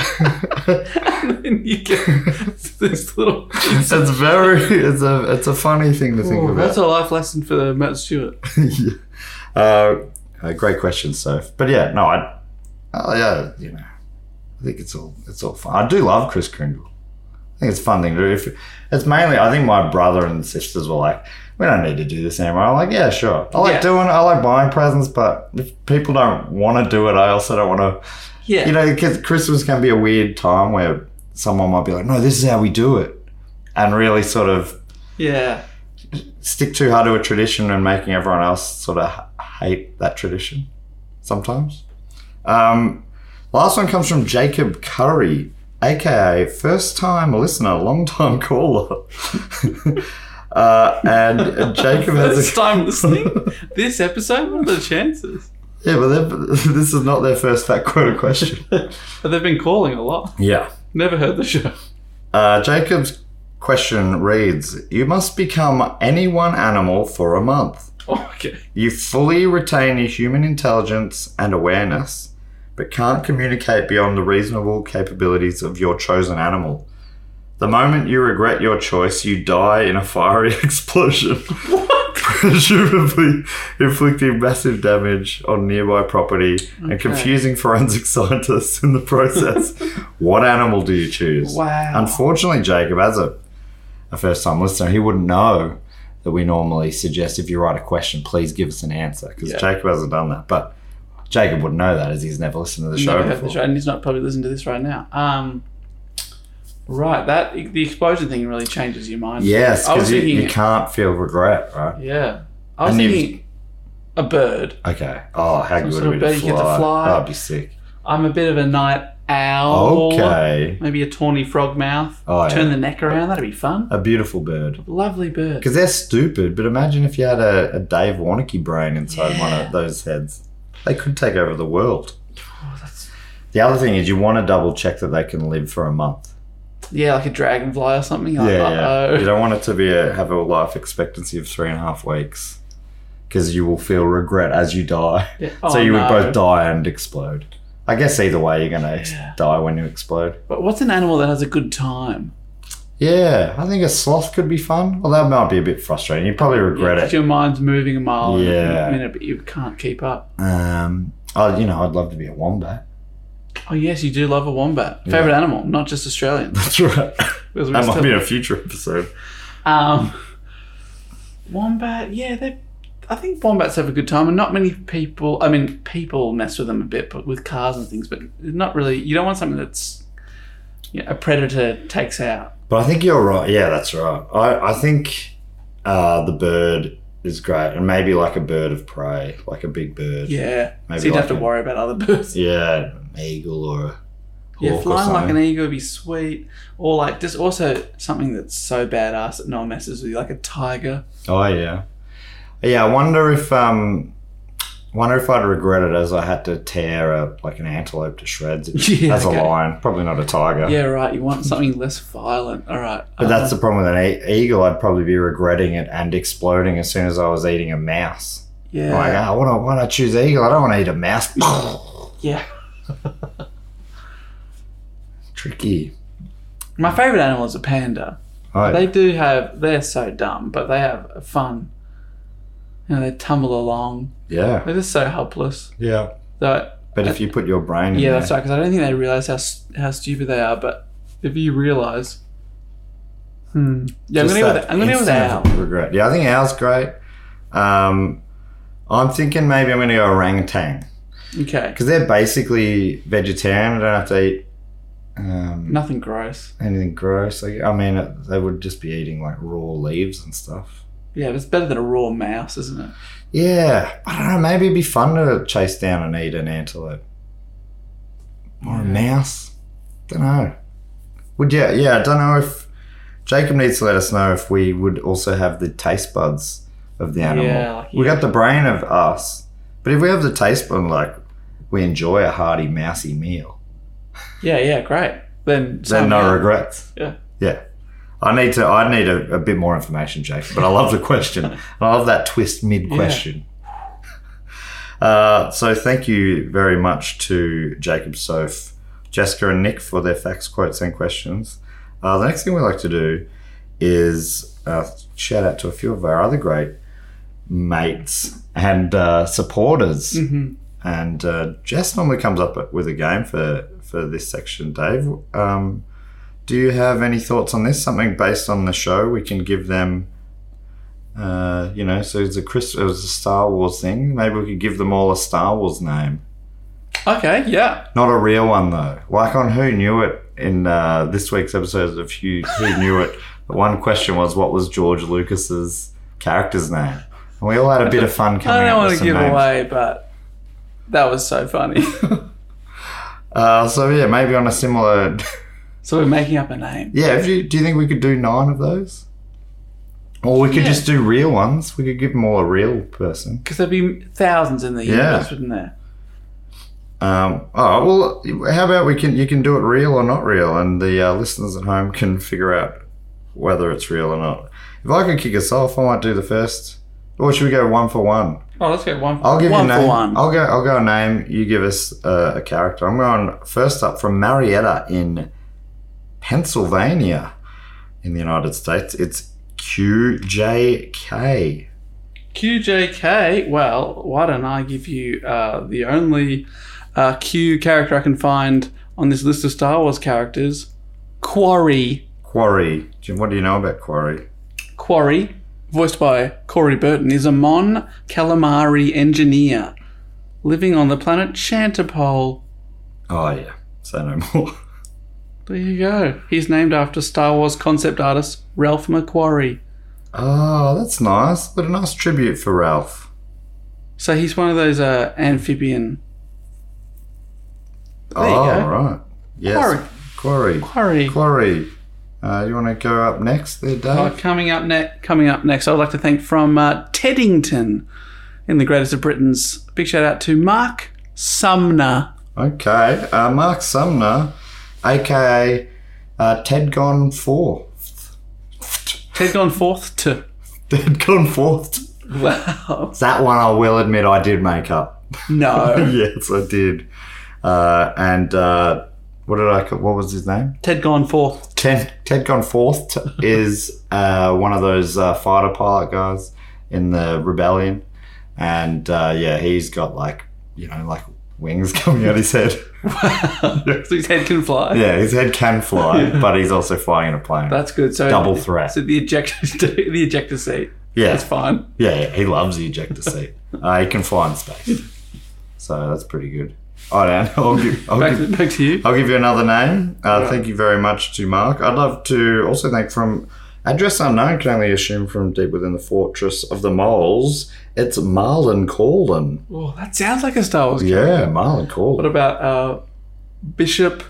S6: backpack. and then you get this little. piece of-
S2: It's very it's a it's a funny thing to think about.
S6: That's a life lesson for Matt Stewart.
S2: Uh, uh, great question, Soph. But yeah, no, I, oh yeah, you know, I think it's all it's all fun. I do love Chris Kringle. I think it's a fun thing to do. If, it's mainly, I think my brother and sisters were like, we don't need to do this anymore. I'm like, yeah, sure. I like
S6: Yeah.
S2: doing, it. I like buying presents, but if people don't want to do it, I also don't want to.
S6: Yeah.
S2: You know, 'cause Christmas can be a weird time where someone might be like, no, this is how we do it, and really sort of
S6: yeah.
S2: stick too hard to a tradition and making everyone else sort of h- hate that tradition sometimes. Um, last one comes from Jacob Curry, aka first time listener, long time caller. uh, and Jacob
S6: First
S2: has a.
S6: time listening? This episode? What are the chances?
S2: Yeah, but they're- this is not their first fact quote or question.
S6: But they've been calling a lot.
S2: Yeah.
S6: Never heard the show.
S2: Uh, Jacob's question reads You must become any one animal for a month.
S6: Oh, okay.
S2: You fully retain your human intelligence and awareness, but can't communicate beyond the reasonable capabilities of your chosen animal. The moment you regret your choice, you die in a fiery explosion, presumably inflicting massive damage on nearby property and confusing forensic scientists in the process. what animal do you choose?
S6: Wow.
S2: Unfortunately, Jacob, as a, a first time listener, he wouldn't know that we normally suggest if you write a question, please give us an answer because Jacob hasn't done that. But Jacob would know that as he's never listened to the show
S6: Never heard
S2: before.
S6: the show, and he's not probably listening to this right now. Um, Right, that the explosion thing really changes your mind.
S2: Yes,
S6: I was
S2: because you,
S6: thinking.
S2: you can't feel regret, right?
S6: Yeah, I was
S2: And if-
S6: thinking a bird.
S2: Okay. Oh, how
S6: Some
S2: good
S6: sort
S2: would
S6: of
S2: it be
S6: bird
S2: to
S6: you get to
S2: fly?
S6: fly.
S2: That'd be sick.
S6: I'm a bit of a night owl.
S2: Okay.
S6: Maybe a tawny frog mouth.
S2: Oh, yeah.
S6: Turn the neck around. That'd be fun.
S2: A beautiful bird.
S6: Lovely bird.
S2: Because they're stupid, but imagine if you had a, a Dave Warnicky brain inside one of those heads. They could take over the world.
S6: Oh,
S2: The other thing is you want to double check that they can live for a month.
S6: Yeah, like a dragonfly or something. Like,
S2: yeah,
S6: uh-oh.
S2: yeah. You don't want it to be a, have a life expectancy of three and a half weeks because you will feel regret as you die.
S6: Yeah.
S2: so
S6: Oh,
S2: you would
S6: no.
S2: both die and explode. I guess either way, you're going to ex- die when you explode.
S6: But what's an animal that has a good time?
S2: Yeah, I think a sloth could be fun. Well, that might be a bit frustrating. You probably regret
S6: If
S2: it.
S6: your mind's moving a mile
S2: Yeah.
S6: a minute, but you can't keep up.
S2: Um, I, you know, I'd love to be a wombat.
S6: Oh yes, you do love a wombat. Favorite animal, not just Australian.
S2: That's right.
S6: Because we
S2: that might
S6: still-
S2: be a future episode.
S6: Um, wombat, yeah, they. I think wombats have a good time, and not many people. I mean, people mess with them a bit, but with cars and things, but not really. You don't want something that's you know, a predator takes out.
S2: But I think you're right. Yeah, that's right. I, I think uh, the bird is great, and maybe like a bird of prey, like a big bird.
S6: Yeah,
S2: Maybe
S6: so you'd have
S2: like
S6: to
S2: a-
S6: worry about other birds.
S2: Yeah, an eagle or a
S6: Yeah,
S2: hawk or
S6: flying like
S2: something.
S6: an eagle would be sweet, or like just also something that's so badass that no one messes with you, like a tiger.
S2: Oh yeah, yeah. I wonder if um, wonder if I'd regret it as I had to tear a like an antelope to shreds
S6: Yeah,
S2: as
S6: okay.
S2: a lion, probably not a tiger.
S6: Yeah, right. You want something less violent. All right.
S2: But that's the problem with an e- eagle. I'd probably be regretting it and exploding as soon as I was eating a mouse.
S6: yeah.
S2: Like, ah, why do I want to choose eagle? I don't want to eat a mouse.
S6: Yeah.
S2: Tricky.
S6: My favorite animal is a panda.
S2: Oh,
S6: They do have. They're so dumb, but they have fun. You know, they tumble along.
S2: yeah,
S6: They're just so helpless.
S2: yeah.
S6: That
S2: But if you put your brain in
S6: yeah,
S2: there,
S6: that's right. Because I don't think they realize how s- how stupid they are. But if you realize, hmm. Yeah, I'm
S2: Just
S6: gonna go
S2: that
S6: with I'm gonna go with
S2: instant
S6: owl.
S2: of Regret. Yeah, I think owl's great. Um, I'm thinking maybe I'm going to go orangutan
S6: Okay,
S2: because they're basically vegetarian. I don't have to eat um,
S6: nothing gross.
S2: anything gross. Like, I mean, it- they would just be eating like raw leaves and stuff.
S6: Yeah, but it's better than a raw mouse, isn't it?
S2: Yeah, I don't know. Maybe it'd be fun to chase down and eat an antelope or a mouse. Don't know. Would you? Yeah, I don't know if Jacob needs to let us know if we would also have the taste buds of the animal.
S6: Yeah, like,
S2: We
S6: yeah.
S2: got the brain of us, but if we have the taste bud, like we enjoy a hearty mousy meal,
S6: Yeah, yeah, great. Then
S2: then no
S6: somehow-
S2: regrets.
S6: Yeah.
S2: Yeah. I need to. I need a, a bit more information, Jacob. But I love the question. And I love that twist mid question. Uh, so thank you very much to Jacob, Soph, Jessica, and Nick for their facts, quotes, and questions. Uh, the next thing we like to do is uh, shout out to a few of our other great mates and uh, supporters. And uh, Jess normally comes up with a game for for this section, Dave. Um, do you have any thoughts on this? Something based on the show we can give them. Uh, you know, so it's a Chris. It was a Star Wars thing. Maybe we could give them all a Star Wars name.
S6: Okay, yeah.
S2: Not a real one though. Like on Who Knew It in uh, this week's episode of Who, Who Knew It. The one question was what was George Lucas's character's name, and we all had a bit of fun coming
S6: I don't
S2: up
S6: want
S2: with
S6: to
S2: some
S6: give
S2: names.
S6: away, but that was so funny.
S2: Uh, so yeah, maybe on a similar.
S6: so we're making up a name.
S2: yeah, if you, do you think we could do nine of those? Or we could just do real ones. We could give them all a real person.
S6: Because there'd be thousands in the
S2: Yeah.
S6: universe, wouldn't there?
S2: Um, oh well, how about we can you can do it real or not real, and the uh, listeners at home can figure out whether it's real or not. If I could kick us off, I might do the first. Or should we go one for one?
S6: Oh, let's go one for
S2: I'll give
S6: one
S2: you a name.
S6: for one.
S2: I'll go. I'll go a name. You give us uh, a character. I'm going first up from Marietta in Pennsylvania, in the United States. It's QJK.
S6: QJK. Well, why don't I give you uh, the only uh, Q character I can find on this list of Star Wars characters? Quarry.
S2: Quarry. Jim, what do you know about Quarry?
S6: Quarry, voiced by Corey Burton, is a Mon Calamari engineer living on the planet Chantapole.
S2: Oh yeah. Say no more.
S6: There you go. He's named after Star Wars concept artist Ralph McQuarrie.
S2: Oh, that's nice. But a nice tribute for Ralph.
S6: So he's one of those uh, amphibian. There you
S2: oh,
S6: go.
S2: right. Yes. Quarry.
S6: Quarry.
S2: Quarry. Uh, you want to go up next there, Dave?
S6: Uh, coming up next, coming up next, I'd like to thank from uh, Teddington, in the greatest of Britain's. Big shout out to Mark Sumner.
S2: Okay. Uh, Mark Sumner, aka uh, Ted Gone Fourth.
S6: Ted gone forth to.
S2: Ted Gone Fourth.
S6: Wow.
S2: That one I will admit I did make up.
S6: No.
S2: yes, I did. Uh, and uh, what did I? ca- What was his name?
S6: Ted gone forth.
S2: Ted, Ted Gone Forth is uh, one of those uh, fighter pilot guys in the rebellion, and uh, yeah, he's got like you know like wings coming out his head.
S6: so his head can fly.
S2: Yeah, his head can fly, but he's also flying in a plane.
S6: That's good. So
S2: Double threat.
S6: So the ejector, the ejector seat.
S2: Yeah.
S6: That's fine.
S2: yeah, yeah, he loves the ejector seat. uh, he can fly in space, so that's pretty good. All right, I'll give, I'll
S6: Back
S2: give,
S6: to, back to you.
S2: I'll give you another name. Uh, Thank you very much to Mark. I'd love to also thank from address unknown, can only assume from deep within the fortress of the moles. It's Marlon Corlin.
S6: Oh, that sounds like a Star Wars.
S2: Yeah, Marlon
S6: What
S2: Corlin.
S6: about uh, Bishop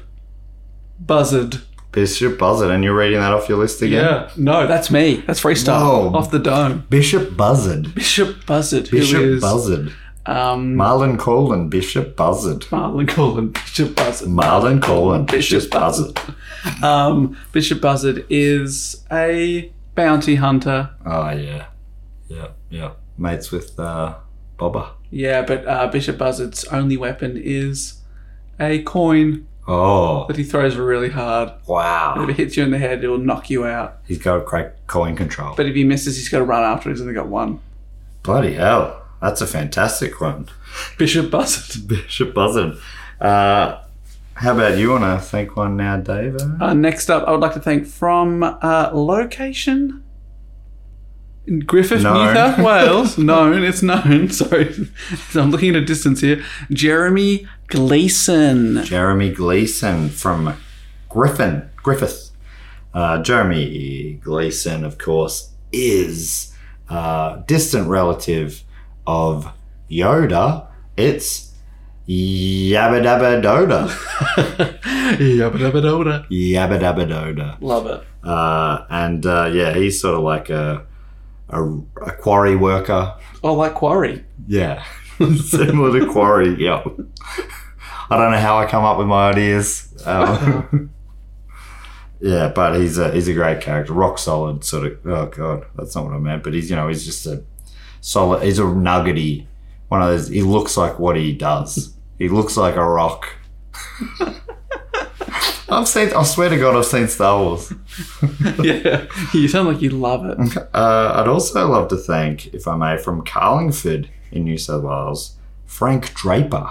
S6: Buzzard?
S2: Bishop Buzzard, and you're reading that off your list again?
S6: No, that's me. That's freestyle.
S2: Whoa.
S6: Off the dome.
S2: Bishop Buzzard.
S6: Bishop Buzzard.
S2: Bishop
S6: who is,
S2: Buzzard.
S6: Um,
S2: Marlon Corlin, Bishop Buzzard.
S6: Marlon Cullen, Bishop Buzzard.
S2: Marlon Corlin, Bishop
S6: Bishop Buzzard.
S2: Buzzard.
S6: Um, Bishop Buzzard is a bounty hunter.
S2: Oh, yeah. Yeah, yeah. Mates with uh, Bobber.
S6: Yeah, but uh, Bishop Buzzard's only weapon is a coin
S2: Oh,
S6: that he throws really hard. If
S2: wow.
S6: it hits you in the head, it'll knock you out.
S2: He's got great coin control.
S6: But if he misses, he's got to run after. He's only got one.
S2: Bloody hell. That's a fantastic one.
S6: Bishop Buzzard.
S2: Bishop Buzzard. Uh, how about you want to thank one now, Dave?
S6: Uh, next up, I would like to thank from uh, location in Griffith,
S2: Known.
S6: New South Wales. known, it's known. Sorry, So I'm looking at a distance here. Jeremy Gleason.
S2: Jeremy Gleason from Griffin. Griffith. Uh, Jeremy Gleason, of course, is a distant relative of Yoda. It's Yabba Dabba Doda.
S6: Yabba-dabba-dabba.
S2: Yabba Dabba Doda.
S6: Love it.
S2: Uh, and uh, yeah, he's sort of like a, a, a quarry worker.
S6: Oh, like Quarry.
S2: Yeah, similar to quarry. Yeah, I don't know how I come up with my ideas. Um, yeah, but he's a he's a great character, rock solid sort of. Oh god, that's not what I meant. But he's you know he's just a solid. He's a nuggety one of those. He looks like what he does. He looks like a rock. I've seen. I swear to God, I've seen Star Wars.
S6: yeah, you sound like you love it.
S2: Uh, I'd also love to thank, if I may, from Carlingford in New South Wales, Frank Draper.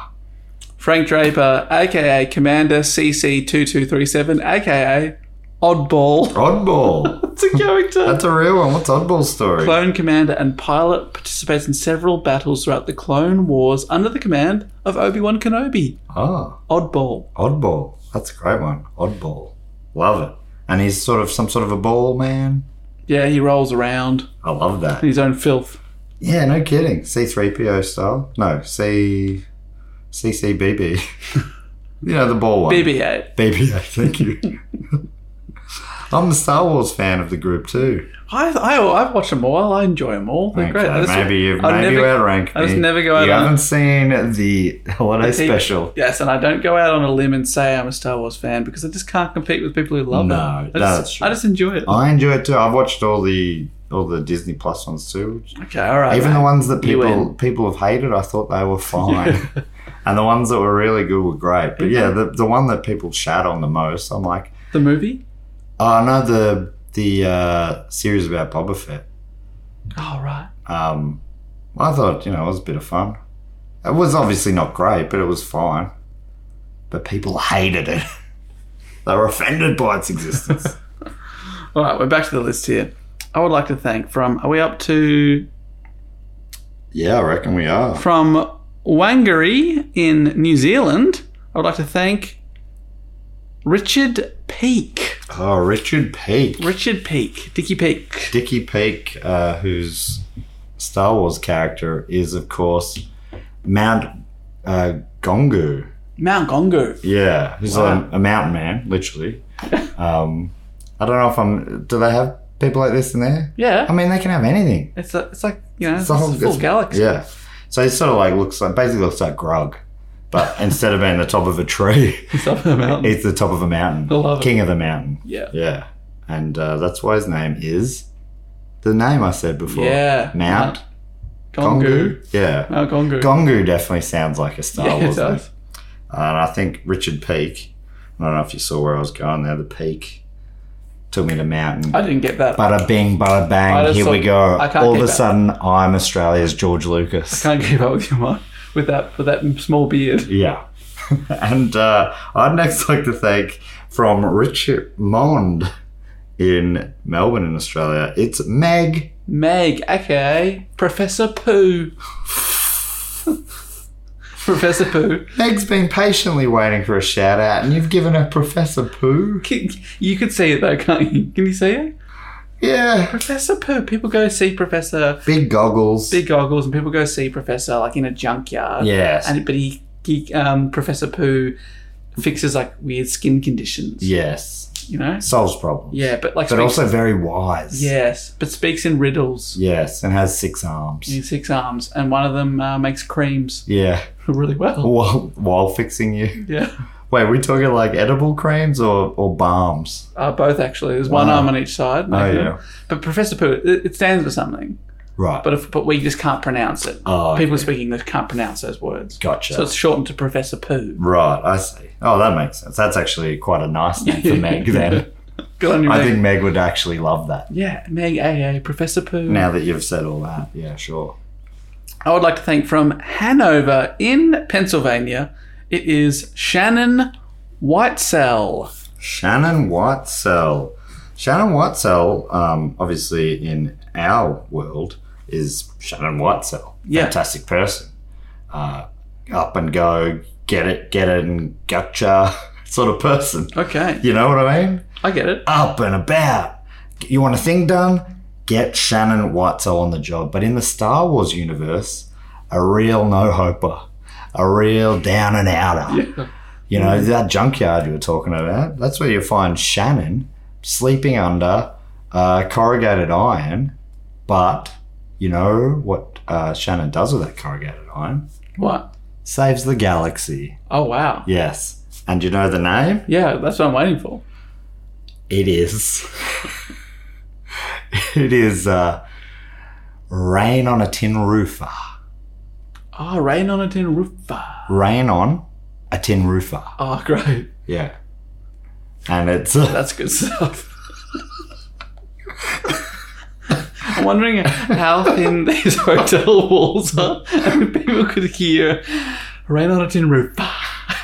S6: Frank Draper, aka Commander CC2237, aka Oddball.
S2: Oddball.
S6: It's a character.
S2: That's a real one. What's Oddball's story?
S6: Clone commander and pilot participates in several battles throughout the Clone Wars under the command of Obi Wan Kenobi.
S2: Ah,
S6: Oddball.
S2: Oddball. That's a great one. Oddball. Love it. And he's sort of some sort of a ball man.
S6: Yeah, he rolls around
S2: I love
S6: in
S2: that.
S6: his own filth.
S2: Yeah, no kidding. C3PO style. No, C. CCBB. you know, the ball one.
S6: BB 8.
S2: BB8, thank you. I'm a Star Wars fan of the group too.
S6: I, I, I've watched them all. I enjoy them all. They're great. I
S2: Okay,
S6: just-
S2: maybe you
S6: I
S2: maybe you
S6: never-
S2: outrank me.
S6: I just never go out
S2: You
S6: on-
S2: haven't seen the holiday
S6: I think-
S2: special.
S6: Yes, and I don't go out on a limb and say I'm a Star Wars fan because I just can't compete with people who love
S2: No,
S6: it. I just,
S2: that's true.
S6: I just enjoy it.
S2: I enjoy it too. I've watched all the all the Disney Plus ones too.
S6: okay, all right.
S2: Even the
S6: mate.
S2: ones that
S6: You
S2: people
S6: win.
S2: people have hated, I thought they were fine. and the ones that were really good were great. But yeah, the, the one that people shat on the most, I'm like,
S6: The movie?
S2: oh no, the the uh, series about Boba Fett.
S6: Oh, right.
S2: Um, I thought you know it was a bit of fun. It was obviously not great, but it was fine. But people hated it. they were offended by its existence.
S6: All right, we're back to the list here. I would like to thank from, are we up to
S2: yeah, I reckon we are.
S6: From Wangari in New Zealand, I would like to thank Richard Peak.
S2: Oh, Richard Peak.
S6: Richard Peak. Dickie Peak.
S2: Dickie Peak, uh, whose Star Wars character is, of course, Mount uh, Gongu.
S6: Mount Gongu.
S2: Yeah, who's
S6: Wow.
S2: a, a mountain man, literally. Um, I don't know if I'm. Do they have people like this in there?
S6: Yeah.
S2: I mean, they can have anything.
S6: It's, a, it's like, you know, it's,
S2: the
S6: a full
S2: it's-
S6: galaxy.
S2: Yeah. So he sort of like looks like basically looks like Grug, but instead of being the top of a tree,
S6: It's up in a mountain.
S2: he's the top of a mountain,
S6: I love it.
S2: king of the mountain.
S6: Yeah.
S2: Yeah, and uh, that's why his name is the name I said before.
S6: Yeah.
S2: Mount
S6: Gongu.
S2: Gongu. Yeah.
S6: Mount Gongu.
S2: Gongu definitely sounds like a Star
S6: Yeah, it
S2: Wars. name.
S6: does.
S2: And I think Richard Peak. I don't know if you saw where I was going there. The peak took me to mountain.
S6: I didn't get that.
S2: Bada bing, bada
S6: I
S2: bang.
S6: just
S2: Here we
S6: saw-
S2: go.
S6: I can't
S2: All
S6: keep
S2: of a
S6: up.
S2: sudden, I'm Australia's George Lucas.
S6: Can't keep up with your mind with that with that small beard.
S2: Yeah. and uh, I'd next like to thank from Richard Mond in Melbourne, in Australia. It's Meg.
S6: Meg, okay. Professor Pooh. Professor Pooh.
S2: Meg's been patiently waiting for a shout out, and you've given her Professor Pooh.
S6: Can- You could see it though, can't you? Can you see it?
S2: Yeah.
S6: Professor Pooh. People go see Professor
S2: Big goggles.
S6: Big Goggles, and people go see Professor like in a junkyard.
S2: Yes.
S6: And but he, he um, Professor Pooh fixes like weird skin conditions.
S2: Yes.
S6: You know.
S2: Solves problems.
S6: Yeah, but like.
S2: But
S6: speaks-
S2: also very wise.
S6: Yes, but speaks in riddles.
S2: Yes, and has six arms.
S6: In six arms, and one of them uh, makes creams
S2: Yeah.
S6: really well.
S2: While while fixing you.
S6: Yeah,
S2: Wait, we talking like edible creams or, or balms?
S6: uh, both actually. There's one arm on each side.
S2: Oh,
S6: making
S2: yeah.
S6: them. But Professor Pooh, it, it stands for something.
S2: Right.
S6: But if, but we just can't pronounce it.
S2: Oh,
S6: People speaking English can't pronounce those words.
S2: Gotcha.
S6: So it's shortened to Professor Pooh.
S2: Right, I see. Oh, that makes sense. That's actually quite a nice name for Meg then.
S6: Good on you,
S2: I
S6: Meg.
S2: think Meg would actually love that.
S6: Yeah, Meg AA, Professor Pooh.
S2: Now that you've said all that, yeah, sure.
S6: I would like to thank from Hanover in Pennsylvania. It is Shannon Whitesell.
S2: Shannon Whitesell. Shannon Whitesell, um, obviously in our world, is Shannon Whitesell.
S6: Yeah.
S2: Fantastic person. Uh, up and go, get it, get it, and gotcha sort of person.
S6: Okay,
S2: You know what I mean?
S6: I get it.
S2: up and about. You want a thing done? Get Shannon Whitesell on the job. But in the Star Wars universe, a real no hoper, a real down and outer. You know, that junkyard you were talking about, that's where you find Shannon sleeping under uh, corrugated iron. But you know what uh, Shannon does with that corrugated iron?
S6: What?
S2: Saves the galaxy.
S6: Oh, wow.
S2: Yes. And you know the name?
S6: Yeah, that's what I'm waiting for.
S2: It is. it is uh, rain on a tin roofer.
S6: Oh, rain on a tin roof. Ah,
S2: Rain on a tin roofer.
S6: Oh, great.
S2: Yeah. And it's uh,
S6: That's good stuff. I'm wondering how thin these hotel walls are. and people could hear rain on a tin roof.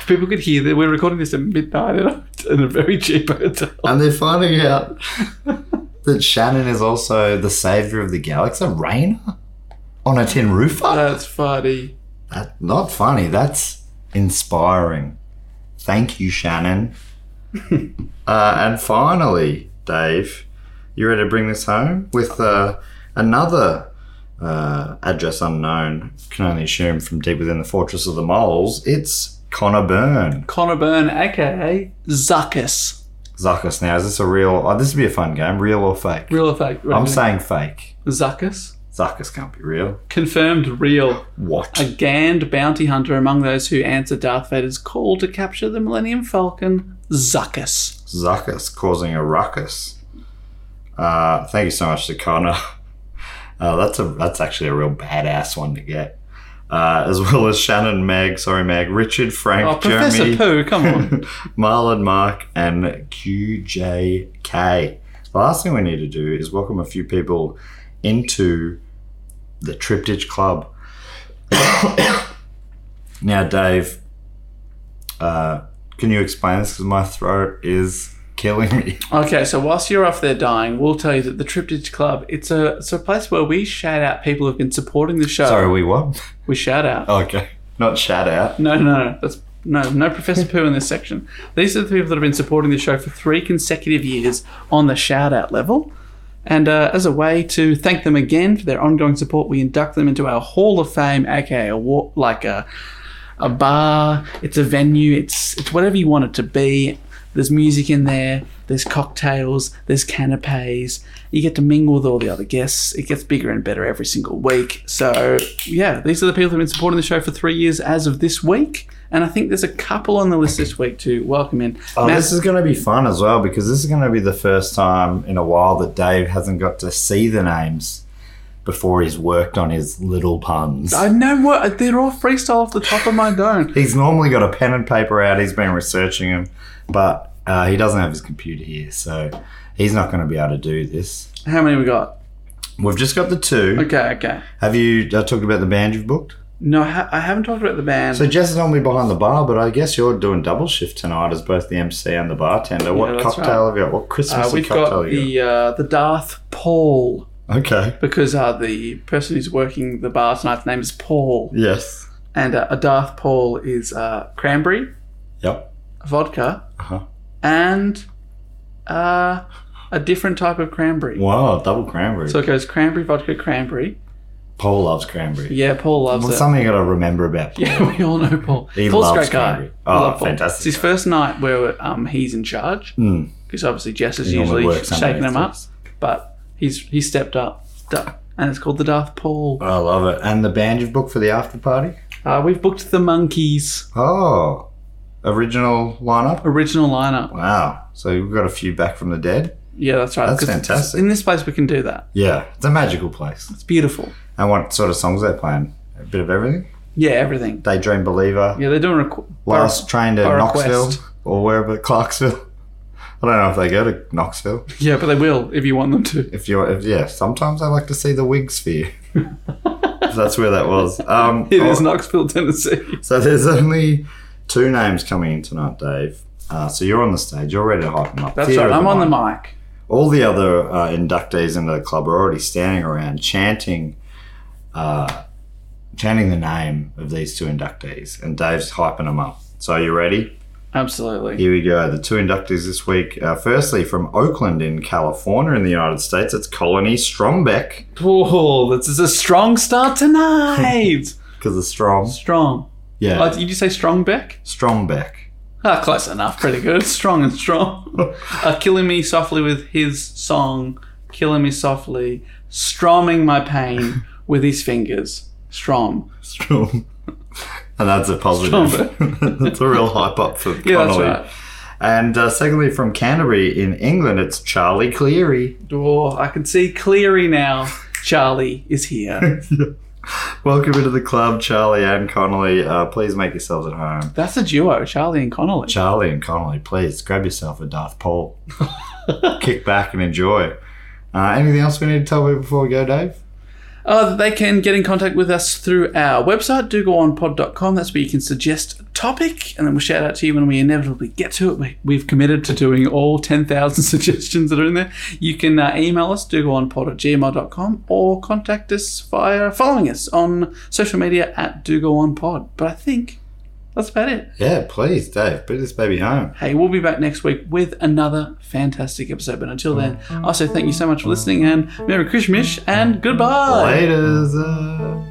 S6: People could hear that we're recording this at midnight in a, in a very cheap hotel.
S2: and they're finding out that Shannon is also the savior of the galaxy. Rain on a tin roofer.
S6: That's funny.
S2: That, not funny. That's inspiring. Thank you, Shannon. uh, and finally, Dave, you ready to bring this home with uh, another uh, address unknown? Can only assume from deep within the fortress of the moles. It's Connor Byrne.
S6: Connor Byrne, aka Zuckus.
S2: Zuckus. Now, is this a real? Oh, this would be a fun game. Real or fake?
S6: Real or fake?
S2: I'm saying fake.
S6: Zuckus.
S2: Zuckus can't be real.
S6: Confirmed real.
S2: What?
S6: A Gand bounty hunter among those who answer Darth Vader's call to capture the Millennium Falcon, Zuckus.
S2: Zuckus causing a ruckus. Uh, thank you so much to Connor. Uh, that's a that's actually a real badass one to get. Uh, as well as Shannon, Meg, sorry Meg, Richard, Frank,
S6: Oh, Professor
S2: Jeremy,
S6: Pooh, come on.
S2: Marlon, Mark, and QJK. The last thing we need to do is welcome a few people into the Triptych Club. now, Dave, uh, can you explain this? Because my throat is killing me.
S6: Okay, so whilst you're off there dying, we'll tell you that the Triptych Club, it's a, it's a place where we shout out people who've been supporting the show.
S2: Sorry, we what?
S6: We shout out.
S2: Okay. Not shout out.
S6: No, no, no. That's no, no Professor Pooh in this section. These are the people that have been supporting the show for three consecutive years on the shout out level. And uh, as a way to thank them again for their ongoing support, we induct them into our Hall of Fame, aka a wa- like a a bar. It's a venue. It's it's whatever you want it to be. There's music in there. There's cocktails. There's canapes. You get to mingle with all the other guests. It gets bigger and better every single week. So yeah, these are the people who've been supporting the show for three years as of this week. And I think there's a couple on the list this week to welcome in.
S2: Oh,
S6: Matt-
S2: this is going to be fun as well because this is going to be the first time in a while that Dave hasn't got to see the names before he's worked on his little puns.
S6: I know what they're all freestyle off the top of my dome.
S2: He's normally got a pen and paper out. He's been researching them, but uh, he doesn't have his computer here, so he's not going to be able to do this.
S6: How many we got?
S2: We've just got the two.
S6: Okay, okay.
S2: Have you uh, talked about the band you've booked?
S6: No, I ha- I haven't talked about the band.
S2: So Jess is normally behind the bar, but I guess you're doing double shift tonight as both the MC and the bartender. what
S6: that's
S2: cocktail
S6: right.
S2: have you got? What Christmas
S6: Uh, we've
S2: cocktail
S6: got
S2: have you
S6: the uh, the Darth Paul
S2: got? Okay.
S6: because uh, the person who's working the bar tonight's name is Paul,
S2: Yes.
S6: and uh, a Darth Paul is uh, cranberry
S2: Yep.
S6: vodka
S2: Uh-huh.
S6: and uh, a different type of cranberry.
S2: Wow, double cranberry.
S6: So it goes cranberry vodka cranberry.
S2: Paul loves cranberry.
S6: Yeah, Paul loves
S2: Well,
S6: it.
S2: something you got to remember about Paul.
S6: Yeah, we all know Paul.
S2: He
S6: Paul's
S2: loves
S6: a great guy.
S2: Cranberry. Oh,
S6: Love Paul.
S2: fantastic
S6: It's his first night where um, he's in charge
S2: Mm.
S6: because obviously Jess is
S2: He normally
S6: usually
S2: works under
S6: shaking him up,
S2: his
S6: but he's he stepped up, Da- and it's called the Darth Paul.
S2: I love it. And the band you've booked for the after party?
S6: Uh, we've booked the Monkeys
S2: Oh, original lineup.
S6: original lineup.
S2: Wow. So we've got a few back from the dead.
S6: Yeah, that's right.
S2: That's
S6: 'Cause
S2: fantastic.
S6: In this place, we can do that.
S2: Yeah, it's a magical place.
S6: It's beautiful.
S2: And what sort of songs they're playing? A bit of everything.
S6: Yeah, everything.
S2: Daydream Believer.
S6: Yeah, they're doing requ-
S2: Last train to
S6: Borough
S2: Knoxville
S6: Quest.
S2: or wherever Clarksville. I don't know if they go to Knoxville.
S6: Yeah, but they will if you want them to.
S2: If you're, if, yeah. Sometimes I like to see the Wig Sphere. If that's where that was. Um,
S6: It is
S2: oh,
S6: Knoxville, Tennessee.
S2: So there's only two names coming in tonight, Dave. Uh, so you're on the stage. You're ready to hype them up.
S6: That's
S2: Theatre
S6: right.
S2: of
S6: I'm on the
S2: Mind.
S6: mic.
S2: all the other uh, inductees into the club are already standing around chanting uh, chanting the name of these two inductees and dave's hyping them up so are you ready
S6: Absolutely.
S2: here we go the two inductees this week uh, firstly from oakland in california in the united states it's colony strombeck
S6: Oh, this is a strong start tonight.
S2: because of strom
S6: strong.
S2: yeah
S6: Oh, did you say strong Beck?
S2: strombeck
S6: Ah, close enough. Pretty good. Strong and strong. uh, killing me softly with his song, killing me softly, strumming my pain with his fingers. Strom.
S2: strom and that's a positive that's a real hype up for
S6: Yeah, that's
S2: Connolly.
S6: right.
S2: and uh, secondly from canterbury in england it's charlie cleary
S6: Oh, I can see Cleary now. Charlie is here.
S2: Welcome into the club, Charlie and Connolly. Uh, please make yourselves at home.
S6: That's a duo, Charlie and Connolly.
S2: Charlie and Connolly, please grab yourself a Darth Paul. Kick back and enjoy. Uh, anything else we need to tell people before we go, Dave?
S6: Uh, they can get in contact with us through our website, dogoonpod.com. That's where you can suggest a topic, and then we'll shout out to you when we inevitably get to it. We, we've committed to doing all 10,000 suggestions that are in there. You can uh, email us, dogoonpod at gmail.com, or contact us via following us on social media at dogoonpod. But I think that's about it.
S2: Yeah, please, Dave. Bring this baby home.
S6: Hey, we'll be back next week with another fantastic episode. But until then, I say thank you so much for listening, and Merry Christmas, and goodbye.
S2: Laters. uh.